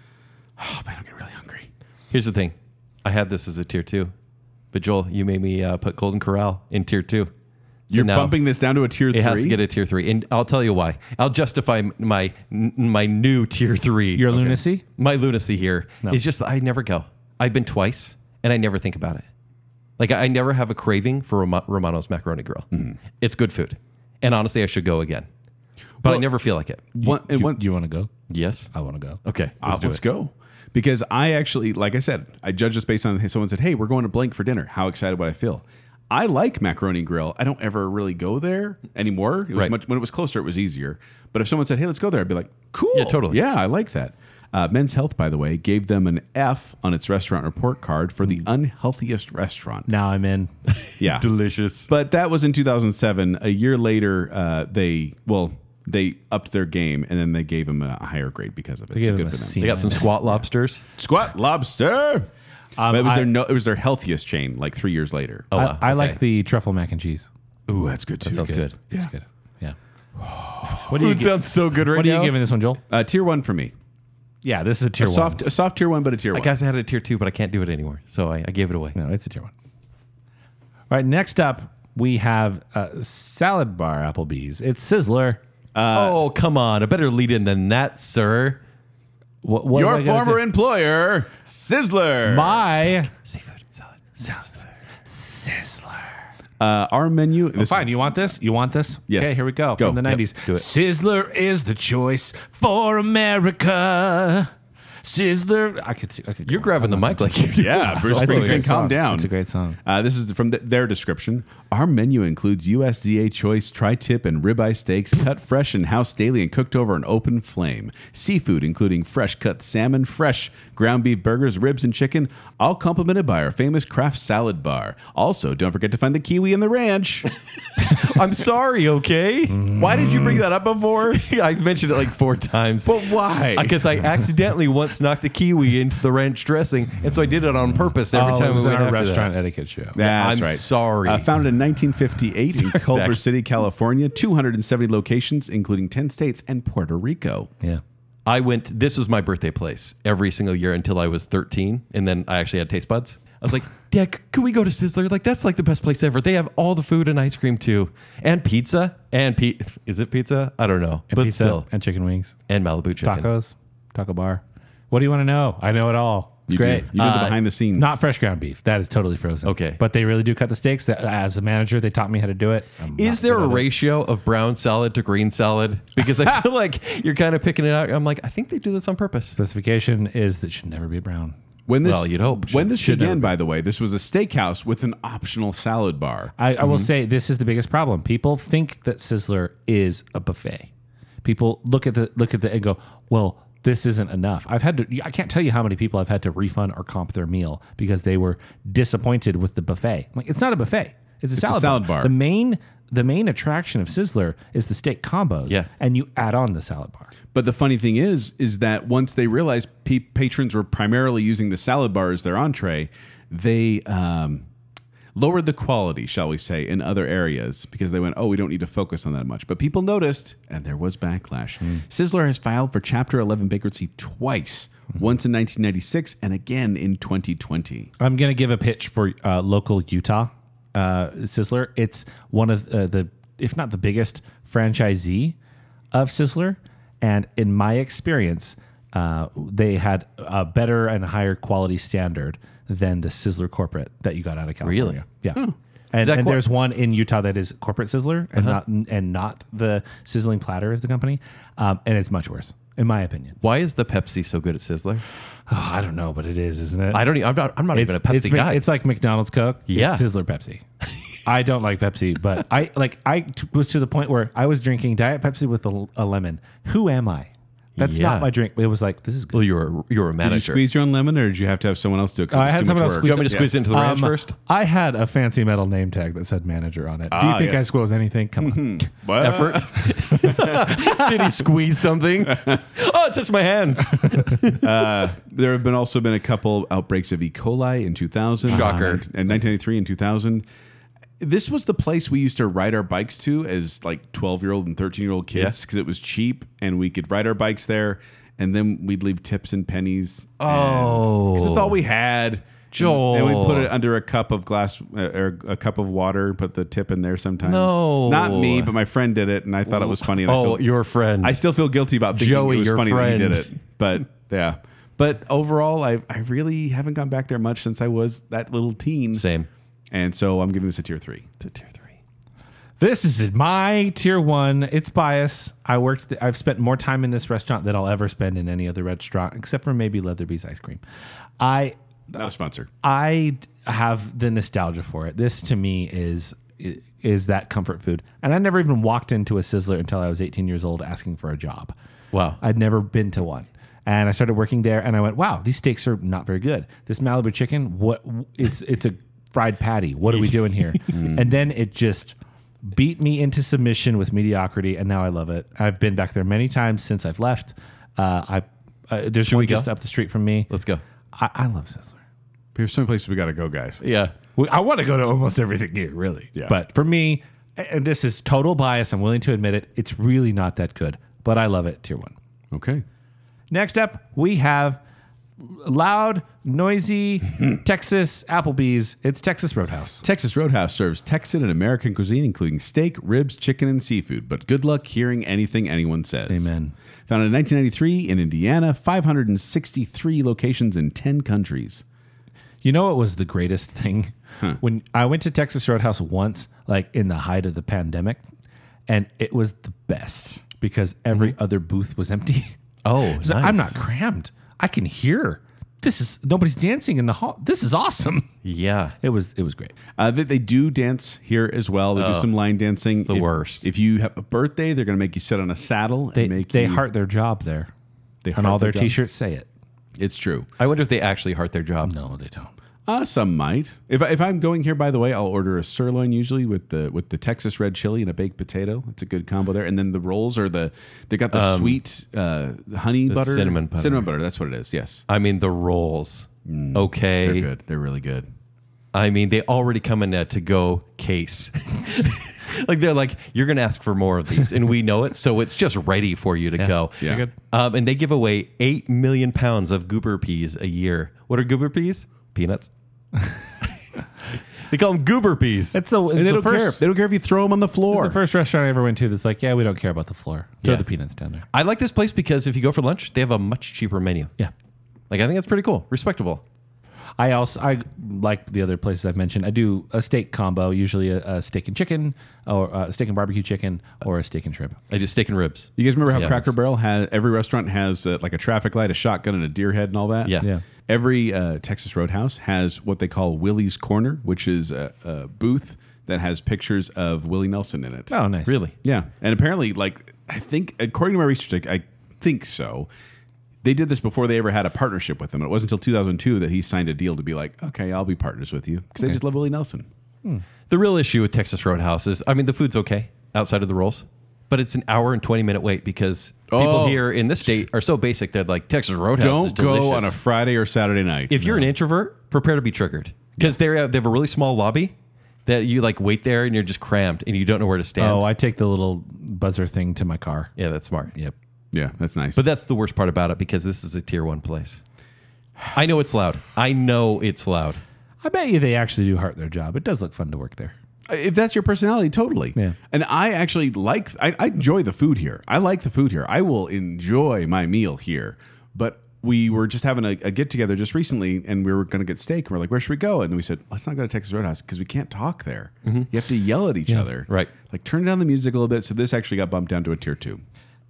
Speaker 3: Oh, man, I'm getting really hungry.
Speaker 4: Here's the thing. I had this as a tier two, but Joel, you made me uh, put Golden Corral in tier two. So
Speaker 3: You're
Speaker 4: now
Speaker 3: bumping this down to a tier
Speaker 4: It
Speaker 3: three.
Speaker 4: has to get a tier three, and I'll tell you why. I'll justify m- my n- my new tier three.
Speaker 5: Your lunacy.
Speaker 4: my lunacy here is just I never go. I've been twice, and I never think about it. Like I I never have a craving for Roma- Romano's macaroni grill.
Speaker 5: Mm-hmm.
Speaker 4: It's good food, and honestly, I should go again, but I never feel like it.
Speaker 3: one, and
Speaker 5: You-
Speaker 3: one-
Speaker 5: do you want to go?
Speaker 4: Yes. Ah,
Speaker 5: I want to go.
Speaker 4: Okay.
Speaker 3: Uh, let's, go. Because I actually, like I said, I judge this based on someone said, "Hey, we're going to blank for dinner. How excited would I feel?" I like macaroni grill. I don't ever really go there anymore. It was
Speaker 4: Right.
Speaker 3: much, when it was closer, it was easier. But if someone said, "Hey, let's go there," I'd be like, "Cool,
Speaker 4: Yeah, totally.
Speaker 3: yeah, I like that." Uh, Men's Health, by the way, gave them an F on its restaurant report card for the unhealthiest restaurant.
Speaker 5: Now I'm in.
Speaker 3: Yeah,
Speaker 4: Delicious.
Speaker 3: but that was in 2007. A year later, uh, they well they upped their game and then they gave them a higher grade because of it.
Speaker 5: They
Speaker 3: So
Speaker 5: gave
Speaker 3: good
Speaker 5: him a
Speaker 3: for them.
Speaker 5: C
Speaker 4: They got some
Speaker 5: minus.
Speaker 4: squat lobsters.
Speaker 3: Squat lobster. it was
Speaker 5: I-
Speaker 3: their no, it was their healthiest chain. Like three years later.
Speaker 4: Oh,
Speaker 5: I,
Speaker 4: wow.
Speaker 5: I like
Speaker 4: Okay.
Speaker 5: the truffle mac and cheese.
Speaker 3: Ooh, that's good too.
Speaker 4: Sounds good.
Speaker 5: It's good. Yeah. What do you? gi-
Speaker 4: so good right
Speaker 5: What are you giving this one, Joel?
Speaker 3: Uh, tier one for me.
Speaker 5: Yeah, this is a tier
Speaker 3: A soft, a soft tier one, but a tier
Speaker 4: I
Speaker 3: one.
Speaker 4: guess I had a tier two, but I can't do it anymore, so I, I gave it away.
Speaker 5: one. No, it's a tier one. All right, next up we have uh, salad bar Applebee's. It's Sizzler. Uh,
Speaker 4: oh come on, a better lead in than that, sir.
Speaker 5: What, what am
Speaker 3: Your
Speaker 5: I gonna
Speaker 3: former
Speaker 5: say?
Speaker 3: employer, Sizzler.
Speaker 5: my
Speaker 4: Seafood salad.
Speaker 5: Sizzler.
Speaker 3: uh, our menu. This
Speaker 5: Fine, you want this? You want this?
Speaker 3: Yes.
Speaker 5: Okay, here we go.
Speaker 3: Go.
Speaker 5: From the
Speaker 3: Yep,
Speaker 5: 90s.
Speaker 3: do it.
Speaker 5: Sizzler is the choice for America. Sizzler. I could see. I could
Speaker 4: You're grabbing the mic like you do.
Speaker 3: Yeah, Bruce
Speaker 5: That's a great
Speaker 3: Springsteen, calm
Speaker 5: song.
Speaker 3: down.
Speaker 5: It's a great song.
Speaker 3: Uh, this is from th their description. Our menu includes USDA choice tri-tip and ribeye steaks, cut fresh and house daily and cooked over an open flame. Seafood, including fresh cut salmon, fresh ground beef burgers, ribs, and chicken, all complemented by our famous craft salad bar. Also, don't forget to find the kiwi and the ranch.
Speaker 4: I'm sorry, okay?
Speaker 5: Mm-hmm.
Speaker 3: Why did you bring that up before?
Speaker 4: I mentioned it like four times.
Speaker 3: But why?
Speaker 4: Because I accidentally once knocked a kiwi into the ranch dressing, and so I did it on purpose every
Speaker 5: Oh,
Speaker 4: time
Speaker 5: it was
Speaker 4: we
Speaker 5: on
Speaker 4: went
Speaker 5: our
Speaker 4: after that.
Speaker 5: restaurant etiquette show.
Speaker 3: That's
Speaker 4: I'm
Speaker 3: right.
Speaker 4: sorry.
Speaker 3: Uh, founded in 1958 in Culver City, California, 270 locations, including 10 states and Puerto Rico.
Speaker 5: Yeah.
Speaker 4: I went. This was my birthday place every single year until I was 13, and then I actually had taste buds. I was like, "Dad, c- could we go to Sizzler? Like, that's like the best place ever. They have all the food and ice cream too, and pizza, and pe- is it pizza? I don't know, but
Speaker 5: Pizza
Speaker 4: still,
Speaker 5: and chicken wings,
Speaker 4: and Malibu chicken.
Speaker 5: tacos, taco bar. What do you want to know? I know it all. It's
Speaker 3: You
Speaker 5: great. Uh,
Speaker 3: Do. You
Speaker 4: Uh,
Speaker 3: know the behind the scenes.
Speaker 5: Not fresh ground beef. That is totally frozen.
Speaker 4: Okay.
Speaker 5: But they really do cut the steaks. That- As a manager, they taught me how to do it. I'm
Speaker 4: Is
Speaker 5: not
Speaker 4: there
Speaker 5: good
Speaker 4: a
Speaker 5: at it.
Speaker 4: ratio of brown salad to green salad? Because I feel like you're kind of picking it out. I'm like, I think they do this on purpose.
Speaker 5: Specification is that it should never be brown.
Speaker 3: When this,
Speaker 4: Well, you'd hope.
Speaker 3: When this
Speaker 4: Should never
Speaker 3: began, by the way, this was a steakhouse with an optional salad bar.
Speaker 5: I, I will say this is the biggest problem. People think that Sizzler is a buffet. People look at the look at the and go, well, this isn't enough. I've had to. I can't tell you how many people I've had to refund or comp their meal because they were disappointed with the buffet. I'm like it's not a buffet. It's a, salad,
Speaker 3: salad bar.
Speaker 5: The main the main attraction of Sizzler is the steak combos.
Speaker 4: Yeah.
Speaker 5: and you add on the salad bar.
Speaker 3: But the funny thing is, is that once they realized pe- patrons were primarily using the salad bar as their entree, they um, lowered the quality, shall we say, in other areas because they went, oh, we don't need to focus on that much. But people noticed, and there was backlash.
Speaker 5: Hmm.
Speaker 3: Sizzler has filed for Chapter 11 bankruptcy twice,
Speaker 5: Hmm.
Speaker 3: once in 1996 and again in 2020.
Speaker 5: I'm gonna give a pitch for uh, local Utah uh, Sizzler. It's one of uh, the, if not the biggest franchisee of Sizzler, and in my experience, uh, they had a better and higher quality standard than the Sizzler corporate that you got out of California. Yeah. And,
Speaker 4: Hmm. that
Speaker 5: and
Speaker 4: cor- Uh-huh.
Speaker 5: there's one in Utah that is corporate Sizzler and not and not the Sizzling Platter is the company, um, and it's much worse in my opinion.
Speaker 4: Why is the Pepsi so good at Sizzler?
Speaker 5: Oh, I don't know, but it is, isn't it?
Speaker 4: I don't. e- I'm not. I'm not even a Pepsi
Speaker 5: it's, Mc-
Speaker 4: guy.
Speaker 5: It's like McDonald's Coke.
Speaker 4: Yeah.
Speaker 5: It's Sizzler Pepsi. I don't like Pepsi, but I like. I t- was to the point where I was drinking Diet Pepsi with a, l- a lemon. Who am I? That's
Speaker 4: Yeah.
Speaker 5: not my drink. It was like this is
Speaker 4: well,
Speaker 5: good.
Speaker 4: you're a, you're a
Speaker 3: Did you
Speaker 4: manager.
Speaker 3: squeeze your own lemon, or did you have to have someone else do it? 'cause it
Speaker 5: I
Speaker 3: was
Speaker 5: had
Speaker 3: too much
Speaker 5: someone else
Speaker 3: work?
Speaker 4: Do you
Speaker 5: squeeze
Speaker 4: want me to
Speaker 5: Yeah.
Speaker 4: squeeze into the ranch
Speaker 5: Um,
Speaker 4: first?
Speaker 5: I had a fancy metal name tag that said manager on it. Do you
Speaker 3: Ah,
Speaker 5: think I
Speaker 3: yes.
Speaker 5: squeeze anything? Come on.
Speaker 4: Mm-hmm.
Speaker 3: What?
Speaker 4: Effort. Did he squeeze something? oh, it touched my hands.
Speaker 3: There have been also been a couple outbreaks of E. coli in Uh, 2000,
Speaker 4: Shocker.
Speaker 3: and 1993 and 2000. This was the place we used to ride our bikes to as like 12 year old and 13 year old kids
Speaker 4: Yeah.
Speaker 3: because it was cheap and we could ride our bikes there, and then we'd leave tips and pennies. because that's all we had.
Speaker 4: Oh. Joel.
Speaker 3: and we put it under a cup of glass uh, or a cup of water, put the tip in there sometimes.
Speaker 4: No.
Speaker 3: not me, but my friend did it, and I thought it was funny. And I
Speaker 4: Oh,
Speaker 3: felt-
Speaker 4: your friend.
Speaker 3: I still feel guilty about thinking
Speaker 4: Joey,
Speaker 3: it was
Speaker 4: your
Speaker 3: funny that
Speaker 4: friend.
Speaker 3: he did it. But yeah. But overall, I, I really haven't gone back there much since I was that little teen.
Speaker 4: Same.
Speaker 3: And so I'm giving this a tier three.
Speaker 4: To tier three.
Speaker 5: This is my tier one. It's bias. I worked. I've spent more time in this restaurant than I'll ever spend in any other restaurant, except for maybe Leatherby's ice cream. I
Speaker 3: Not a sponsor.
Speaker 5: I d- have the nostalgia for it. This to me is i- is that comfort food. And I never even walked into a Sizzler until I was 18 years old asking for a job.
Speaker 4: Wow.
Speaker 5: I'd never been to one. And I started working there and I went, "Wow, these steaks are not very good. This Malibu chicken, what it's it's a fried patty. What are we doing here?"
Speaker 4: Hmm.
Speaker 5: and then it just beat me into submission with mediocrity and now I love it. I've been back there many times since I've left. Uh, I uh, there's one
Speaker 4: go?
Speaker 5: just up the street from me.
Speaker 4: Let's go.
Speaker 5: I, I love Sizzler.
Speaker 3: There's some places we got to go, guys.
Speaker 4: Yeah.
Speaker 5: We, I want to go to almost everything here, really.
Speaker 3: Yeah.
Speaker 5: But for me, and this is total bias, I'm willing to admit it, it's really not that good, but I love it, tier one.
Speaker 3: Okay.
Speaker 5: Next up, we have loud, noisy Texas Applebee's. It's Texas Roadhouse.
Speaker 3: Texas Roadhouse serves Texan and American cuisine, including steak, ribs, chicken, and seafood. But good luck hearing anything anyone says.
Speaker 5: Amen.
Speaker 3: Founded in 1993 in Indiana, 563 locations in 10 countries.
Speaker 5: You know what was the greatest thing? When I went to Texas Roadhouse once, like in the height of the pandemic, and it was the best because every
Speaker 3: Mm-hmm.
Speaker 5: other booth was empty.
Speaker 4: Oh,
Speaker 5: So I'm not
Speaker 4: nice.
Speaker 5: crammed. I can hear. This is nobody's dancing in the hall. This is awesome.
Speaker 4: Yeah.
Speaker 5: It was it was great.
Speaker 3: Uh, they, they do dance here as well. They do some line dancing.
Speaker 4: Oh, the
Speaker 3: If-
Speaker 4: worst.
Speaker 3: If you have a birthday, they're going to make you sit on a saddle.
Speaker 5: They
Speaker 3: and make
Speaker 5: they
Speaker 3: you,
Speaker 5: heart their job there.
Speaker 3: They
Speaker 5: and
Speaker 3: heart
Speaker 5: all their,
Speaker 3: job.
Speaker 5: t-shirts say it.
Speaker 3: It's true.
Speaker 4: I wonder if they actually heart their job.
Speaker 5: No, they don't.
Speaker 3: Uh, some might. If, I- if I'm going here, by the way, I'll order a sirloin usually with the with the Texas red chili and a baked potato. It's a good combo there. And then the rolls are the they got the sweet uh, honey butter,
Speaker 4: Um, cinnamon butter.
Speaker 3: cinnamon butter. That's what it is. Yes,
Speaker 4: I mean, the rolls.
Speaker 3: they're
Speaker 4: okay.
Speaker 3: good. They're really good.
Speaker 4: I mean, they already come in a to go case. like they're like, you're going to ask for more of these. And we know it. So it's just ready for you to go.
Speaker 3: Yeah.
Speaker 5: They're good.
Speaker 4: Um, and they give away 8 million pounds of goober peas a year. What are goober peas? Peanuts. they call them goober peas.
Speaker 5: It's the it's
Speaker 3: And they
Speaker 5: the
Speaker 3: don't care.
Speaker 5: first
Speaker 3: They don't care if you throw them on the floor.
Speaker 5: the first restaurant I ever went to that's like, yeah, we don't care about the floor. Throw
Speaker 4: Yeah.
Speaker 5: the peanuts down there.
Speaker 4: I like this place because if you go for lunch, they have a much cheaper menu.
Speaker 5: Yeah.
Speaker 4: Like, I think that's pretty cool. Respectable.
Speaker 5: I also I like the other places I've mentioned. I do a steak combo, usually a, a steak and chicken, or a steak and barbecue chicken, or a steak and shrimp.
Speaker 4: I do steak and ribs.
Speaker 3: You guys remember how
Speaker 4: Yeah.
Speaker 3: Cracker Barrel has every restaurant has uh, like a traffic light, a shotgun, and a deer head, and all that.
Speaker 4: Yeah.
Speaker 5: Yeah.
Speaker 3: Every uh, Texas Roadhouse has what they call Willie's Corner, which is a, a booth that has pictures of Willie Nelson in it.
Speaker 5: Oh, nice.
Speaker 4: Really?
Speaker 3: Yeah, and apparently, like I think, according to my research, I, I think so. They did this before they ever had a partnership with him. It wasn't until 2002 that he signed a deal to be like, okay, I'll be partners with you because they just love Willie Nelson.
Speaker 4: The real issue with Texas Roadhouse is, I mean, the food's okay outside of the rolls, but it's an hour and 20 minute wait because people
Speaker 3: Oh.
Speaker 4: here in this state are so basic that, like, Texas Roadhouse is
Speaker 3: Don't
Speaker 4: delicious.
Speaker 3: go on a Friday or Saturday night.
Speaker 4: if you're an introvert, prepare to be triggered because they're uh, they have a really small lobby that you like wait there and you're just crammed and you don't know where to stand.
Speaker 5: Oh, I take the little buzzer thing to my car.
Speaker 4: yeah, that's smart.
Speaker 5: Yep.
Speaker 3: yeah, that's nice.
Speaker 4: But that's the worst part about it because this is a tier one place. I know it's loud. I know it's loud.
Speaker 5: I bet you they actually do heart their job. It does look fun to work there.
Speaker 3: if that's your personality, totally.
Speaker 5: Yeah.
Speaker 3: And I actually like, I, I enjoy the food here. I like the food here. I will enjoy my meal here. But we were just having a, a get together just recently and we were going to get steak. And we're like, where should we go? And then we said, let's not go to Texas Roadhouse because we can't talk there.
Speaker 5: Mm-hmm.
Speaker 3: You have to yell at each other.
Speaker 4: right.
Speaker 3: Like turn down the music a little bit. So this actually got bumped down to a tier two.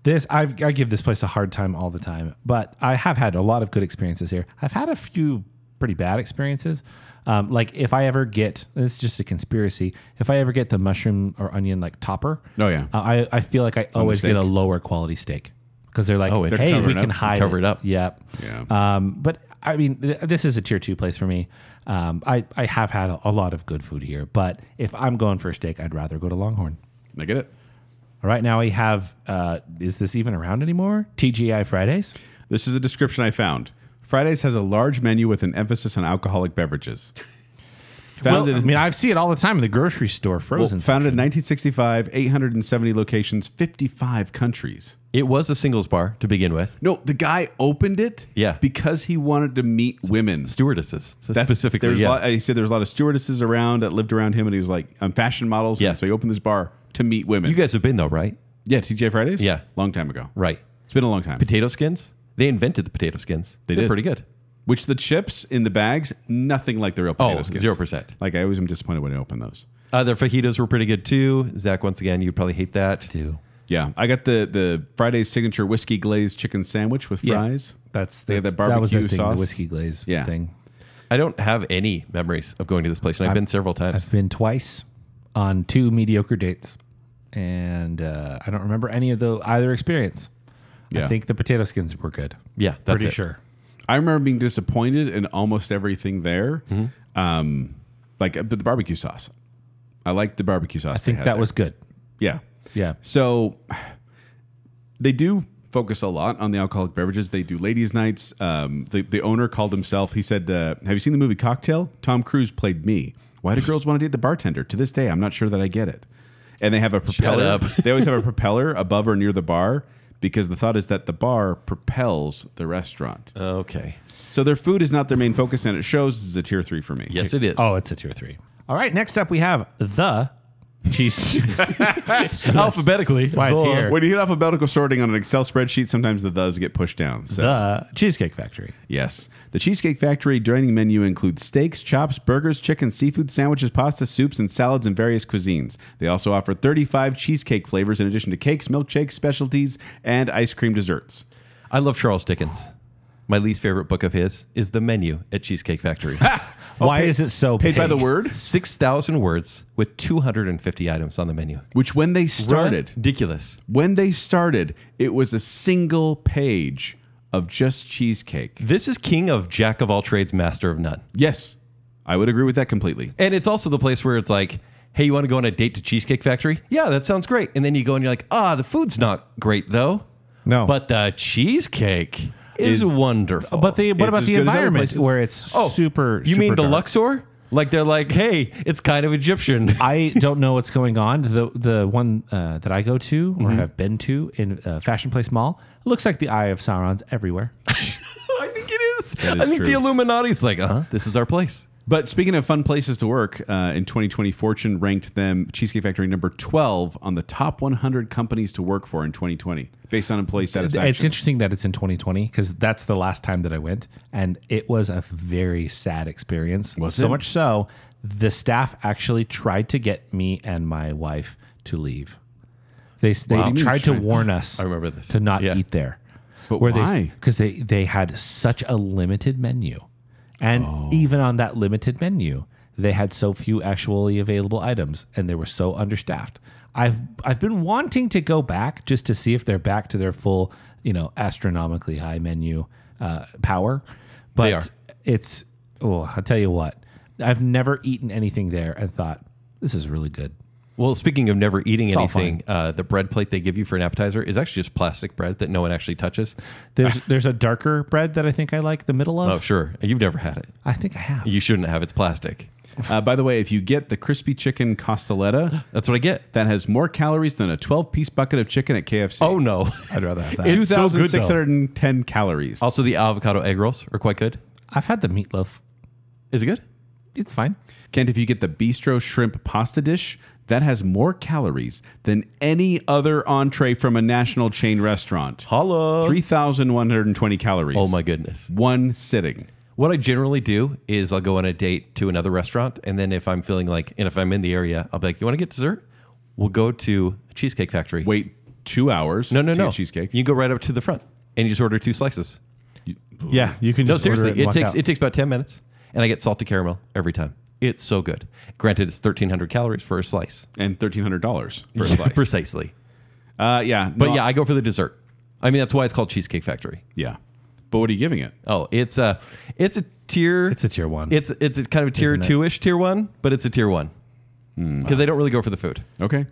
Speaker 5: This I've, I give this place a hard time all the time, but I have had a lot of good experiences here. I've had a few pretty bad experiences. Um, like if I ever get this is just a conspiracy. If I ever get the mushroom or onion like topper,
Speaker 3: Oh, yeah.
Speaker 5: uh, I I feel like I always get a
Speaker 3: steak.
Speaker 5: lower quality steak because they're like,
Speaker 4: Oh, they're
Speaker 5: hey,
Speaker 4: covered
Speaker 5: we
Speaker 4: up.
Speaker 5: can hide
Speaker 4: Covered up.
Speaker 5: Yep.
Speaker 3: Yeah.
Speaker 5: Um, but I mean, th- this is a tier two place for me. Um, I I have had a, a lot of good food here, but if I'm going for a steak, I'd rather go to Longhorn.
Speaker 3: I get it.
Speaker 5: All right, now we have. Uh, is this even around anymore? TGI Fridays.
Speaker 3: This is a description I found. Fridays has a large menu with an emphasis on alcoholic beverages.
Speaker 5: Well,
Speaker 3: Founded
Speaker 5: I
Speaker 3: in-
Speaker 5: mean, I see it all the time in the grocery store.
Speaker 3: Well,
Speaker 5: Frozen.
Speaker 3: founded in 1965, 870 locations, 55 countries.
Speaker 4: It was a singles bar to begin with.
Speaker 3: No, the guy opened it
Speaker 4: Yeah.
Speaker 3: because he wanted to meet women.
Speaker 4: Stewardesses so
Speaker 3: That's-
Speaker 4: specifically.
Speaker 3: there's a
Speaker 4: yeah.
Speaker 3: lot- he said there was a lot of stewardesses around that lived around him, and he was like, um, fashion models.
Speaker 4: Yeah.
Speaker 3: So he opened this bar to meet women.
Speaker 4: you guys have been though, right?
Speaker 3: yeah, TJ Fridays?
Speaker 4: Yeah.
Speaker 3: Long time ago.
Speaker 4: Right.
Speaker 3: It's been a long time.
Speaker 4: Potato skins. They invented the potato skins.
Speaker 3: They
Speaker 4: They're
Speaker 3: did.
Speaker 4: pretty good.
Speaker 3: Which the chips in the bags, nothing like the real potato
Speaker 4: Oh,
Speaker 3: skins.
Speaker 4: 0%.
Speaker 3: Like, I always am disappointed when I open those.
Speaker 4: Uh, their fajitas were pretty good too. Zach, once again, you'd probably hate that.
Speaker 5: Two.
Speaker 3: Yeah. I got the, the Friday's signature whiskey glazed chicken sandwich with fries.
Speaker 5: That's,
Speaker 3: They had
Speaker 5: that's-
Speaker 3: that
Speaker 5: that was their
Speaker 3: barbecue
Speaker 5: thing,
Speaker 3: sauce.
Speaker 5: the whiskey glaze
Speaker 3: Yeah.
Speaker 5: thing.
Speaker 4: I don't have any memories of going to this place, and I've, been several
Speaker 5: I've
Speaker 4: times.
Speaker 5: been twice on two mediocre dates, and uh, I don't remember any of the either experience. I
Speaker 3: Yeah.
Speaker 5: think the potato skins were good.
Speaker 4: yeah, that's
Speaker 5: pretty
Speaker 4: it.
Speaker 5: sure.
Speaker 3: I remember being disappointed in almost everything there.
Speaker 5: Mm-hmm.
Speaker 3: Um, like uh, but the barbecue sauce. I liked the barbecue sauce.
Speaker 5: I think that was good.
Speaker 3: yeah.
Speaker 5: Yeah.
Speaker 3: So they do focus a lot on the alcoholic beverages. They do ladies' nights. Um, the the owner called himself. He said, uh, "Have you seen the movie Cocktail? Tom Cruise played me. Why do girls want to date the bartender? To this day, I'm not sure that I get it." And they have a propeller.
Speaker 4: up.
Speaker 3: they always have a propeller above or near the bar because the thought is that the bar propels the restaurant.
Speaker 4: Okay.
Speaker 3: So their food is not their main focus, and it shows as a tier three for me.
Speaker 4: Yes, it is.
Speaker 5: Oh, it's a tier three. All right. Next up, we have the cheese.
Speaker 4: alphabetically.
Speaker 5: Why it's
Speaker 4: The-
Speaker 5: here.
Speaker 3: When you hit alphabetical sorting on an Excel spreadsheet, sometimes the thes get pushed down. So
Speaker 5: the Cheesecake Factory.
Speaker 3: Yes. The Cheesecake Factory dining menu includes steaks, chops, burgers, chicken, seafood, sandwiches, pasta, soups, and salads in various cuisines. They also offer 35 cheesecake flavors in addition to cakes, milkshakes, specialties, and ice cream desserts.
Speaker 4: I love Charles Dickens. My least favorite book of his is The Menu at Cheesecake Factory.
Speaker 5: Why is it so
Speaker 3: Paid by the
Speaker 5: pink?
Speaker 3: word,
Speaker 4: 6,000 words with 250 items on the menu.
Speaker 3: which when they started,
Speaker 4: Ridiculous.
Speaker 3: when they started, it was a single page of just cheesecake.
Speaker 4: This is king of jack of all trades, master of none.
Speaker 3: Yes. I would agree with that completely.
Speaker 4: And it's also the place where it's like, hey, you want to go on a date to Cheesecake Factory? Yeah, that sounds great. And then you go and you're like, ah, the food's not great though.
Speaker 5: No.
Speaker 4: But the cheesecake is,
Speaker 3: Is-
Speaker 4: wonderful.
Speaker 5: But the, what
Speaker 3: It's
Speaker 5: about
Speaker 3: as
Speaker 5: the
Speaker 3: good as other
Speaker 5: environment
Speaker 3: places.
Speaker 5: where it's
Speaker 4: Oh,
Speaker 5: super?
Speaker 4: You
Speaker 5: super
Speaker 4: mean the
Speaker 5: dark?
Speaker 4: Luxor? Like they're like, hey, it's kind of Egyptian.
Speaker 5: I don't know what's going on. The the one uh, that I go to or have been to in uh, Fashion Place Mall looks like the Eye of Sauron's everywhere.
Speaker 4: I think it is.
Speaker 3: That is
Speaker 4: I think the
Speaker 3: true.
Speaker 4: Illuminati's like, uh huh, this is our place.
Speaker 3: But speaking of fun places to work, uh, in 2020, Fortune ranked them Cheesecake Factory number 12 on the top 100 companies to work for in 2020 based on employee satisfaction.
Speaker 5: It's interesting that it's in 2020 because that's the last time that I went, and it was a very sad experience. so
Speaker 3: it?
Speaker 5: much so, the staff actually tried to get me and my wife to leave. They they
Speaker 3: do you mean
Speaker 5: tried to
Speaker 3: tried?
Speaker 5: warn us.
Speaker 4: I remember this.
Speaker 5: to not
Speaker 4: Yeah.
Speaker 5: eat there.
Speaker 3: But why?
Speaker 5: Because they they had such a limited menu, and
Speaker 4: Oh.
Speaker 5: even on that limited menu, they had so few actually available items, and they were so understaffed. I've I've been wanting to go back just to see if they're back to their full, you know, astronomically high menu uh, power. But
Speaker 4: They are.
Speaker 5: it's oh, I'll tell you what, I've never eaten anything there and thought this is really good.
Speaker 4: Well, speaking of never eating
Speaker 5: all
Speaker 4: anything, uh, the bread plate they give you for an appetizer is actually just plastic bread that no one actually touches.
Speaker 5: There's there's a darker bread that I think I like the middle of.
Speaker 4: Oh, sure. You've never had it.
Speaker 5: I think I have.
Speaker 4: You shouldn't have. It's plastic.
Speaker 3: uh, by the way, if you get the crispy chicken costaletta,
Speaker 4: That's what I get.
Speaker 3: that has more calories than a 12 piece bucket of chicken at KFC.
Speaker 4: Oh, no.
Speaker 5: I'd rather have that.
Speaker 4: It's so good, though.
Speaker 3: 2,610 calories.
Speaker 4: Also, the avocado egg rolls are quite good.
Speaker 5: I've had the meatloaf.
Speaker 4: Is it good?
Speaker 5: It's fine.
Speaker 3: Kent, if you get the bistro shrimp pasta dish, that has more calories than any other entree from a national chain restaurant.
Speaker 4: Hello.
Speaker 3: 3,120 calories.
Speaker 4: Oh, my goodness.
Speaker 3: One sitting.
Speaker 4: What I generally do is I'll go on a date to another restaurant. And then if I'm feeling like, and if I'm in the area, I'll be like, you want to get dessert? We'll go to Cheesecake Factory.
Speaker 3: wait two hours.
Speaker 4: no, no,
Speaker 3: to
Speaker 4: no.
Speaker 3: get Cheesecake.
Speaker 4: You go right up to the front and you just order two slices.
Speaker 5: Yeah, you can
Speaker 4: No,
Speaker 5: just
Speaker 4: seriously,
Speaker 5: Order it, and
Speaker 4: it,
Speaker 5: walk
Speaker 4: takes
Speaker 5: out.
Speaker 4: it takes about ten minutes, and I get salted caramel every time. It's so good. Granted, it's thirteen hundred calories for a slice,
Speaker 3: and thirteen hundred dollars for a slice.
Speaker 4: precisely.
Speaker 3: Uh, yeah,
Speaker 4: But
Speaker 3: no,
Speaker 4: yeah, I go for the dessert. I mean, that's why it's called Cheesecake Factory.
Speaker 3: yeah. But what are you giving it?
Speaker 4: Oh, it's a it's a tier.
Speaker 5: It's a tier one.
Speaker 4: It's it's a kind of a tier
Speaker 5: Isn't it? Hmm.
Speaker 4: two ish tier one, but it's a tier one because they don't really go for the food.
Speaker 3: Okay,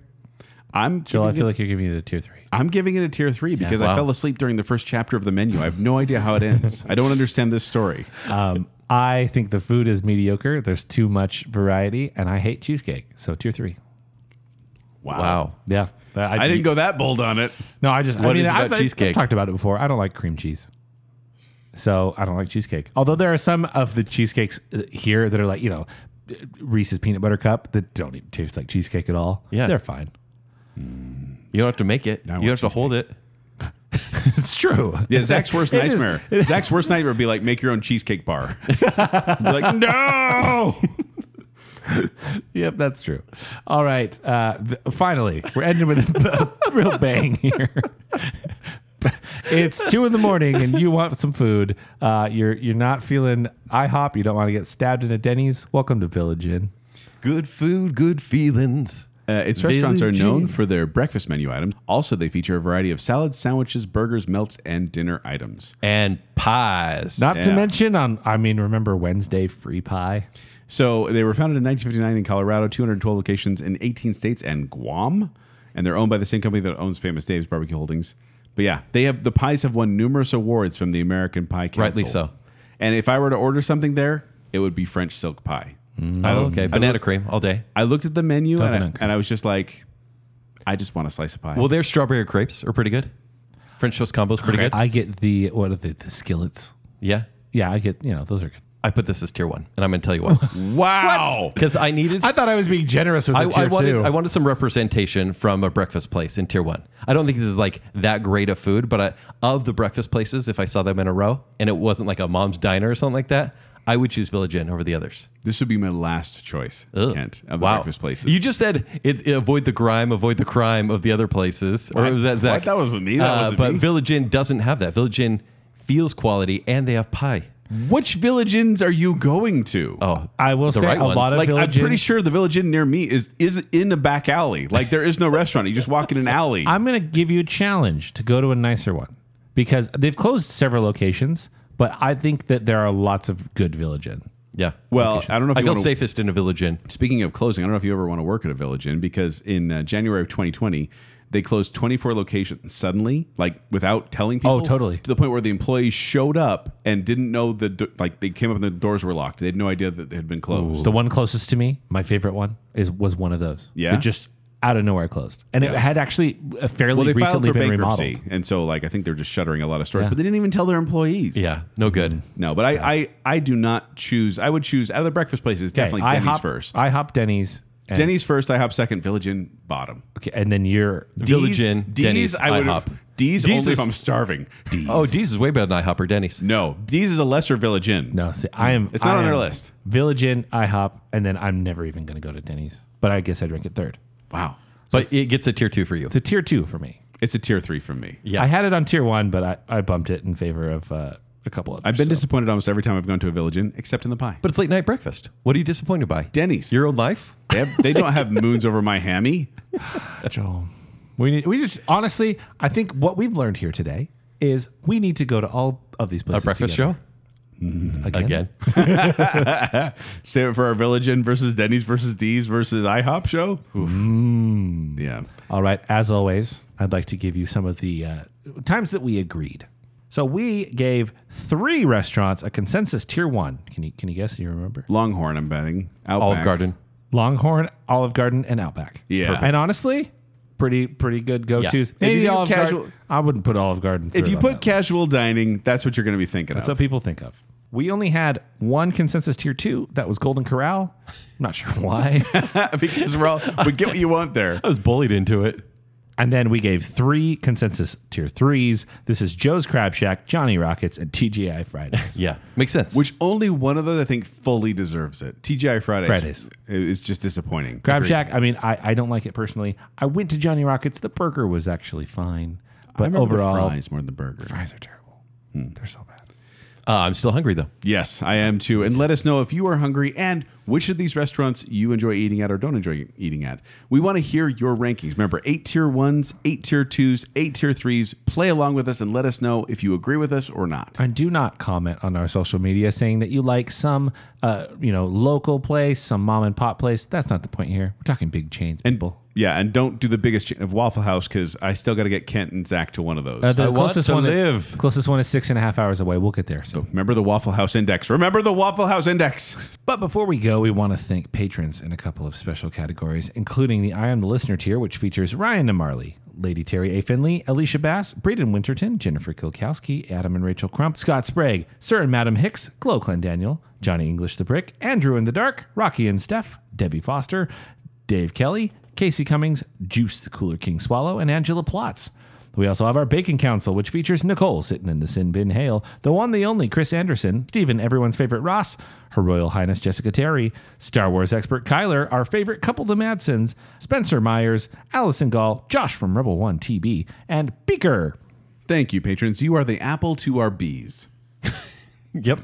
Speaker 3: I'm
Speaker 5: Jill, I
Speaker 3: giving
Speaker 5: feel
Speaker 3: it,
Speaker 5: like you're giving it a tier three.
Speaker 3: I'm giving it a tier three because
Speaker 4: wow.
Speaker 3: I fell asleep during the first chapter of the menu. I have no idea how it ends. I don't understand this story.
Speaker 5: Um, I think the food is mediocre. There's too much variety, and I hate cheesecake. So tier three.
Speaker 3: Wow.
Speaker 4: Wow.
Speaker 5: Yeah,
Speaker 3: I didn't go that bold on it.
Speaker 5: No, I just. I
Speaker 4: What
Speaker 5: mean,
Speaker 4: is about
Speaker 5: I've, I've
Speaker 4: cheesecake?
Speaker 5: talked about it before. I don't like cream cheese, so I don't like cheesecake. Although there are some of the cheesecakes uh, here that are like you know Reese's peanut butter cup that don't even taste like cheesecake at all.
Speaker 4: Yeah.
Speaker 5: they're fine.
Speaker 4: You don't have to make it.
Speaker 3: I
Speaker 4: you have
Speaker 3: want
Speaker 4: to hold it.
Speaker 5: it's true.
Speaker 3: Yeah, Zach's worst
Speaker 5: It is-
Speaker 3: nightmare. Zach's worst nightmare would be like make your own cheesecake bar. Be like no.
Speaker 5: Yep, that's true. All right. Uh, th- finally, we're ending with a b- real bang here. it's two in the morning and you want some food. Uh, you're you're not feeling IHOP. You don't want to get stabbed in a Denny's. Welcome to Village Inn.
Speaker 4: Good food, good feelings.
Speaker 3: Uh, its restaurants are
Speaker 4: Village
Speaker 3: known
Speaker 4: Inn.
Speaker 3: for their breakfast menu items. Also, they feature a variety of salads, sandwiches, burgers, melts, and dinner items.
Speaker 4: and pies.
Speaker 5: Not to
Speaker 3: Yeah.
Speaker 5: mention on I mean, remember Wednesday free pie.
Speaker 3: So they were founded in 1959 in Colorado, 212 locations in 18 states and Guam, and they're owned by the same company that owns Famous Dave's Barbecue Holdings. But yeah, they have the pies have won numerous awards from the American Pie Council.
Speaker 4: Rightly so.
Speaker 3: And if I were to order something there, it would be French silk pie.
Speaker 4: oh,
Speaker 5: Mm.
Speaker 4: okay. Banana cream all day.
Speaker 3: I looked at the menu and I,
Speaker 5: Coconut.
Speaker 3: and I was just like, I just want a slice of pie.
Speaker 4: Well, their strawberry crepes are pretty good. French toast combo's pretty good.
Speaker 5: I get the what are the, the skillets?
Speaker 4: yeah.
Speaker 5: Yeah, I get you know those are good.
Speaker 4: I put this as tier one, and I'm going to tell you why.
Speaker 5: Wow.
Speaker 4: Because I needed.
Speaker 5: I thought I was being generous with the
Speaker 4: I,
Speaker 5: tier
Speaker 4: I wanted
Speaker 5: two.
Speaker 4: I wanted some representation from a breakfast place in tier one. I don't think this is like that great of food, but I, of the breakfast places, if I saw them in a row and it wasn't like a mom's diner or something like that, I would choose Village Inn over the others.
Speaker 3: This would be my last choice, Kent, of the breakfast places.
Speaker 4: You just said it, it- avoid the grime, avoid the crime of the other places, or was that Zach?
Speaker 3: What? That
Speaker 4: Uh,
Speaker 3: was with me. That wasn't
Speaker 4: but
Speaker 3: me.
Speaker 4: Village Inn doesn't have that. Village Inn feels quality, and they have pie.
Speaker 3: Which village inns are you going to?
Speaker 4: Oh,
Speaker 5: I will
Speaker 4: the
Speaker 5: say
Speaker 4: right
Speaker 5: a lot
Speaker 4: ones.
Speaker 5: of
Speaker 3: like I'm
Speaker 5: Village
Speaker 3: pretty
Speaker 5: Inn-
Speaker 3: sure the village inn near me is is in a back alley. Like there is no restaurant. You just walk in an alley.
Speaker 5: I'm going to give you a challenge to go to a nicer one because they've closed several locations, but I think that there are lots of good Village Inn.
Speaker 4: yeah.
Speaker 3: well, I don't know if
Speaker 4: I
Speaker 3: you
Speaker 4: feel
Speaker 3: wanna-
Speaker 4: safest in a Village Inn.
Speaker 3: Speaking of closing, I don't know if you ever want to work at a village inn because in uh, January of 2020, they closed 24 locations suddenly, like without telling people.
Speaker 5: Oh, totally.
Speaker 3: To the point where the employees showed up and didn't know the do- like they came up and the doors were locked. They had no idea that they had been closed.
Speaker 5: The one closest to me, my favorite one, is was one of those.
Speaker 3: Yeah?
Speaker 5: that just out of nowhere closed, and it had actually uh, fairly
Speaker 3: Well, they filed
Speaker 5: recently
Speaker 3: for
Speaker 5: been
Speaker 3: bankruptcy,
Speaker 5: remodeled.
Speaker 3: and so like I think they're just shuttering a lot of stores,
Speaker 5: Yeah.
Speaker 3: but they didn't even tell their employees.
Speaker 4: Yeah, no
Speaker 5: Mm.
Speaker 4: good.
Speaker 3: No, but I, I I do not choose. I would choose out of the breakfast places definitely
Speaker 5: I
Speaker 3: Denny's
Speaker 5: hop
Speaker 3: first.
Speaker 5: I hop Denny's. And,
Speaker 3: Denny's first. IHOP second. Village Inn bottom.
Speaker 5: okay, and then you're
Speaker 4: Village
Speaker 3: D's-
Speaker 4: Inn,
Speaker 3: D's,
Speaker 4: Denny's,
Speaker 3: I would
Speaker 4: IHOP.
Speaker 3: D's,
Speaker 4: D's
Speaker 3: only
Speaker 4: is-
Speaker 3: if I'm starving. D's.
Speaker 4: Oh, Dee's is way better than IHOP or Denny's.
Speaker 3: No, D's is a lesser Village Inn.
Speaker 5: no. See, I am.
Speaker 3: It's not
Speaker 5: I
Speaker 3: on
Speaker 5: am
Speaker 3: our list.
Speaker 5: Village Inn, IHOP, and then I'm never even going to go to Denny's. But I guess I'd rank it third.
Speaker 3: Wow.
Speaker 4: But it gets a tier two for you.
Speaker 5: It's a tier two for me.
Speaker 3: It's a tier three from me.
Speaker 4: Yeah.
Speaker 5: I had it on tier one, but I, I bumped it in favor of uh, a couple others.
Speaker 3: I've been disappointed almost every time I've gone to a Village Inn, except in the pie.
Speaker 4: But it's late night breakfast. What are you disappointed by?
Speaker 3: Denny's.
Speaker 4: Your own life?
Speaker 3: They, have- they don't have moons over my hammy.
Speaker 5: Joel. We need, we just honestly, I think what we've learned here today is we need to go to all of these
Speaker 4: A
Speaker 5: places.
Speaker 4: breakfast
Speaker 5: together.
Speaker 4: show? Again.
Speaker 3: Save it for our Village Inn versus Denny's versus D's versus IHOP show. Oof. Yeah.
Speaker 5: All right, as always, I'd like to give you some of the uh, times that we agreed. So we gave three restaurants a consensus tier one. Can you can you guess? Do you remember?
Speaker 3: Longhorn, I'm betting.
Speaker 4: Olive
Speaker 3: Outback.
Speaker 4: Garden.
Speaker 5: Longhorn, Olive Garden, and Outback.
Speaker 3: Yeah. Perfect.
Speaker 5: and honestly, pretty pretty good go tos.
Speaker 4: If
Speaker 5: Maybe
Speaker 3: you do
Speaker 5: Olive
Speaker 3: casual-
Speaker 5: Garden. I wouldn't put Olive Garden.
Speaker 3: If
Speaker 5: third
Speaker 3: you
Speaker 5: on
Speaker 3: put
Speaker 5: that.
Speaker 3: casual dining, that's what you're going to be thinking
Speaker 5: That's
Speaker 3: of.
Speaker 5: what people think of. We only had one consensus tier two. That was Golden Corral. I'm not sure why.
Speaker 3: because we're all, we get what you want there.
Speaker 4: I was bullied into it.
Speaker 5: and then we gave three consensus tier threes. This is Joe's Crab Shack, Johnny Rockets, and TGI Fridays.
Speaker 4: Yeah. Makes sense.
Speaker 3: Which only one of those I think fully deserves it. TGI Fridays,
Speaker 5: Fridays.
Speaker 3: is just disappointing.
Speaker 5: Crab Shack, I mean, I, I don't like it personally. I went to Johnny Rockets. The burger was actually fine.
Speaker 3: I
Speaker 5: But
Speaker 3: remember the
Speaker 5: overall,
Speaker 3: fries Hmm. more than the burger.
Speaker 5: fries are terrible. They're so bad.
Speaker 4: uh, I'm still hungry, though.
Speaker 3: Yes, I am too. And let us know if you are hungry and which of these restaurants you enjoy eating at or don't enjoy eating at. We want to hear your rankings. Remember, eight tier ones, eight tier twos, eight tier threes. Play along with us and let us know if you agree with us or not.
Speaker 5: And do not comment on our social media saying that you like some, uh, you know, local place, some mom and pop place. That's not the point here. We're talking big chains, people.
Speaker 3: Yeah, and don't do the biggest chain of Waffle House because I still got to get Kent and Zach to one of those.
Speaker 5: Uh, the
Speaker 4: I want
Speaker 5: closest
Speaker 4: to
Speaker 5: one that-
Speaker 4: live.
Speaker 5: closest one is six and a half hours away. We'll get there. So,
Speaker 3: Remember the Waffle House Index. Remember the Waffle House Index.
Speaker 5: but before we go, we want to thank patrons in a couple of special categories, including the I Am the Listener tier, which features Ryan Namarley, Lady Terry A. Finley, Alicia Bass, Braden Winterton, Jennifer Kilkowski, Adam and Rachel Crump, Scott Sprague, Sir and Madam Hicks, Glo Clendaniel, Johnny English the Brick, Andrew in the Dark, Rocky and Steph, Debbie Foster, Dave Kelly, Casey Cummings, Juice the Cooler King Swallow, and Angela Plotz. We also have our Bacon Council, which features Nicole sitting in the sin bin hail, the one, the only Chris Anderson, Stephen, everyone's favorite Ross, Her Royal Highness Jessica Terry, Star Wars expert Kyler, our favorite couple, the Madsons, Spencer Myers, Allison Gall, Josh from Rebel One TB, and Beaker.
Speaker 3: Thank you, patrons. You are the apple to our bees.
Speaker 4: Yep.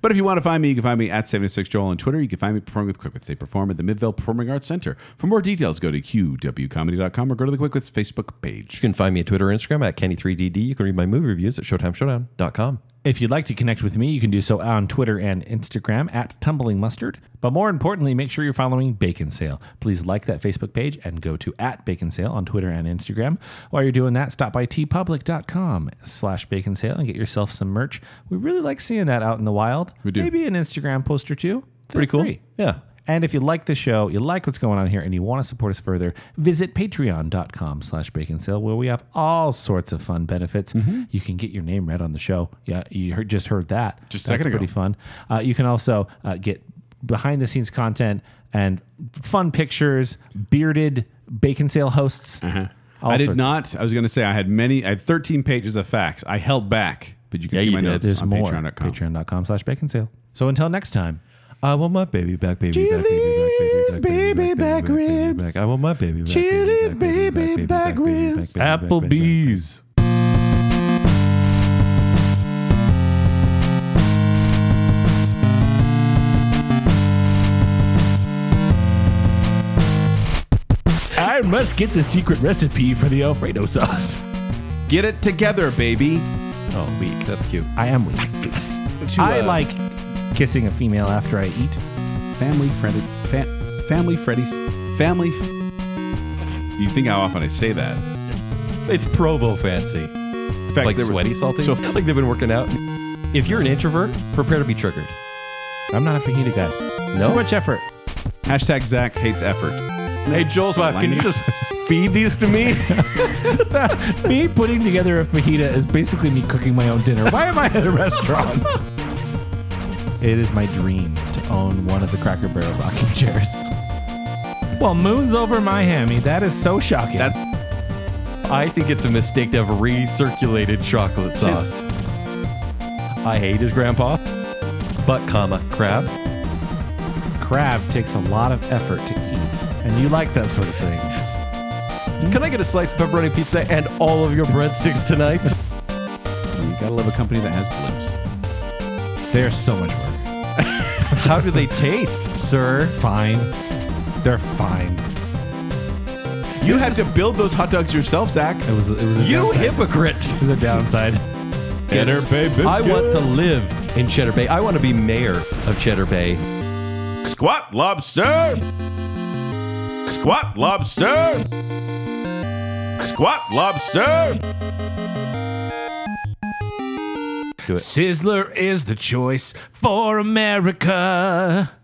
Speaker 3: But if you want to find me, you can find me at 76Joel on Twitter. You can find me performing with QuickWits. They perform at the Midvale Performing Arts Center. For more details, go to qwcomedy.com or go to the QuickWits Facebook page.
Speaker 4: You can find me at Twitter or Instagram at Kenny3DD. You can read my movie reviews at ShowtimeShowdown.com.
Speaker 5: If you'd like to connect with me, you can do so on Twitter and Instagram at Tumbling Mustard. But more importantly, make sure you're following Bacon Sale. Please like that Facebook page and go to at Bacon Sale on Twitter and Instagram. While you're doing that, stop by tpublic.com slash bacon sale and get yourself some merch. We really like seeing that out in the wild.
Speaker 3: We do.
Speaker 5: Maybe an Instagram post or two. Feel
Speaker 4: Pretty cool.
Speaker 5: free.
Speaker 4: Yeah.
Speaker 5: And if you like the show, you like what's going on here, and you want to support us further, visit patreon.com slash bacon sale, where we have all sorts of fun benefits.
Speaker 3: Mm-hmm.
Speaker 5: You can get your name read on the show. Yeah, you heard, just heard that.
Speaker 3: Just a
Speaker 5: That's
Speaker 3: second ago.
Speaker 5: pretty fun. Uh, you can also uh, get behind the scenes content and fun pictures, bearded bacon sale hosts.
Speaker 3: Uh-huh.
Speaker 5: All
Speaker 3: I did
Speaker 5: sorts.
Speaker 3: not. I was going to say I had many. I had 13 pages of facts. I held back, but you can
Speaker 4: Yeah,
Speaker 3: see
Speaker 4: you
Speaker 3: my
Speaker 4: did.
Speaker 3: notes
Speaker 5: There's
Speaker 3: on
Speaker 5: more.
Speaker 3: Patreon.com.
Speaker 5: Patreon.com slash bacon sale. So until next time.
Speaker 4: I want my baby back, baby back,
Speaker 3: Chili's baby back
Speaker 4: baby back, baby back, baby
Speaker 3: ribs.
Speaker 4: back. I want my baby back,
Speaker 3: Chili's
Speaker 4: baby back,
Speaker 3: baby
Speaker 4: baby
Speaker 3: back
Speaker 4: back, baby
Speaker 3: ribs.
Speaker 4: back, baby back, baby back.
Speaker 5: I must get the secret recipe for the Alfredo sauce.
Speaker 3: Get it together, baby.
Speaker 4: Oh, weak. That's cute.
Speaker 5: I am weak.
Speaker 3: To,
Speaker 5: I
Speaker 3: uh,
Speaker 5: like kissing a female after I eat.
Speaker 3: family Freddy. Fa- family Freddy's. Family. F- you think how often I say that?
Speaker 4: It's Provo fancy.
Speaker 3: In fact,
Speaker 4: Like
Speaker 3: there were-
Speaker 4: sweaty salty.
Speaker 3: So
Speaker 4: Like they've been working out. If you're an introvert, prepare to be triggered.
Speaker 5: I'm not a fajita guy. Too much effort.
Speaker 3: hashtag Zach hates effort.
Speaker 4: Hey, Joel's wife, can you
Speaker 3: Language.
Speaker 4: just feed these to me?
Speaker 5: me putting together a fajita is basically me cooking my own dinner. Why am I at a restaurant? it is my dream to own one of the Cracker Barrel rocking chairs. Well, moon's over my hammy. That is so shocking.
Speaker 3: That-
Speaker 4: I think it's a mistake to have recirculated chocolate sauce. I hate his grandpa. But comma crab.
Speaker 5: crab takes a lot of effort to eat, and you like that sort of thing.
Speaker 4: Can I get a slice of pepperoni pizza and all of your breadsticks tonight?
Speaker 3: You gotta love a company that has blips.
Speaker 5: They're so much work.
Speaker 4: How do they taste, sir?
Speaker 5: Fine. They're fine.
Speaker 3: You
Speaker 4: This
Speaker 3: had
Speaker 4: is-
Speaker 3: to build those hot dogs yourself, Zach.
Speaker 5: It was. It was. A
Speaker 4: You
Speaker 5: downside.
Speaker 4: hypocrite!
Speaker 5: It was a downside.
Speaker 3: Cheddar Bay biscuits.
Speaker 4: I want to live in Cheddar Bay. I want to be mayor of Cheddar Bay.
Speaker 3: squat lobster. Squat lobster. Squat lobster.
Speaker 5: Sizzler is the choice for America.